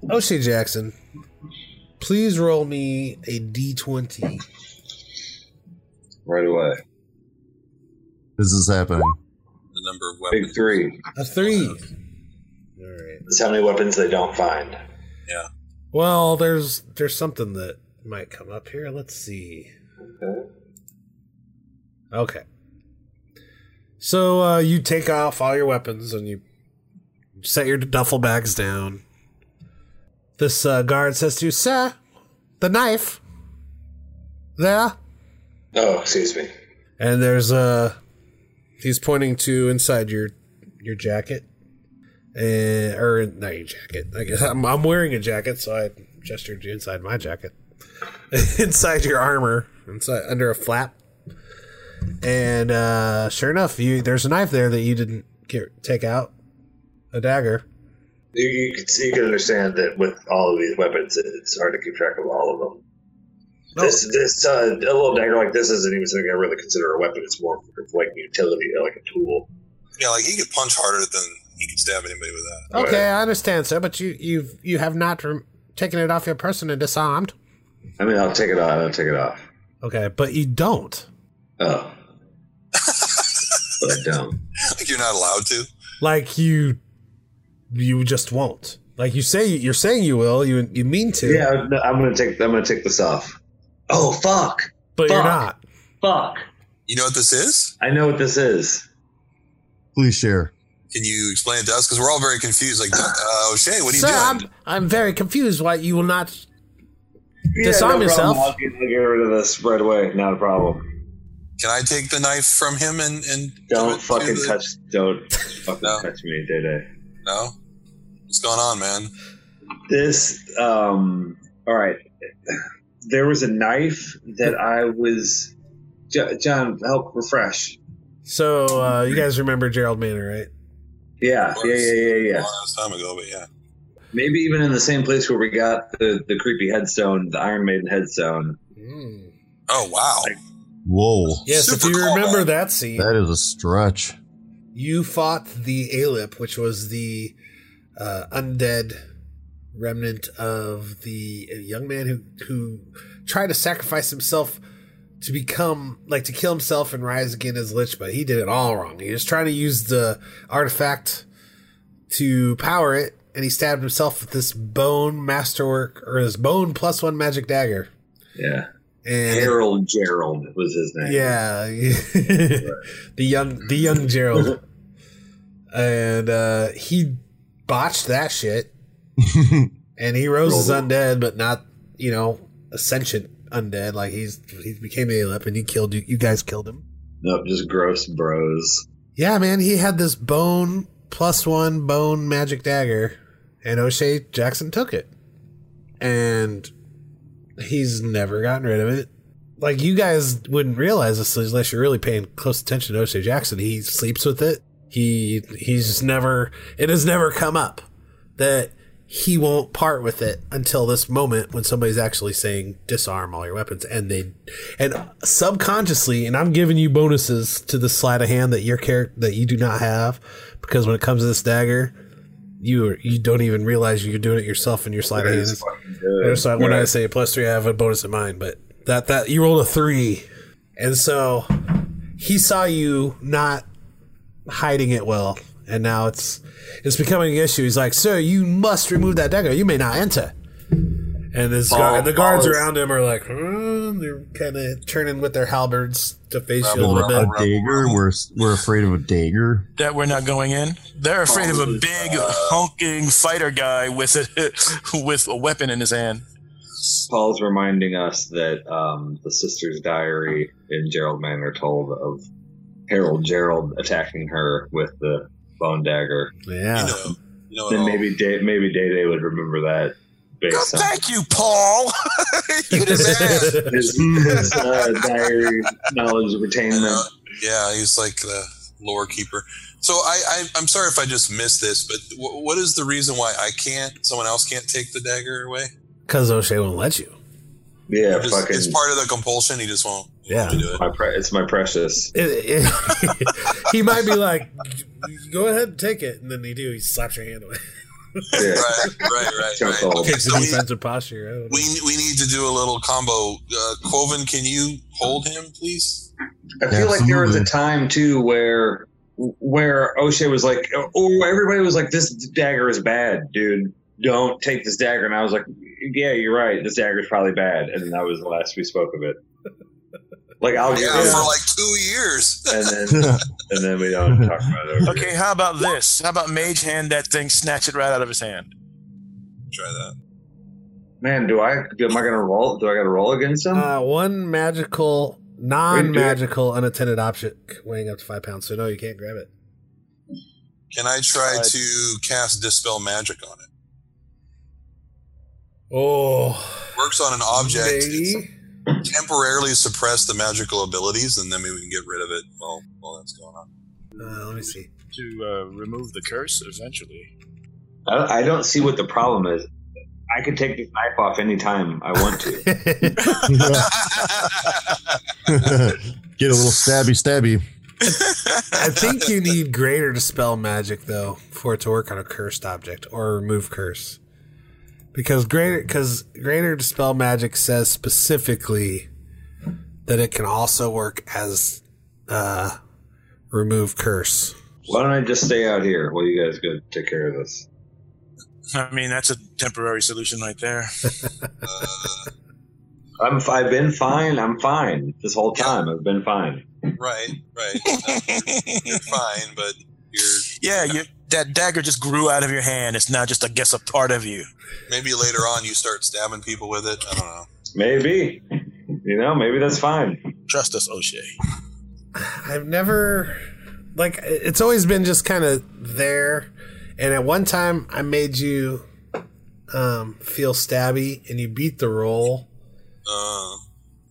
Speaker 2: OC Jackson, Please roll me a d20.
Speaker 4: right away.
Speaker 6: This is happening.
Speaker 3: The number of weapons.
Speaker 4: Big three.
Speaker 2: A three.
Speaker 4: That's how many weapons they don't find.
Speaker 2: Well, there's there's something that might come up here. Let's see. Okay. So uh, you take off all your weapons and you set your duffel bags down. This uh, guard says to you, "Sir, the knife there."
Speaker 4: Oh, excuse me.
Speaker 2: And there's a he's pointing to inside your your jacket. Uh, or not your jacket. I guess I'm, I'm wearing a jacket, so I gestured to inside my jacket. inside your armor, inside under a flap. And uh, sure enough, you there's a knife there that you didn't get, take out. A dagger.
Speaker 4: You, you can see, you can understand that with all of these weapons, it- it's hard to keep track of all of them. This, this, uh, a little dagger like this isn't even something I really consider a weapon. It's more of like utility, like a tool.
Speaker 3: Yeah, like he could punch harder than he could stab anybody with that.
Speaker 2: Okay, I understand, sir, but you you've you have not rem- taken it off your person and disarmed.
Speaker 4: I mean, I'll take it off. I'll take it off.
Speaker 2: Okay, but you don't.
Speaker 4: Oh, but I don't.
Speaker 3: Like you're not allowed to.
Speaker 2: like you you just won't like you say you're saying you will you you mean to
Speaker 4: Yeah, no, I'm gonna take. I'm gonna take this off. Oh fuck!
Speaker 2: but you're
Speaker 4: fuck.
Speaker 2: not
Speaker 4: Fuck!
Speaker 3: You know what this is?
Speaker 4: I know what this is.
Speaker 6: Please share.
Speaker 3: Can you explain it to us? Because we're all very confused. Like, uh, O'Shea, what are you
Speaker 2: sir
Speaker 3: doing?
Speaker 2: i'm i'm very confused why you will not
Speaker 4: Yeah,
Speaker 2: Disarm
Speaker 4: no problem.
Speaker 2: yourself.
Speaker 4: I'll get, I'll get rid of this right away. Not a problem.
Speaker 3: Can I take the knife from him and and give it
Speaker 4: Don't
Speaker 3: to
Speaker 4: fucking
Speaker 3: the-
Speaker 4: touch. Don't fucking
Speaker 3: No.
Speaker 4: touch me, Day Day.
Speaker 3: No. What's going on, man?
Speaker 4: This. Um. All right. There was a knife that I was. Jo- John, help refresh.
Speaker 2: so uh you guys remember gerald manor right
Speaker 4: Yeah, yeah, yeah, yeah,
Speaker 3: A
Speaker 4: yeah.
Speaker 3: long time ago, but yeah.
Speaker 4: Maybe even in the same place where we got the, the creepy headstone, the Iron Maiden headstone.
Speaker 3: Oh wow.
Speaker 6: Whoa.
Speaker 2: yes
Speaker 3: Super
Speaker 2: if you
Speaker 3: callback.
Speaker 2: remember that scene
Speaker 6: That is a stretch.
Speaker 2: you fought the alip which was the uh undead remnant of the young man who who tried to sacrifice himself to become like to kill himself and rise again as lich but he did it all wrong he was trying to use the artifact to power it and he stabbed himself with this bone masterwork or this bone plus one magic dagger
Speaker 4: Yeah.
Speaker 2: and
Speaker 4: Harold Gerald was his name.
Speaker 2: yeah the young the young gerald and uh he botched that shit and he rose as undead but not you know a sentient undead like he's he became alep and he killed you you guys killed him
Speaker 4: Nope, just gross bros.
Speaker 2: yeah man he had this bone plus one bone magic dagger and o'shea jackson took it and he's never gotten rid of it like you guys wouldn't realize this unless you're really paying close attention to O'Shea Jackson. He sleeps with it. He he's just never it has never come up that he won't part with it until this moment when somebody's actually saying disarm all your weapons and they and subconsciously and I'm giving you bonuses to the sleight of hand that your character that you do not have because when it comes to this dagger you you don't even realize you're doing it yourself in your sleight of hand. is- or so when I say plus three, I have a bonus in mind, but that that you rolled a three, and so he saw you not hiding it well, and now it's it's becoming an issue. He's like, "Sir, you must remove that dagger. You may not enter." And, his guard, and the guards around him are like, hmm, they're kind of turning with their halberds to face you a little
Speaker 6: a
Speaker 2: bit.
Speaker 6: dagger? We're, we're afraid of a dagger?
Speaker 5: That we're not going in. They're afraid of a big honking fighter guy with a with a weapon in his hand.
Speaker 4: Paul's reminding us that um, the sister's diary in Gerald Manor told of Harold Gerald attacking her with the bone dagger.
Speaker 2: Yeah.
Speaker 3: You know. You know it
Speaker 4: Then
Speaker 3: all.
Speaker 4: maybe Day, maybe Day Day would remember that based on
Speaker 5: Thank you, Paul. you didn't ask.
Speaker 4: his, his uh, diary knowledge
Speaker 3: Uh,
Speaker 4: retainment.
Speaker 3: yeah, he's like the lore keeper. So I, I, I'm sorry if I just missed this, but w- what is the reason why I can't? Someone else can't take the dagger away?
Speaker 2: Because O'Shea won't let you.
Speaker 4: Yeah,
Speaker 3: Just-
Speaker 4: fucking.
Speaker 3: it's part of the compulsion. He just won't. he
Speaker 2: Yeah.
Speaker 3: won't do it.
Speaker 4: my pre- it's my precious.
Speaker 2: It- it- he might be like, go ahead and take it. And then he do. He slaps your hand away.
Speaker 4: Yeah.
Speaker 3: right, right, right.
Speaker 4: Gonna
Speaker 3: right.
Speaker 4: call.
Speaker 3: Okay, so we,
Speaker 2: defensive posture. I don't know.
Speaker 3: we we need to do a little combo. Uh, Quoven, can you hold him, please?
Speaker 4: I feel like there was
Speaker 1: Absolutely.
Speaker 4: a time too where where O'Shea was like, oh, everybody was like, this dagger is bad, dude. Don't take this dagger. And I was like, yeah, you're right. This dagger is probably bad. And that was the last we spoke of it. Like I'll
Speaker 3: Yeah,
Speaker 4: get it,
Speaker 3: for like two years.
Speaker 4: and then and then we don't talk about it. Over
Speaker 5: Okay,
Speaker 4: here.
Speaker 5: how about this? How about Mage hand that thing, snatch it right out of his hand?
Speaker 3: Try that.
Speaker 4: man, do I am I gonna roll? Do I gotta roll against him?
Speaker 2: Uh, one magical, non-magical, unattended object weighing up to five pounds. So no, you can't grab it.
Speaker 3: Can I try
Speaker 5: Uh,
Speaker 3: to cast dispel magic on it?
Speaker 2: Oh,
Speaker 3: Works on an object. It's
Speaker 2: maybe.
Speaker 3: temporarily suppress the magical abilities, and then maybe we can get rid of it while while that's going on.
Speaker 2: Uh, let me see.
Speaker 5: To uh, remove the curse eventually.
Speaker 4: I, I don't see what the problem is. I could take this knife off anytime I want to.
Speaker 1: Get a little stabby, stabby.
Speaker 2: I think you need greater dispel magic though for it to work on a cursed object or remove curse, because greater because greater dispel magic says specifically that it can also work as uh, remove curse.
Speaker 4: Why don't I just stay out here while you guys go take care of this?
Speaker 5: I mean, that's a temporary solution right there.
Speaker 4: I'm, f- I've been fine. I'm fine this whole time. I've been fine.
Speaker 3: Right, right. Uh, you're, you're fine, but you're
Speaker 5: Yeah, you, that dagger just grew out of your hand. It's now just, I guess, a part of you.
Speaker 3: maybe later on you start stabbing people with it. I don't know.
Speaker 4: Maybe, you know, maybe that's fine.
Speaker 5: Trust us, O'Shea.
Speaker 2: I've never like it's always been just kind of there. And at one time, I made you um, feel stabby, and you beat the roll.
Speaker 3: Uh,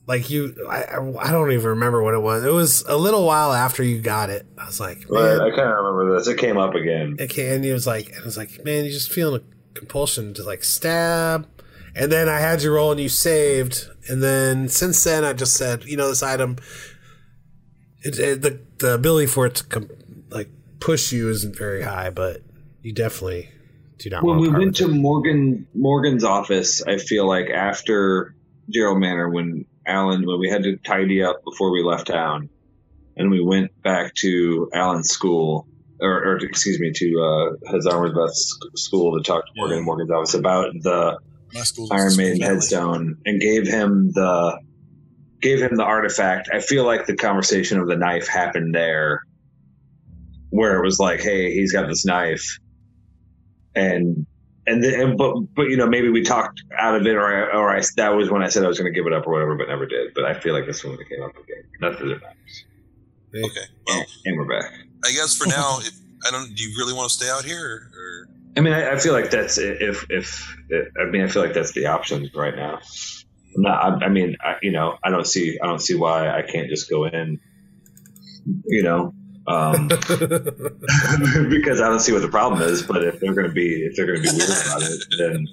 Speaker 2: Like you, I, I, I don't even remember what it was. It was a little while after you got it. I was like,
Speaker 4: But I
Speaker 2: man,
Speaker 4: kind of remember this. It came up again.
Speaker 2: okay. And he was like, and I was like, man, you're just feeling a compulsion to like stab. And then I had you roll, and you saved. And then since then, I just said, you know, this item, it, it, the the ability for it to com- like push you isn't very high, but you definitely do not.
Speaker 4: When
Speaker 2: want
Speaker 4: we
Speaker 2: part
Speaker 4: went
Speaker 2: with
Speaker 4: to Morgan Morgan's office, I feel like after Gerald Manor, when Alan, when we had to tidy up before we left town, and we went back to Alan's school, or, or excuse me, to uh, his armor's best school to talk to Morgan in Morgan's office about the
Speaker 5: My school's
Speaker 4: Iron Maiden headstone and gave him the gave him the artifact. I feel like the conversation of the knife happened there, where it was like, "Hey, he's got this knife," and and then and, but but you know maybe we talked out of it, or I, or I that was when I said I was going to give it up or whatever, but never did. But I feel like this one came up again. Not that it matters.
Speaker 3: okay. Well,
Speaker 4: And we're back.
Speaker 3: I guess for now, if I don't, do you really want to stay out here? Or,
Speaker 4: I mean, I, I feel like that's if, if if I mean, I feel like that's the option right now. I'm not. I, I mean, I, you know, I don't see. I don't see why I can't just go in. You know, um, because I don't see what the problem is. But if they're going to be if they're going to be weird about it, then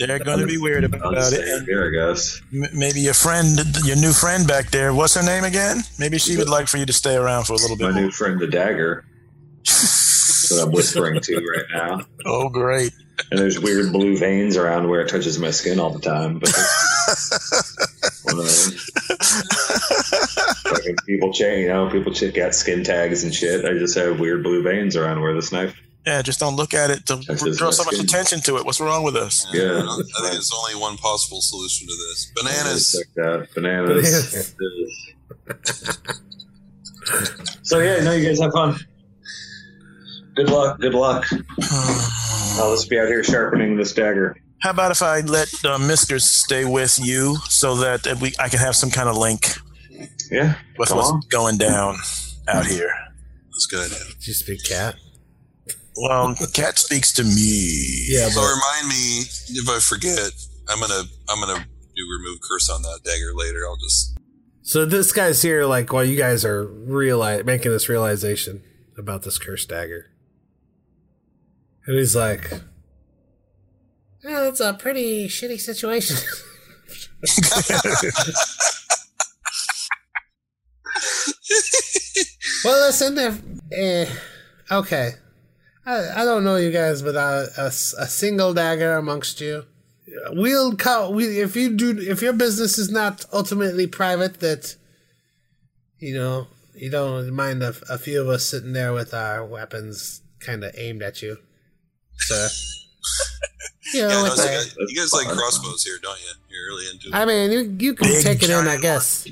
Speaker 5: They're going to be weird
Speaker 4: I'll
Speaker 5: about
Speaker 4: just
Speaker 5: it.
Speaker 4: stay
Speaker 5: And
Speaker 4: here, I guess.
Speaker 5: m- maybe your friend, your new friend back there, what's her name again? Maybe she would like for you to stay around for a little
Speaker 4: My
Speaker 5: bit.
Speaker 4: new
Speaker 5: More.
Speaker 4: friend, the dagger, that I'm whispering to right now,
Speaker 5: Oh, great.
Speaker 4: and there's weird blue veins around where it touches my skin all the time. But that's one of those. Fucking people change, you know, people ch- got skin tags and shit. I just have weird blue veins around where this knife.
Speaker 5: Yeah, just don't look at it. Don't
Speaker 4: That's just
Speaker 5: draw so
Speaker 4: my
Speaker 5: much
Speaker 4: skin.
Speaker 5: attention to it. What's wrong with us?
Speaker 4: Yeah.
Speaker 3: I, don't- I think it's only one possible solution to this. Bananas.
Speaker 4: Check that. Bananas. so yeah, no, you guys have fun. Good luck. Good luck. I'll just be out here sharpening this dagger.
Speaker 5: How about if I let uh, Mister stay with you so that if we I can have some kind of link
Speaker 4: Yeah.
Speaker 5: with
Speaker 4: Come
Speaker 5: what's
Speaker 4: on.
Speaker 5: going down out here?
Speaker 3: That's good.
Speaker 2: it. Did you speak cat?
Speaker 5: Well, Cat speaks to me.
Speaker 2: Yeah,
Speaker 3: So
Speaker 2: but
Speaker 3: remind me if I forget. I'm gonna I'm gonna do remove curse on that dagger later. I'll just
Speaker 2: so this guy's here, like while you guys are realize making this realization about this cursed dagger, and he's like,
Speaker 7: Yeah, that's a pretty shitty situation. well, listen, if, eh, okay. I, I don't know you guys without a, s- a single dagger amongst you. We'll co- we if you do if your business is not ultimately private that you know you don't mind a, a few of us sitting there with our weapons kind of aimed at you. So you know,
Speaker 3: Yeah, no,
Speaker 7: with
Speaker 3: it's like
Speaker 7: the-
Speaker 3: a- you guys like crossbows here, don't you? You're really into it.
Speaker 7: Oh, I mean you you can
Speaker 5: Big
Speaker 7: take it in I
Speaker 5: giant
Speaker 7: guess.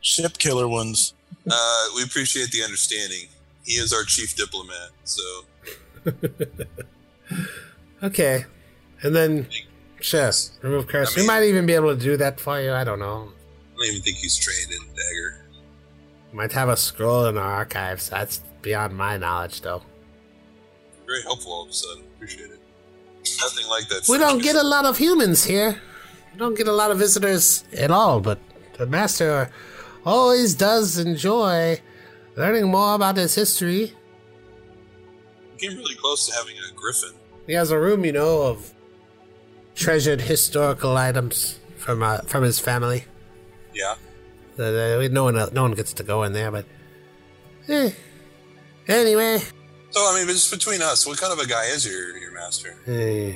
Speaker 5: Ship killer ones.
Speaker 3: Uh, we appreciate the understanding. He is our chief diplomat, so
Speaker 7: Okay, and then sure remove curse.
Speaker 3: I mean-
Speaker 7: we might even be able to do that for you. I don't know.
Speaker 3: I don't even think he's trained in a dagger.
Speaker 7: Might have a scroll in our archives. That's beyond my knowledge, though.
Speaker 3: Very helpful all of a sudden. Appreciate it. Nothing like that.
Speaker 7: We don't
Speaker 3: French
Speaker 7: get a lot of humans here. We don't get a lot of visitors at all, but the master always does enjoy learning more about his history.
Speaker 3: We came really close to having a griffin.
Speaker 7: He has a room, you know, of treasured historical items from uh, from his family.
Speaker 3: Yeah.
Speaker 7: Uh, we- no one no one gets to go in there, but eh. anyway,
Speaker 3: So I mean, it's between us. What kind of a guy is your your master?
Speaker 7: eh.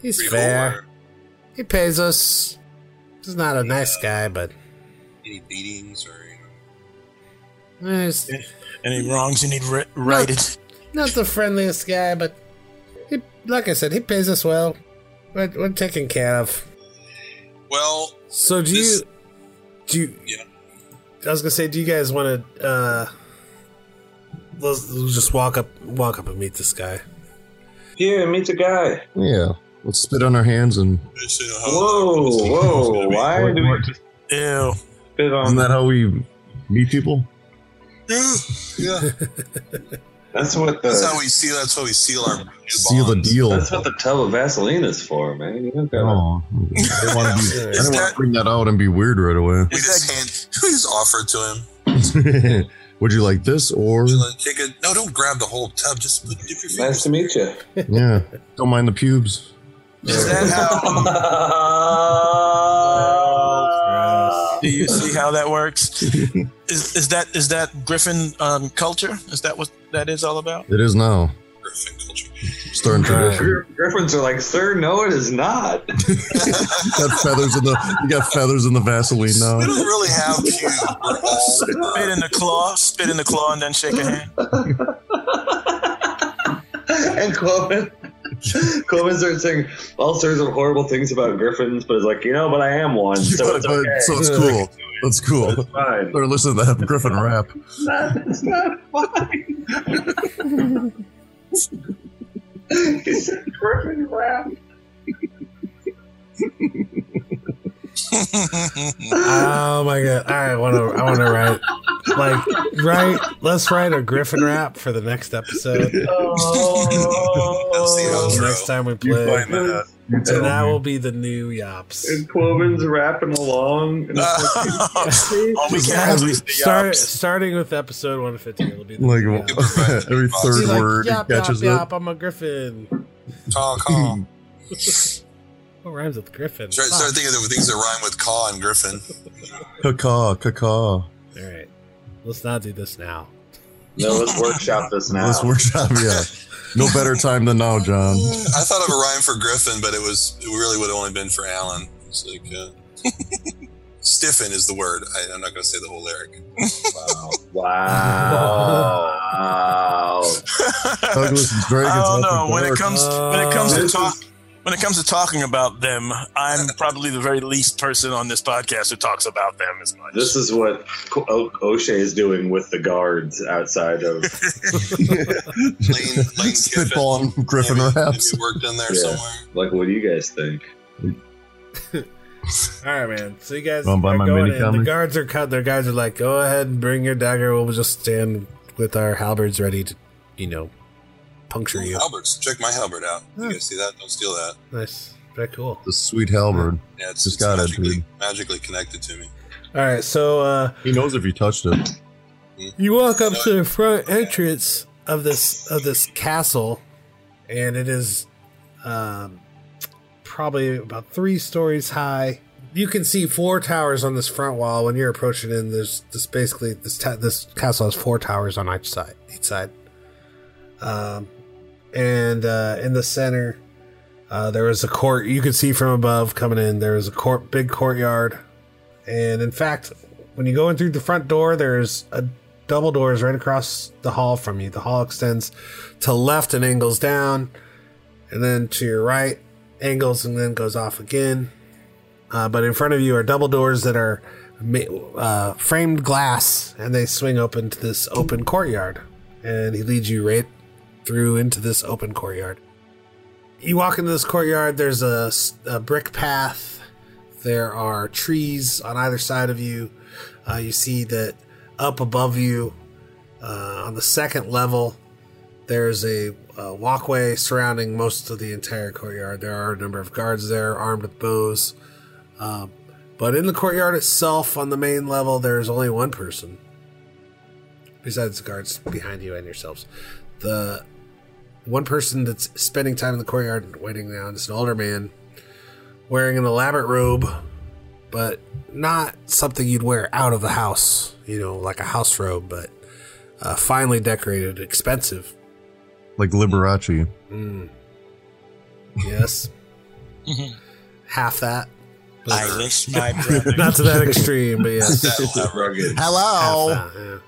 Speaker 7: he's
Speaker 3: Pretty
Speaker 7: fair.
Speaker 3: cool, or
Speaker 7: He pays us. He's not a nice guy, but
Speaker 3: Any beatings or you know,
Speaker 7: eh, he's
Speaker 5: Any wrongs you need ri- righted?
Speaker 7: not the friendliest guy. But he, like I said, he pays us well. We're, we're taken care of.
Speaker 3: well,
Speaker 2: So do
Speaker 3: This-
Speaker 2: you? Do you,
Speaker 3: Yeah.
Speaker 2: I was gonna say, do you guys want to? uh Let's, let's just walk up, walk up and meet this guy.
Speaker 4: Here, meet the guy.
Speaker 1: Yeah. Let's spit on our hands and
Speaker 3: it's, you know, how-
Speaker 4: Whoa, whoa! Why do we
Speaker 5: Ew.
Speaker 4: spit on
Speaker 1: isn't that how we meet people?
Speaker 3: yeah,
Speaker 4: That's what
Speaker 3: that's how
Speaker 4: the
Speaker 3: we seal. That's how we seal our
Speaker 1: Seal the
Speaker 3: bonds.
Speaker 1: deal.
Speaker 4: that's what the tub of Vaseline is for, man. You don't gotta-
Speaker 1: Oh, I didn't want to
Speaker 3: Is that-
Speaker 1: bring that out and be weird right away.
Speaker 3: we just hand. We just offer it to him.
Speaker 1: Would you like this or
Speaker 3: Just let- Take a no. Don't grab the whole tub. Just put, dip your fingers.
Speaker 4: Nice to meet you.
Speaker 1: yeah? Don't mind the pubes.
Speaker 5: Is that how? Do you see how that works? Is, is that is that Griffin um, culture? Is that what that is all about?
Speaker 1: It is now
Speaker 3: Griffin culture.
Speaker 1: starting tradition.
Speaker 4: Gri- Griffins are like, sir, no, it is not.
Speaker 1: got feathers in the you got feathers in the Vaseline
Speaker 3: We
Speaker 1: now.
Speaker 3: don't really have pubes. We're us.
Speaker 5: Spit in the claw, spit in the claw, and then shake a hand.
Speaker 4: and Cloven, Cloven starts saying all sorts of horrible things about Griffins, but it's like, you know, but I am one, so
Speaker 1: But-
Speaker 4: it's
Speaker 1: but-
Speaker 4: okay.
Speaker 1: so it's cool. That's cool.
Speaker 4: It's fine.
Speaker 1: They're listening to that Griffin rap.
Speaker 4: It's not, it's not fine. he said Griffin rap.
Speaker 2: Oh my god! All right, want to I want to write like write. Let's write a Griffin rap for the next episode.
Speaker 3: That's the
Speaker 4: Oh.
Speaker 3: outro.
Speaker 2: Next time we
Speaker 1: Oh, You
Speaker 2: play,
Speaker 1: find that out. You tell
Speaker 2: and that
Speaker 1: me.
Speaker 2: will be the new Yops.
Speaker 4: And Cloven's rapping along. And it's like,
Speaker 3: Uh,
Speaker 5: all we can
Speaker 2: Yeah,
Speaker 5: have is the
Speaker 2: Start,
Speaker 5: yops.
Speaker 2: starting with episode 150 will be the
Speaker 1: like
Speaker 2: new
Speaker 1: w-
Speaker 2: Yops.
Speaker 1: every
Speaker 2: He's
Speaker 1: third
Speaker 2: like,
Speaker 1: word he
Speaker 2: yop,
Speaker 1: catches up.
Speaker 2: yop, yop, I'm a griffin.
Speaker 3: Caw, caw.
Speaker 2: What rhymes with griffin?
Speaker 3: Start, start thinking of things that rhyme with caw and griffin.
Speaker 1: Caw caw.
Speaker 2: All right, let's not do this now.
Speaker 4: no, let's workshop this now.
Speaker 1: This workshop, yeah. No better time than now, John.
Speaker 3: I thought of a rhyme for griffin, but it was it really would have only been for Alan. It's like uh, stiffen is the word. I, I'm not going to say the whole lyric.
Speaker 4: wow. Wow.
Speaker 1: Douglas and Dragons.
Speaker 5: I
Speaker 1: off
Speaker 5: don't know.
Speaker 1: the
Speaker 5: When it
Speaker 1: dark.
Speaker 5: comes when it comes to
Speaker 4: This
Speaker 5: talk when it comes to talking about them, I'm probably the very least person on this podcast who talks about them as much.
Speaker 4: This is what o- O'Shea is doing with the guards outside of.
Speaker 3: Lane, Lane Kiffin.
Speaker 1: spitballing Griffin
Speaker 3: Maybe-
Speaker 1: raps.
Speaker 3: maybe worked in there
Speaker 4: Yeah.
Speaker 3: somewhere.
Speaker 4: Like, what do you guys think?
Speaker 2: All right, man. So you guys
Speaker 1: Wanna buy
Speaker 2: are
Speaker 1: my
Speaker 2: going
Speaker 1: mini
Speaker 2: in. The
Speaker 1: comic?
Speaker 2: guards are cut. Their guys are like, go ahead and bring your dagger. We'll just stand with our halberds ready to, you know, puncture you.
Speaker 3: Albert's. Check my Halbert out.
Speaker 2: Hmm.
Speaker 3: You guys see that? Don't steal that.
Speaker 2: Nice. Very cool.
Speaker 1: The sweet halberd.
Speaker 3: Yeah, it's,
Speaker 1: Just
Speaker 3: it's
Speaker 1: got it,
Speaker 3: magically,
Speaker 1: dude.
Speaker 3: magically connected to me.
Speaker 2: All right, so uh,
Speaker 1: He knows if you touched it.
Speaker 2: you walk up to the front entrance of this of this castle, and it is um, probably about three stories high. You can see four towers on this front wall when you're approaching in. There's this basically this ta- this castle has four towers on each side. Each side. Um, and uh, in the center, uh, there was a court you could see from above coming in. There was a court, big courtyard, and in fact, when you go in through the front door, there's a double doors right across the hall from you. The hall extends to left and angles down, and then to your right, angles and then goes off again. Uh, but in front of you are double doors that are ma- uh, framed glass, and they swing open to this open courtyard. And he leads you right through into this open courtyard. You walk into this courtyard. There's a, s- a brick path. There are trees on either side of you. Uh, you see that up above you, uh, on the second level, there's a, uh walkway surrounding most of the entire courtyard. There are a number of guards there, armed with bows. Um, but in the courtyard itself, on the main level, there's only one person. Besides the guards behind you and yourselves, the one person that's spending time in the courtyard and waiting now is an older man wearing an elaborate robe, but not something you'd wear out of the house, you know, like a house robe, but uh, finely decorated, expensive.
Speaker 1: Like Liberace.
Speaker 2: Mm. Yes. Half that.
Speaker 5: I wish my brother.
Speaker 2: Not to that extreme, but yes.
Speaker 3: That lab rugged.
Speaker 5: Hello.
Speaker 2: Half that, yeah.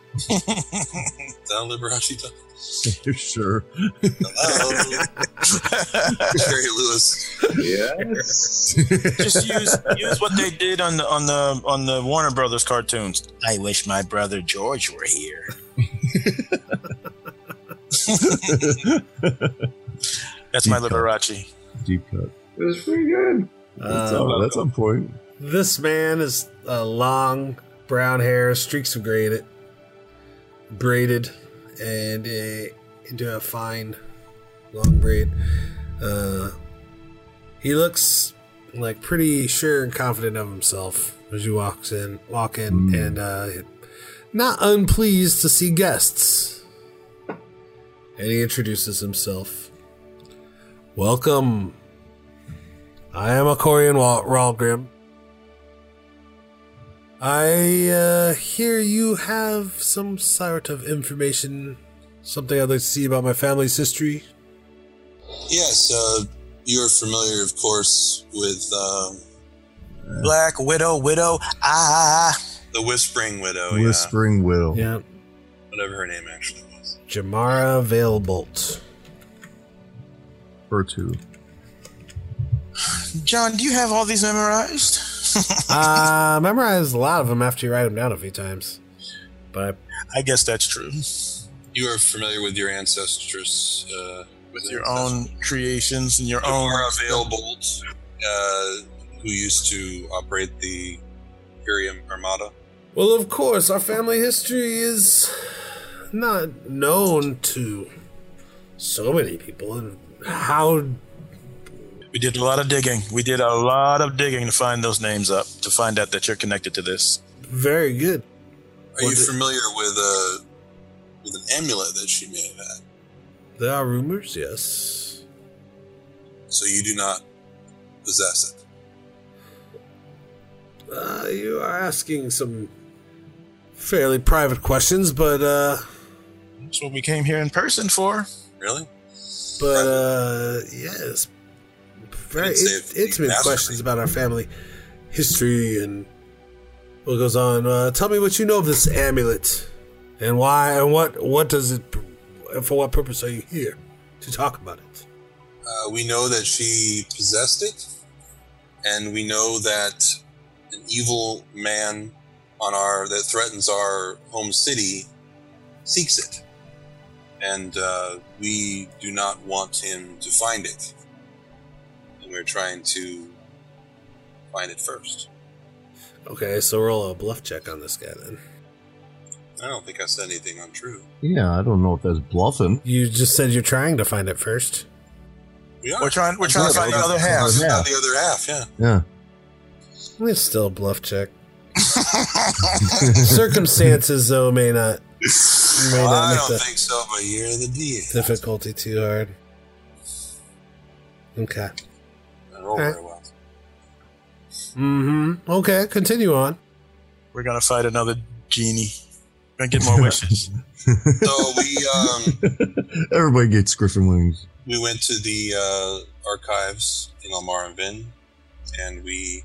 Speaker 3: That Liberace done.
Speaker 1: sure.
Speaker 3: Hello. Jerry Lewis.
Speaker 4: Yes.
Speaker 5: Just use use what they did on the on the on the Warner Brothers cartoons. I wish my brother George were here. That's my
Speaker 1: Deep cut.
Speaker 5: Liberace.
Speaker 1: Deep cut.
Speaker 4: It was pretty good.
Speaker 1: That's,
Speaker 2: Uh,
Speaker 1: on, that's on point.
Speaker 2: This man is uh, long, brown hair, streaks of gray in it, braided, and uh, into a fine, long braid. Uh, he looks like pretty sure and confident of himself as he walks in, walk in,
Speaker 1: Mm.
Speaker 2: and uh, not unpleased to see guests. And he introduces himself. Welcome. I am a Corian Wal- Ralgrim. I uh, hear you have some sort of information, something I'd like to see about my family's history.
Speaker 3: Yes, uh, you're familiar, of course, with um,
Speaker 5: Black widow, widow. Ah,
Speaker 3: the Whispering Widow.
Speaker 1: Whispering Widow.
Speaker 2: Yeah.
Speaker 3: Yeah, whatever her name actually was.
Speaker 2: Jamara Veilbolt.
Speaker 1: Or two.
Speaker 5: John, do you have all these memorized?
Speaker 2: uh, memorize a lot of them after you write them down a few times. But
Speaker 5: I guess that's true.
Speaker 3: You are familiar with your ancestors. Uh,
Speaker 5: With your own creations and your own.
Speaker 3: Amara Veilbolt, uh, who used to operate the Imperium Armada.
Speaker 2: Well, of course, our family history is not known to so many people. And how
Speaker 5: We did a lot of digging. We did a lot of digging to find those names up, to find out that you're connected to this.
Speaker 2: very good.
Speaker 3: Are you
Speaker 2: Was it-
Speaker 3: familiar with a with an amulet that she may have had?
Speaker 2: There are rumors, yes.
Speaker 3: So you do not possess it.
Speaker 2: Uh, you are asking some fairly private questions, but uh,
Speaker 5: That's what we came here in person for.
Speaker 3: Really?
Speaker 2: but uh, yes, very
Speaker 3: I'd say
Speaker 2: it,
Speaker 3: if the
Speaker 2: intimate
Speaker 3: master-
Speaker 2: questions about our family history and what goes on. Uh, tell me what you know of this amulet, and why, and what what does it, and for what purpose are you here to talk about it?
Speaker 3: Uh, we know that she possessed it, and we know that an evil man on our that threatens our home city seeks it, and uh, we do not want him to find it. And we're trying to find it first.
Speaker 2: Okay, so roll a bluff check on this guy then.
Speaker 3: I don't think I said anything untrue.
Speaker 1: Yeah, I don't know if that's bluffing.
Speaker 2: You just said you're trying to find it first.
Speaker 3: We are.
Speaker 5: We're trying. We're trying to find the other half.
Speaker 3: It's not
Speaker 1: half.
Speaker 3: the other half, yeah.
Speaker 1: Yeah.
Speaker 2: It's still a bluff check. Circumstances, though, may not may not
Speaker 3: I
Speaker 2: make
Speaker 3: don't
Speaker 2: the
Speaker 3: think so, but you're the D.
Speaker 2: difficulty too hard. Okay.
Speaker 3: I roll
Speaker 2: Alright.
Speaker 3: very well.
Speaker 2: Mm-hmm. Okay. Continue on.
Speaker 5: We're gonna fight another genie. Gonna get more wishes.
Speaker 3: So we um,
Speaker 1: Everybody gets griffin wings.
Speaker 3: we went to the uh, archives in Almaranvin and we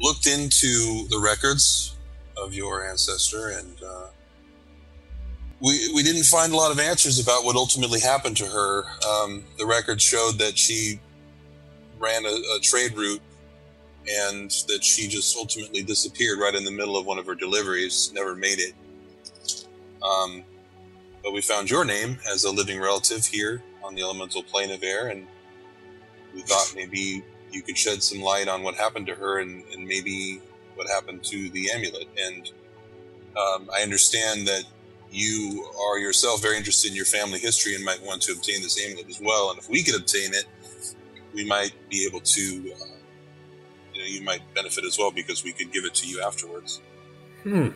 Speaker 3: looked into the records of your ancestor and uh, we, we didn't find a lot of answers about what ultimately happened to her. Um, the records showed that she ran a, a trade route and that she just ultimately disappeared right in the middle of one of her deliveries, never made it. Um, but we found your name as a living relative here on the elemental plane of air, and we thought maybe you could shed some light on what happened to her and, and maybe what happened to the amulet. And um, I understand that you are yourself very interested in your family history and might want to obtain this amulet as well. And if we could obtain it, we might be able to, uh, you know, you might benefit as well because we could give it to you afterwards.
Speaker 2: Hmm.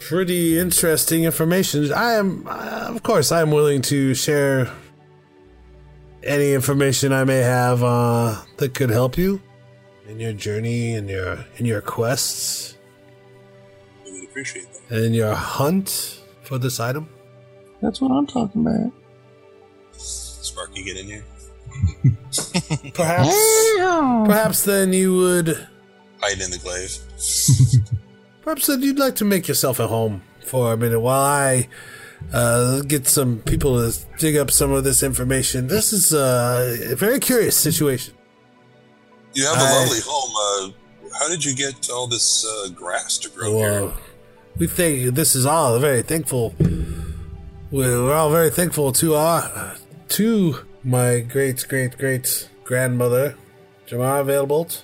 Speaker 2: Pretty interesting information. I am, uh, of course, I am willing to share any information I may have uh, that could help you in your journey and your in your quests
Speaker 3: We would appreciate that.
Speaker 2: and in your hunt for this item.
Speaker 1: That's what I'm talking about.
Speaker 3: Sparky, get in here.
Speaker 2: Perhaps, perhaps then you would,
Speaker 3: Hide in the glaive.
Speaker 2: perhaps then you'd like to make yourself at home for a minute while I uh, get some people to dig up some of this information. This is uh, a very curious situation.
Speaker 3: You have a
Speaker 2: I-
Speaker 3: lovely home. Uh, how did you get all this uh, grass to grow here?
Speaker 2: Well, we think this is all very thankful. We're we're all very thankful to our to my great great great grandmother, Jamar Veilbolt.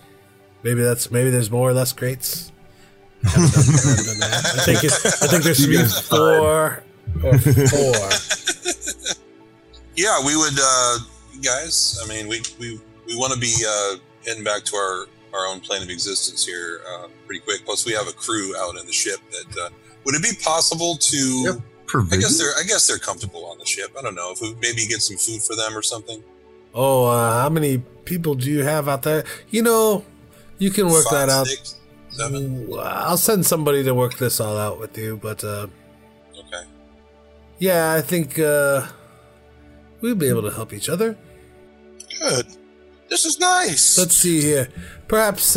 Speaker 2: Maybe that's maybe there's more or less greats. I haven't done- I haven't done that. I think it's, I think there should be four or four.
Speaker 3: Yeah, we would, uh, guys. I mean, we we, we want to be uh, heading back to our our own plane of existence here uh, pretty quick. Plus, we have a crew out in the ship. That uh, would it be possible to?
Speaker 1: Yep.
Speaker 3: I
Speaker 1: Provision.
Speaker 2: Mhm.
Speaker 3: guess they're I guess they're comfortable on the ship. I don't know if we maybe get some food for them or something.
Speaker 2: Oh, uh, how many people do you have out there? You know, you can work that
Speaker 3: Five,
Speaker 2: out.
Speaker 3: six, seven.
Speaker 2: I'll send somebody to work this all out with you, but. Uh,
Speaker 3: Okay.
Speaker 2: Yeah, I think uh, we'll be able to help each other.
Speaker 5: Good. This is nice.
Speaker 2: Let's see here. Perhaps,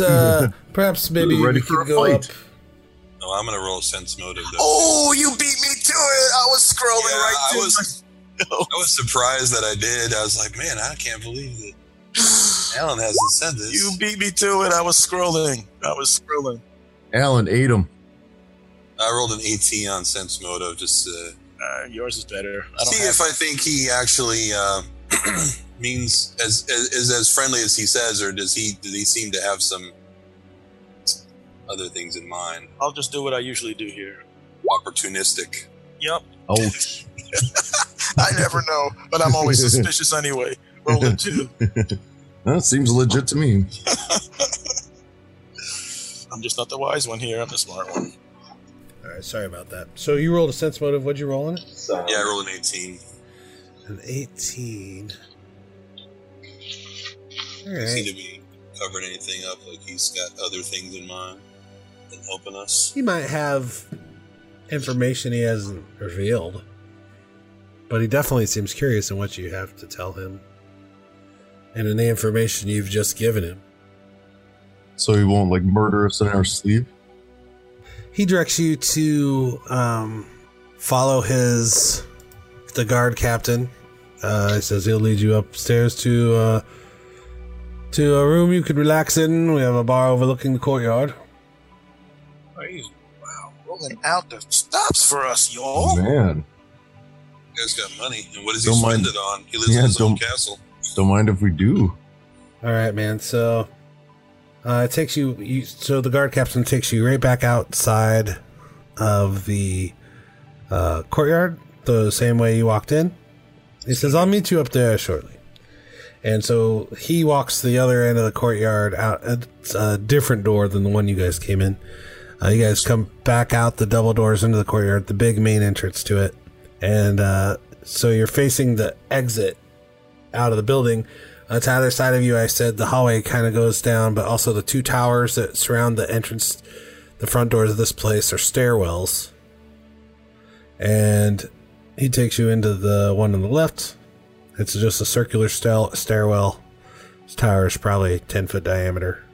Speaker 2: uh, perhaps maybe
Speaker 1: Ready
Speaker 2: we
Speaker 1: for
Speaker 2: can
Speaker 1: a
Speaker 2: go
Speaker 1: fight.
Speaker 2: up.
Speaker 3: No, I'm gonna roll a sense motive. Though.
Speaker 5: oh, you beat me to it. I was
Speaker 3: Yeah,
Speaker 5: scrolling right
Speaker 3: I
Speaker 5: through.
Speaker 3: was. I was surprised that I did. I was like, man, I can't believe that Alan hasn't said this.
Speaker 5: You beat me to it. I was scrolling. I was scrolling.
Speaker 1: Alan ate him.
Speaker 3: I rolled an 18 on sense motive just to
Speaker 5: Uh, yours is better. I don't
Speaker 3: see
Speaker 5: have
Speaker 3: if I think he actually uh, means as, as is as friendly as he says, or does he does he seem to have some other things in mind?
Speaker 5: I'll just do what I usually do here.
Speaker 3: Opportunistic.
Speaker 5: Yep.
Speaker 1: Oh,
Speaker 5: I never know, but I'm always suspicious anyway. Rolling two.
Speaker 1: that seems legit to me.
Speaker 5: I'm just not the wise one here. I'm the smart one.
Speaker 2: All right, sorry about that. So you rolled a sense motive. What'd you roll on it?
Speaker 4: So,
Speaker 3: Yeah, I rolled an 18.
Speaker 2: An eighteen. All
Speaker 3: Does he
Speaker 2: right.
Speaker 3: to be covering anything up? Like he's got other things in mind than helping us.
Speaker 2: He might have information he hasn't revealed, but he definitely seems curious in what you have to tell him, and in the information you've just given him.
Speaker 1: So he won't like murder us in our sleep.
Speaker 2: He directs you to um, follow his the guard captain. Uh, he says he'll lead you upstairs to uh, to a room you could relax in. We have a bar overlooking the courtyard.
Speaker 5: Crazy. Wow. Rolling out the stops for us, y'all.
Speaker 1: man,
Speaker 3: Guy's got money, and what does he
Speaker 1: Don't
Speaker 3: spend
Speaker 1: mind-
Speaker 3: it on? He lives
Speaker 1: Yeah,
Speaker 3: in his own
Speaker 1: don't-
Speaker 3: castle.
Speaker 1: don't mind if we do.
Speaker 2: All right, man. So uh, it takes you, you. So the guard captain takes you right back outside of the uh, courtyard, the same way you walked in. He says, "I'll meet you up there shortly." And so he walks the other end of the courtyard out. It's a different door than the one you guys came in. Uh, you guys come back out the double doors into the courtyard, the big main entrance to it, and uh, so you're facing the exit out of the building. Uh, to either side of you, I said the hallway kind of goes down, but also the two towers that surround the entrance the front doors of this place are stairwells. And he takes you into the one on the left. It's just a circular stair- stairwell. This tower is probably 10 foot diameter.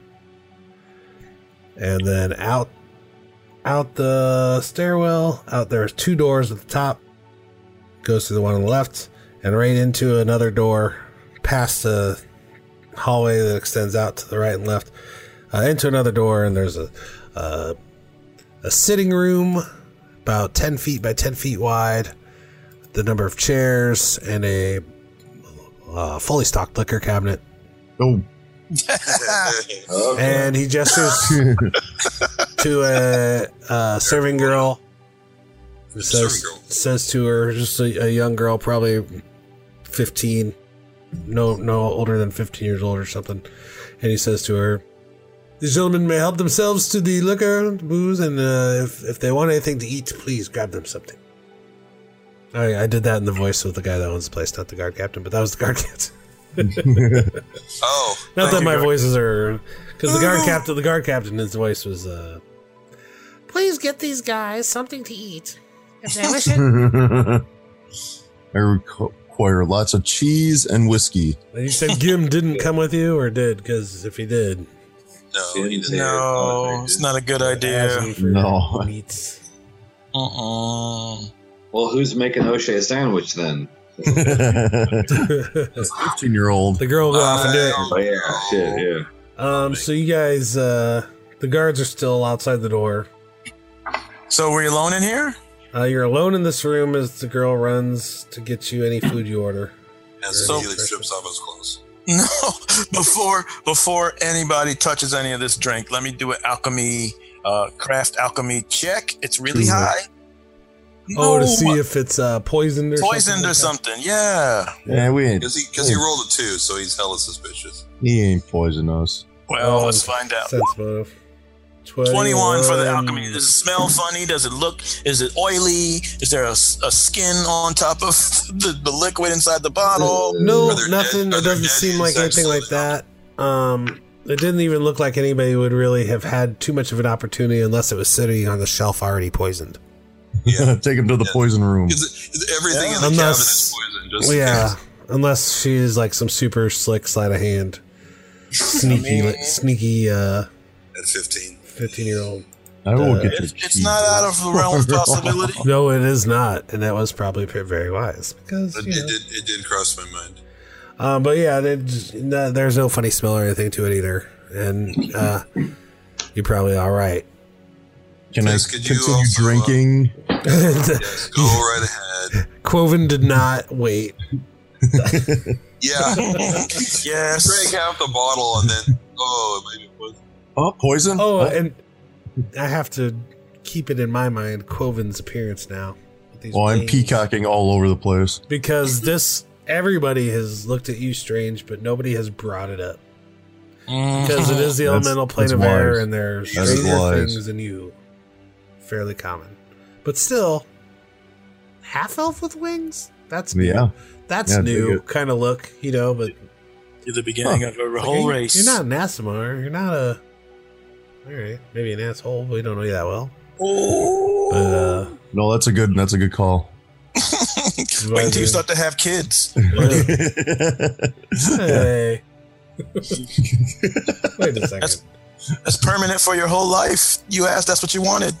Speaker 2: And then out out the stairwell, out there's two doors at the top. Goes through the one on the left and right into another door past the hallway that extends out to the right and left uh, into another door and there's a uh, a sitting room about 10 feet by 10 feet wide the number of chairs and a uh, fully stocked liquor cabinet
Speaker 1: Oh,
Speaker 2: and he gestures to a, a serving girl who says,
Speaker 3: Serving girl.
Speaker 2: says to her just a, a young girl probably 15 no no older than 15 years old or something and he says to her these gentlemen may help themselves to the liquor booze and uh, if, if they want anything to eat please grab them something I, I did that in the voice of the guy that owns the place not the guard captain but that was the guard captain
Speaker 3: Oh,
Speaker 2: Not that
Speaker 3: thank
Speaker 2: my
Speaker 3: you.
Speaker 2: voices are, because the
Speaker 5: Uh-huh.
Speaker 2: guard captain, the guard captain, his voice was. uh
Speaker 7: Please get these guys something to eat. If they wish it,
Speaker 1: I require lots of cheese and whiskey.
Speaker 2: You said Gim didn't come with you, or did? Because if he did,
Speaker 3: No, he didn't.
Speaker 5: No, it's not a good
Speaker 2: ask
Speaker 5: idea.
Speaker 2: me for
Speaker 1: No.
Speaker 2: meats.
Speaker 5: Uh-uh.
Speaker 4: Well, who's making O'Shea a sandwich then?
Speaker 2: the
Speaker 1: Fifteen-year-old.
Speaker 2: girl will go off and do it.
Speaker 4: Oh yeah, shit, yeah.
Speaker 5: Uh,
Speaker 2: Um, so you guys, uh the guards are still outside the door.
Speaker 5: So were you alone in here?
Speaker 2: Uh, you're alone in this room as the girl runs to get you any food you order.
Speaker 3: And
Speaker 2: So-
Speaker 3: Helix strips off his clothes.
Speaker 5: No. Before before anybody touches any of this drink, let me do an alchemy uh, craft alchemy check. It's really
Speaker 2: Ooh.
Speaker 5: high.
Speaker 2: Oh, to
Speaker 5: No,
Speaker 2: see
Speaker 5: my-
Speaker 2: if it's uh, poisoned or
Speaker 5: poisoned
Speaker 2: something like
Speaker 5: or
Speaker 2: that.
Speaker 5: something. Yeah.
Speaker 1: Yeah, we ain't,
Speaker 3: Because he, cause he rolled a two, so he's hella suspicious.
Speaker 1: he ain't poison us.
Speaker 5: Well,
Speaker 2: Oh,
Speaker 5: let's find out.
Speaker 2: Sense motive.
Speaker 5: 21 for the
Speaker 2: 21.
Speaker 5: alchemy. Does it smell funny? Does it look? Is it oily? Is there a, s- a skin on top of the, the liquid inside the bottle?
Speaker 2: No,
Speaker 3: Are there
Speaker 2: nothing.
Speaker 3: dead- are
Speaker 2: it
Speaker 3: there
Speaker 2: doesn't
Speaker 3: dead
Speaker 2: seem like
Speaker 3: insects
Speaker 2: anything like that. Um, it didn't even look like anybody would really have had too much of an opportunity unless it was sitting on the shelf already poisoned.
Speaker 3: Yeah.
Speaker 1: Take him to the poison room.
Speaker 3: 'Cause it- everything in the
Speaker 2: Unless-
Speaker 3: cabinet is poison. Just in
Speaker 2: yeah,
Speaker 3: case.
Speaker 2: unless she's like some super slick sleight of hand, sneaky,
Speaker 5: I mean-
Speaker 2: sneaky uh,
Speaker 3: At 15.
Speaker 2: fifteen year old.
Speaker 1: I will
Speaker 2: Uh,
Speaker 1: get you.
Speaker 5: It's, it's not out of the realm of
Speaker 3: Oh.
Speaker 5: possibility.
Speaker 2: No, it is not, and that was probably pre- very wise because.
Speaker 3: It,
Speaker 2: You
Speaker 3: it,
Speaker 2: know.
Speaker 3: did, it did cross my mind.
Speaker 2: Um, but yeah, it, just- no, there's no funny smell or anything to it either, and uh, you're probably all right.
Speaker 1: Can I
Speaker 3: Yes, could you
Speaker 1: continue
Speaker 3: also, uh,
Speaker 1: drinking?
Speaker 3: Yes, go right ahead.
Speaker 2: Quoven did not wait
Speaker 3: Yeah. Drink
Speaker 5: yes.
Speaker 3: half the bottle and then, oh, it might be poison.
Speaker 1: oh, poison!
Speaker 2: Oh, and I have to keep it in my mind Quoven's appearance now. with these
Speaker 1: well, oh, I'm
Speaker 2: wings.
Speaker 1: peacocking all over the place.
Speaker 2: Because this, everybody has looked at you strange, but nobody has brought it up. Because it is the
Speaker 1: Mm-hmm. That's-
Speaker 2: elemental plane
Speaker 1: that's
Speaker 2: of air,
Speaker 1: wise.
Speaker 2: and there's
Speaker 1: That's
Speaker 2: stranger
Speaker 1: wise.
Speaker 2: things than you. Fairly common. But still, half elf with wings? That's new.
Speaker 1: Yeah,
Speaker 2: That's
Speaker 1: Yeah, dig
Speaker 2: new
Speaker 1: it.
Speaker 2: kind of look, you know, but
Speaker 5: You're the beginning of a whole
Speaker 2: Like, you-
Speaker 5: race.
Speaker 2: You're not an Asimar. You're not a. All right, maybe an asshole. but We don't know you that well. But, uh,
Speaker 1: no, that's a good. That's a good call.
Speaker 5: Wait until you start to have kids.
Speaker 2: hey. Wait a second.
Speaker 5: That's- That's permanent for your whole life. You asked, that's what you wanted.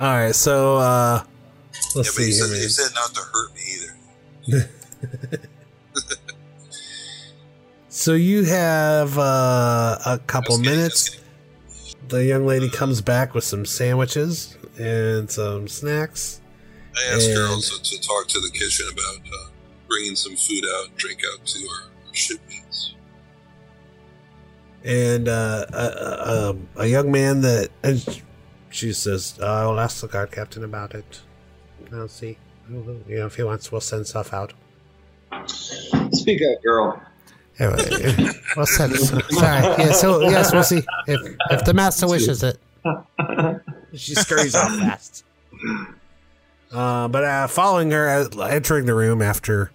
Speaker 2: All right, so uh,
Speaker 3: Yeah,
Speaker 2: let's
Speaker 3: but he
Speaker 2: see.
Speaker 3: said,
Speaker 2: Here,
Speaker 3: he
Speaker 2: man.
Speaker 3: said not to hurt me either.
Speaker 2: so you have uh, a couple
Speaker 3: Just kidding,
Speaker 2: minutes.
Speaker 3: just
Speaker 2: The young lady comes back with some sandwiches and some snacks.
Speaker 3: kidding. I asked her
Speaker 2: And-
Speaker 3: also to talk to the kitchen about uh, bringing some food out, drink out to our shipmates.
Speaker 2: and uh, a, a, a young man that and she says i'll ask the guard captain about it i'll see you know if he wants we'll send stuff out
Speaker 4: Speak up, girl.
Speaker 7: anyway, we'll send. Sorry. Yes. So yes, we'll see if if the master wishes it. She scurries off fast.
Speaker 2: uh, but uh, following her uh, entering the room after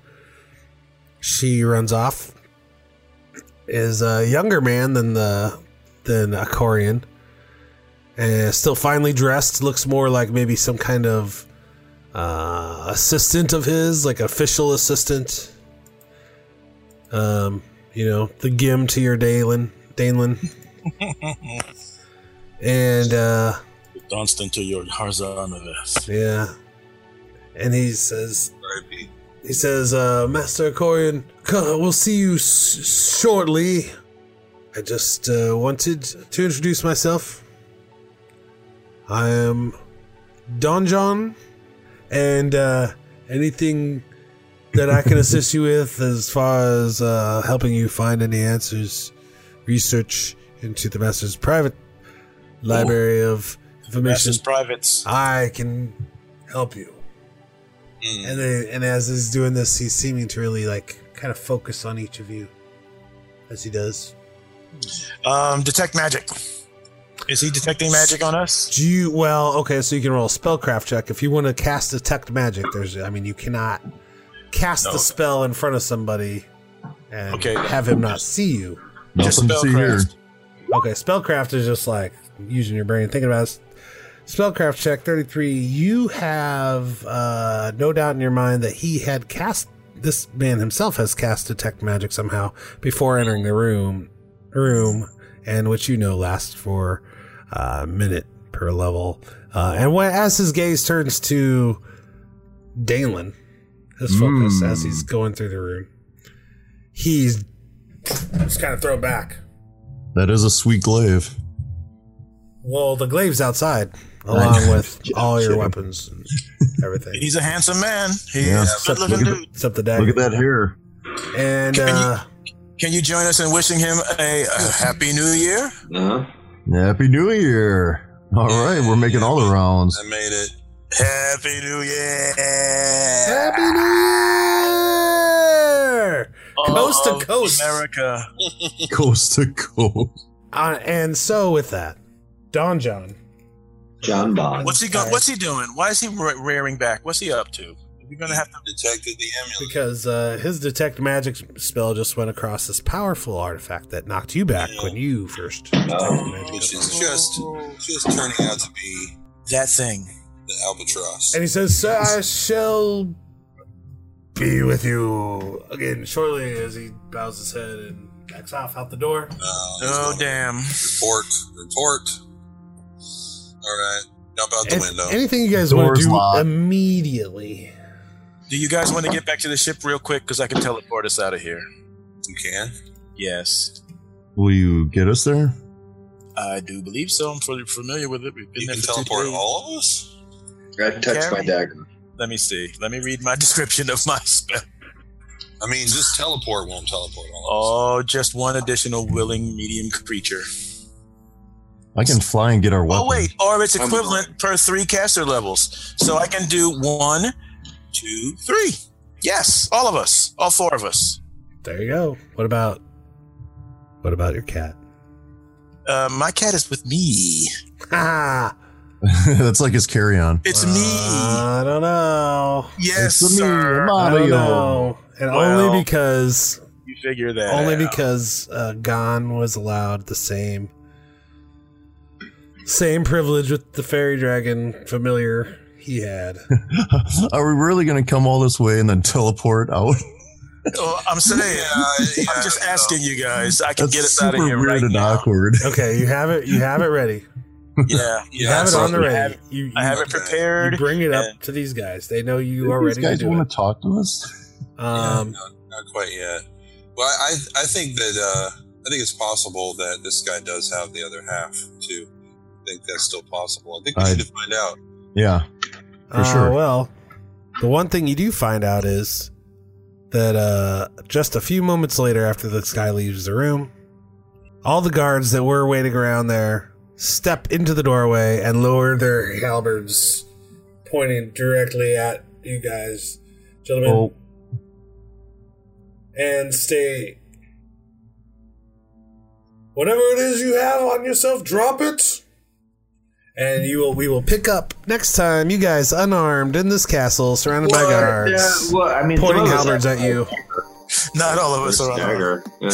Speaker 2: she runs off is a younger man than the than a Corian Uh, still finely dressed, looks more like maybe some kind of uh, assistant of his, like official assistant. Um, you know, the gim to your Dalen, Danelin. and uh,
Speaker 8: Danced into your Harzanaveth.
Speaker 2: yeah, and he says,
Speaker 3: R.I.P.
Speaker 2: he says, uh, Master Corian, c- we'll see you s- shortly. I just uh, wanted to introduce myself. I am Don John, and uh, anything that I can assist you with as far as uh, helping you find any answers, research into the Master's private library of information.
Speaker 8: Master's privates.
Speaker 2: I can help you.
Speaker 3: Mm.
Speaker 2: And then, and as he's doing this, he's seeming to really like kind of focus on each of you as he does.
Speaker 5: Um, detect magic. Is he detecting magic on us?
Speaker 2: Do you well? Okay, so you can roll a spellcraft check if you want to cast detect magic. There's, I mean, you cannot cast
Speaker 8: No.
Speaker 2: the spell in front of somebody and
Speaker 8: Okay.
Speaker 2: have him not see you.
Speaker 1: Nothing to see here.
Speaker 5: spellcraft.
Speaker 2: Okay, spellcraft is just like using your brain, thinking about it. Spellcraft check 33. You have uh, no doubt in your mind that he had cast, this man himself has cast detect magic somehow before entering the room, room, and which you know lasts for uh, a minute per level. Uh, and when, as his gaze turns to Dalen, his focus
Speaker 1: Mm.
Speaker 2: as he's going through the room, he's just kind of thrown back.
Speaker 1: That is a sweet glaive.
Speaker 2: Well, the glaive's outside,
Speaker 1: Oh,
Speaker 2: along with all your
Speaker 1: kidding.
Speaker 2: weapons and everything,
Speaker 5: He's a handsome man. He's
Speaker 1: Yeah.
Speaker 5: a good looking
Speaker 1: Look at
Speaker 5: dude.
Speaker 2: except the
Speaker 1: Look
Speaker 2: dagger.
Speaker 1: at that hair.
Speaker 2: And
Speaker 5: Can you-
Speaker 2: uh,
Speaker 5: Can you join us in wishing him a, a happy new year?
Speaker 4: Uh-huh.
Speaker 1: Happy New Year. All right, we're making all the rounds.
Speaker 3: I made it.
Speaker 5: Happy New Year!
Speaker 2: Happy New Year! Coast to
Speaker 5: Of
Speaker 2: coast.
Speaker 5: America.
Speaker 1: Coast to coast.
Speaker 2: Uh, and so with that, Don John. Uh,
Speaker 4: John Don.
Speaker 5: What's he going? What's he doing? Why is he re- rearing back? What's he up to? We're gonna have to.
Speaker 3: Detected the amulet.
Speaker 2: Because uh, his detect magic spell just went across this powerful artifact that knocked you back when you first. detected
Speaker 5: Oh,
Speaker 2: magic.
Speaker 3: Which is just just turning out to be
Speaker 5: That thing.
Speaker 3: the albatross.
Speaker 2: And he says, Sir, I shall be with you again shortly as he bows his head and backs off out the door.
Speaker 3: Uh,
Speaker 5: Oh damn!
Speaker 3: Report. Report. All right. Jump out the
Speaker 2: An-
Speaker 3: window.
Speaker 2: Anything you guys want
Speaker 1: Door's
Speaker 2: to do
Speaker 1: locked.
Speaker 2: immediately?
Speaker 5: Do you guys want to get back to the ship real quick? Because I can teleport us out of here.
Speaker 3: you can.
Speaker 5: Yes,
Speaker 1: Will you get us there?
Speaker 5: I do believe so. I'm fully familiar with it. We've been
Speaker 3: You
Speaker 5: there
Speaker 3: can
Speaker 5: for two
Speaker 3: teleport
Speaker 5: days.
Speaker 3: all of us.
Speaker 4: I touched my dagger.
Speaker 5: Let me see. Let me read my description of my spell.
Speaker 3: I mean, just teleport won't teleport all of us.
Speaker 5: Oh, just one additional willing medium creature.
Speaker 1: I can fly and get our weapon.
Speaker 5: Oh wait, or it's
Speaker 4: I'm
Speaker 5: equivalent per three caster levels. So I can do one, two, three. Yes, all of us, all four of us.
Speaker 2: There you go. What about what about your cat?
Speaker 5: Uh, my cat is with me.
Speaker 2: Ah,
Speaker 1: That's like his carry-on.
Speaker 5: It's
Speaker 4: Uh,
Speaker 5: me.
Speaker 2: I don't know.
Speaker 5: Yes,
Speaker 1: it's
Speaker 5: sir.
Speaker 2: I don't
Speaker 1: Mario.
Speaker 2: know. And
Speaker 5: Well-
Speaker 2: only because
Speaker 5: You figure that.
Speaker 2: only
Speaker 5: out.
Speaker 2: because uh, Gon was allowed the same same privilege with the fairy dragon familiar he had.
Speaker 1: Are we really going to come all this way and then teleport out?
Speaker 5: Oh, I'm saying.
Speaker 3: Yeah, yeah,
Speaker 5: I'm just
Speaker 3: I don't
Speaker 5: asking you guys. I can
Speaker 1: That's
Speaker 5: get us out
Speaker 1: super
Speaker 5: of here
Speaker 1: weird
Speaker 5: right
Speaker 1: and
Speaker 5: now.
Speaker 1: awkward.
Speaker 2: Okay, you have it. You have it ready.
Speaker 5: Yeah,
Speaker 2: You
Speaker 3: Yeah,
Speaker 2: have it
Speaker 3: so
Speaker 2: on the
Speaker 3: we
Speaker 2: ready.
Speaker 5: have-
Speaker 2: You, you,
Speaker 5: I have it
Speaker 3: Okay.
Speaker 2: you
Speaker 5: prepared.
Speaker 2: bring it up to these guys. They know you are
Speaker 1: These
Speaker 2: ready to
Speaker 1: guys
Speaker 2: do
Speaker 1: want
Speaker 2: it.
Speaker 1: to talk to us?
Speaker 3: Yeah,
Speaker 2: Um,
Speaker 3: no, not quite yet. Well, I I think that uh, I think it's possible that this guy does have the other half too. I think that's still possible. I think we
Speaker 1: I-
Speaker 3: need to find out.
Speaker 1: Yeah. For
Speaker 2: Uh,
Speaker 1: sure.
Speaker 2: Well, the one thing you do find out is that uh, just a few moments later, after this guy leaves the room, all the guards that were waiting around there step into the doorway and lower their halberds, pointing directly at you guys, gentlemen,
Speaker 1: Oh,
Speaker 2: and stay. Whatever it is you have on yourself, drop it. And you will. We will pick up next time. You guys unarmed in this castle, surrounded by guards,
Speaker 4: Yeah, well, I mean,
Speaker 2: pointing
Speaker 4: some of us
Speaker 2: halberds
Speaker 4: have
Speaker 2: at you.
Speaker 5: Not all of us
Speaker 4: this
Speaker 5: are on.
Speaker 4: dagger. Yeah.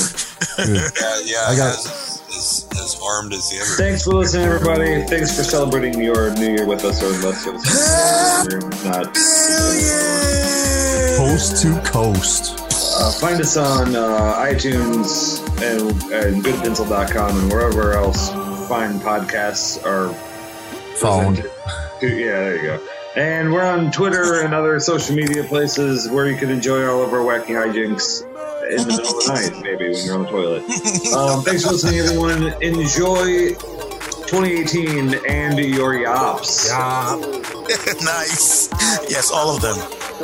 Speaker 1: dude.
Speaker 3: Yeah, yeah.
Speaker 1: I got-
Speaker 3: his, his, his armed as the other.
Speaker 4: Thanks for listening, everybody. Thanks for celebrating your New Year with us, or unless it was not.
Speaker 1: Coast to coast.
Speaker 4: Uh, find us on uh, iTunes and, and goodpencil.com and wherever else fine podcasts are
Speaker 1: Found.
Speaker 4: presented. Yeah, there you go. And we're on Twitter and other social media places where you can enjoy all of our wacky hijinks in the middle of the night, maybe when you're on the toilet. Um, thanks for listening, everyone. Enjoy 2018 and your yops.
Speaker 5: nice. Yes, all of them.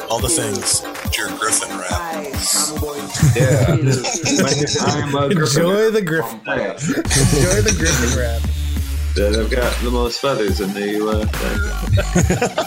Speaker 5: All the things.
Speaker 3: Your Griffin rap.
Speaker 4: Yeah. I'm a griffin.
Speaker 2: Enjoy the griffin.
Speaker 4: Yeah.
Speaker 2: Enjoy the griffin rap.
Speaker 4: that I've got the most feathers in the uh, thing.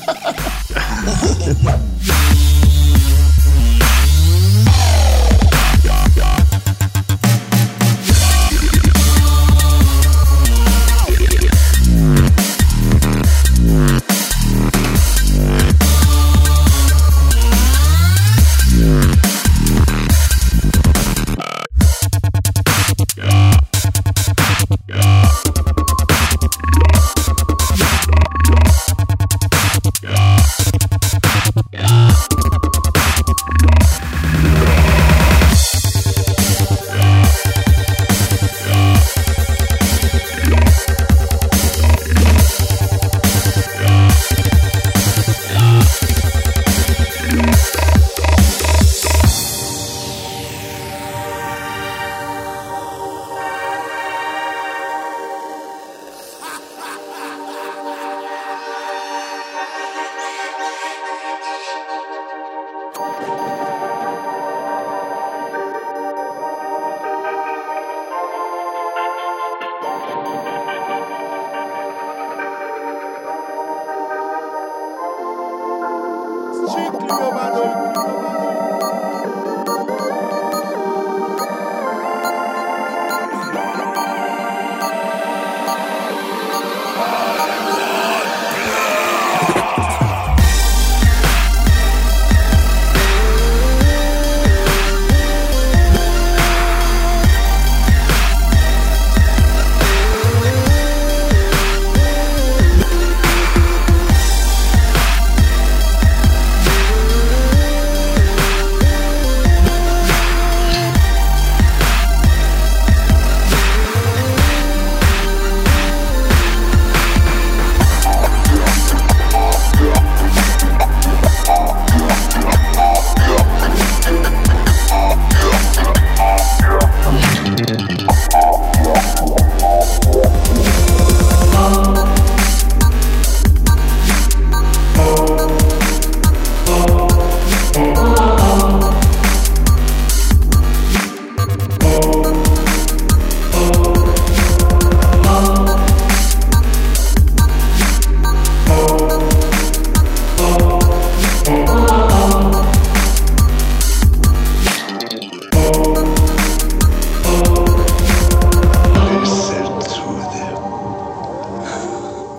Speaker 9: Listen to them.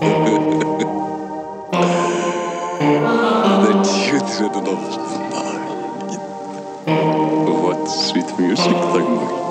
Speaker 6: the children of the night. What sweet music language.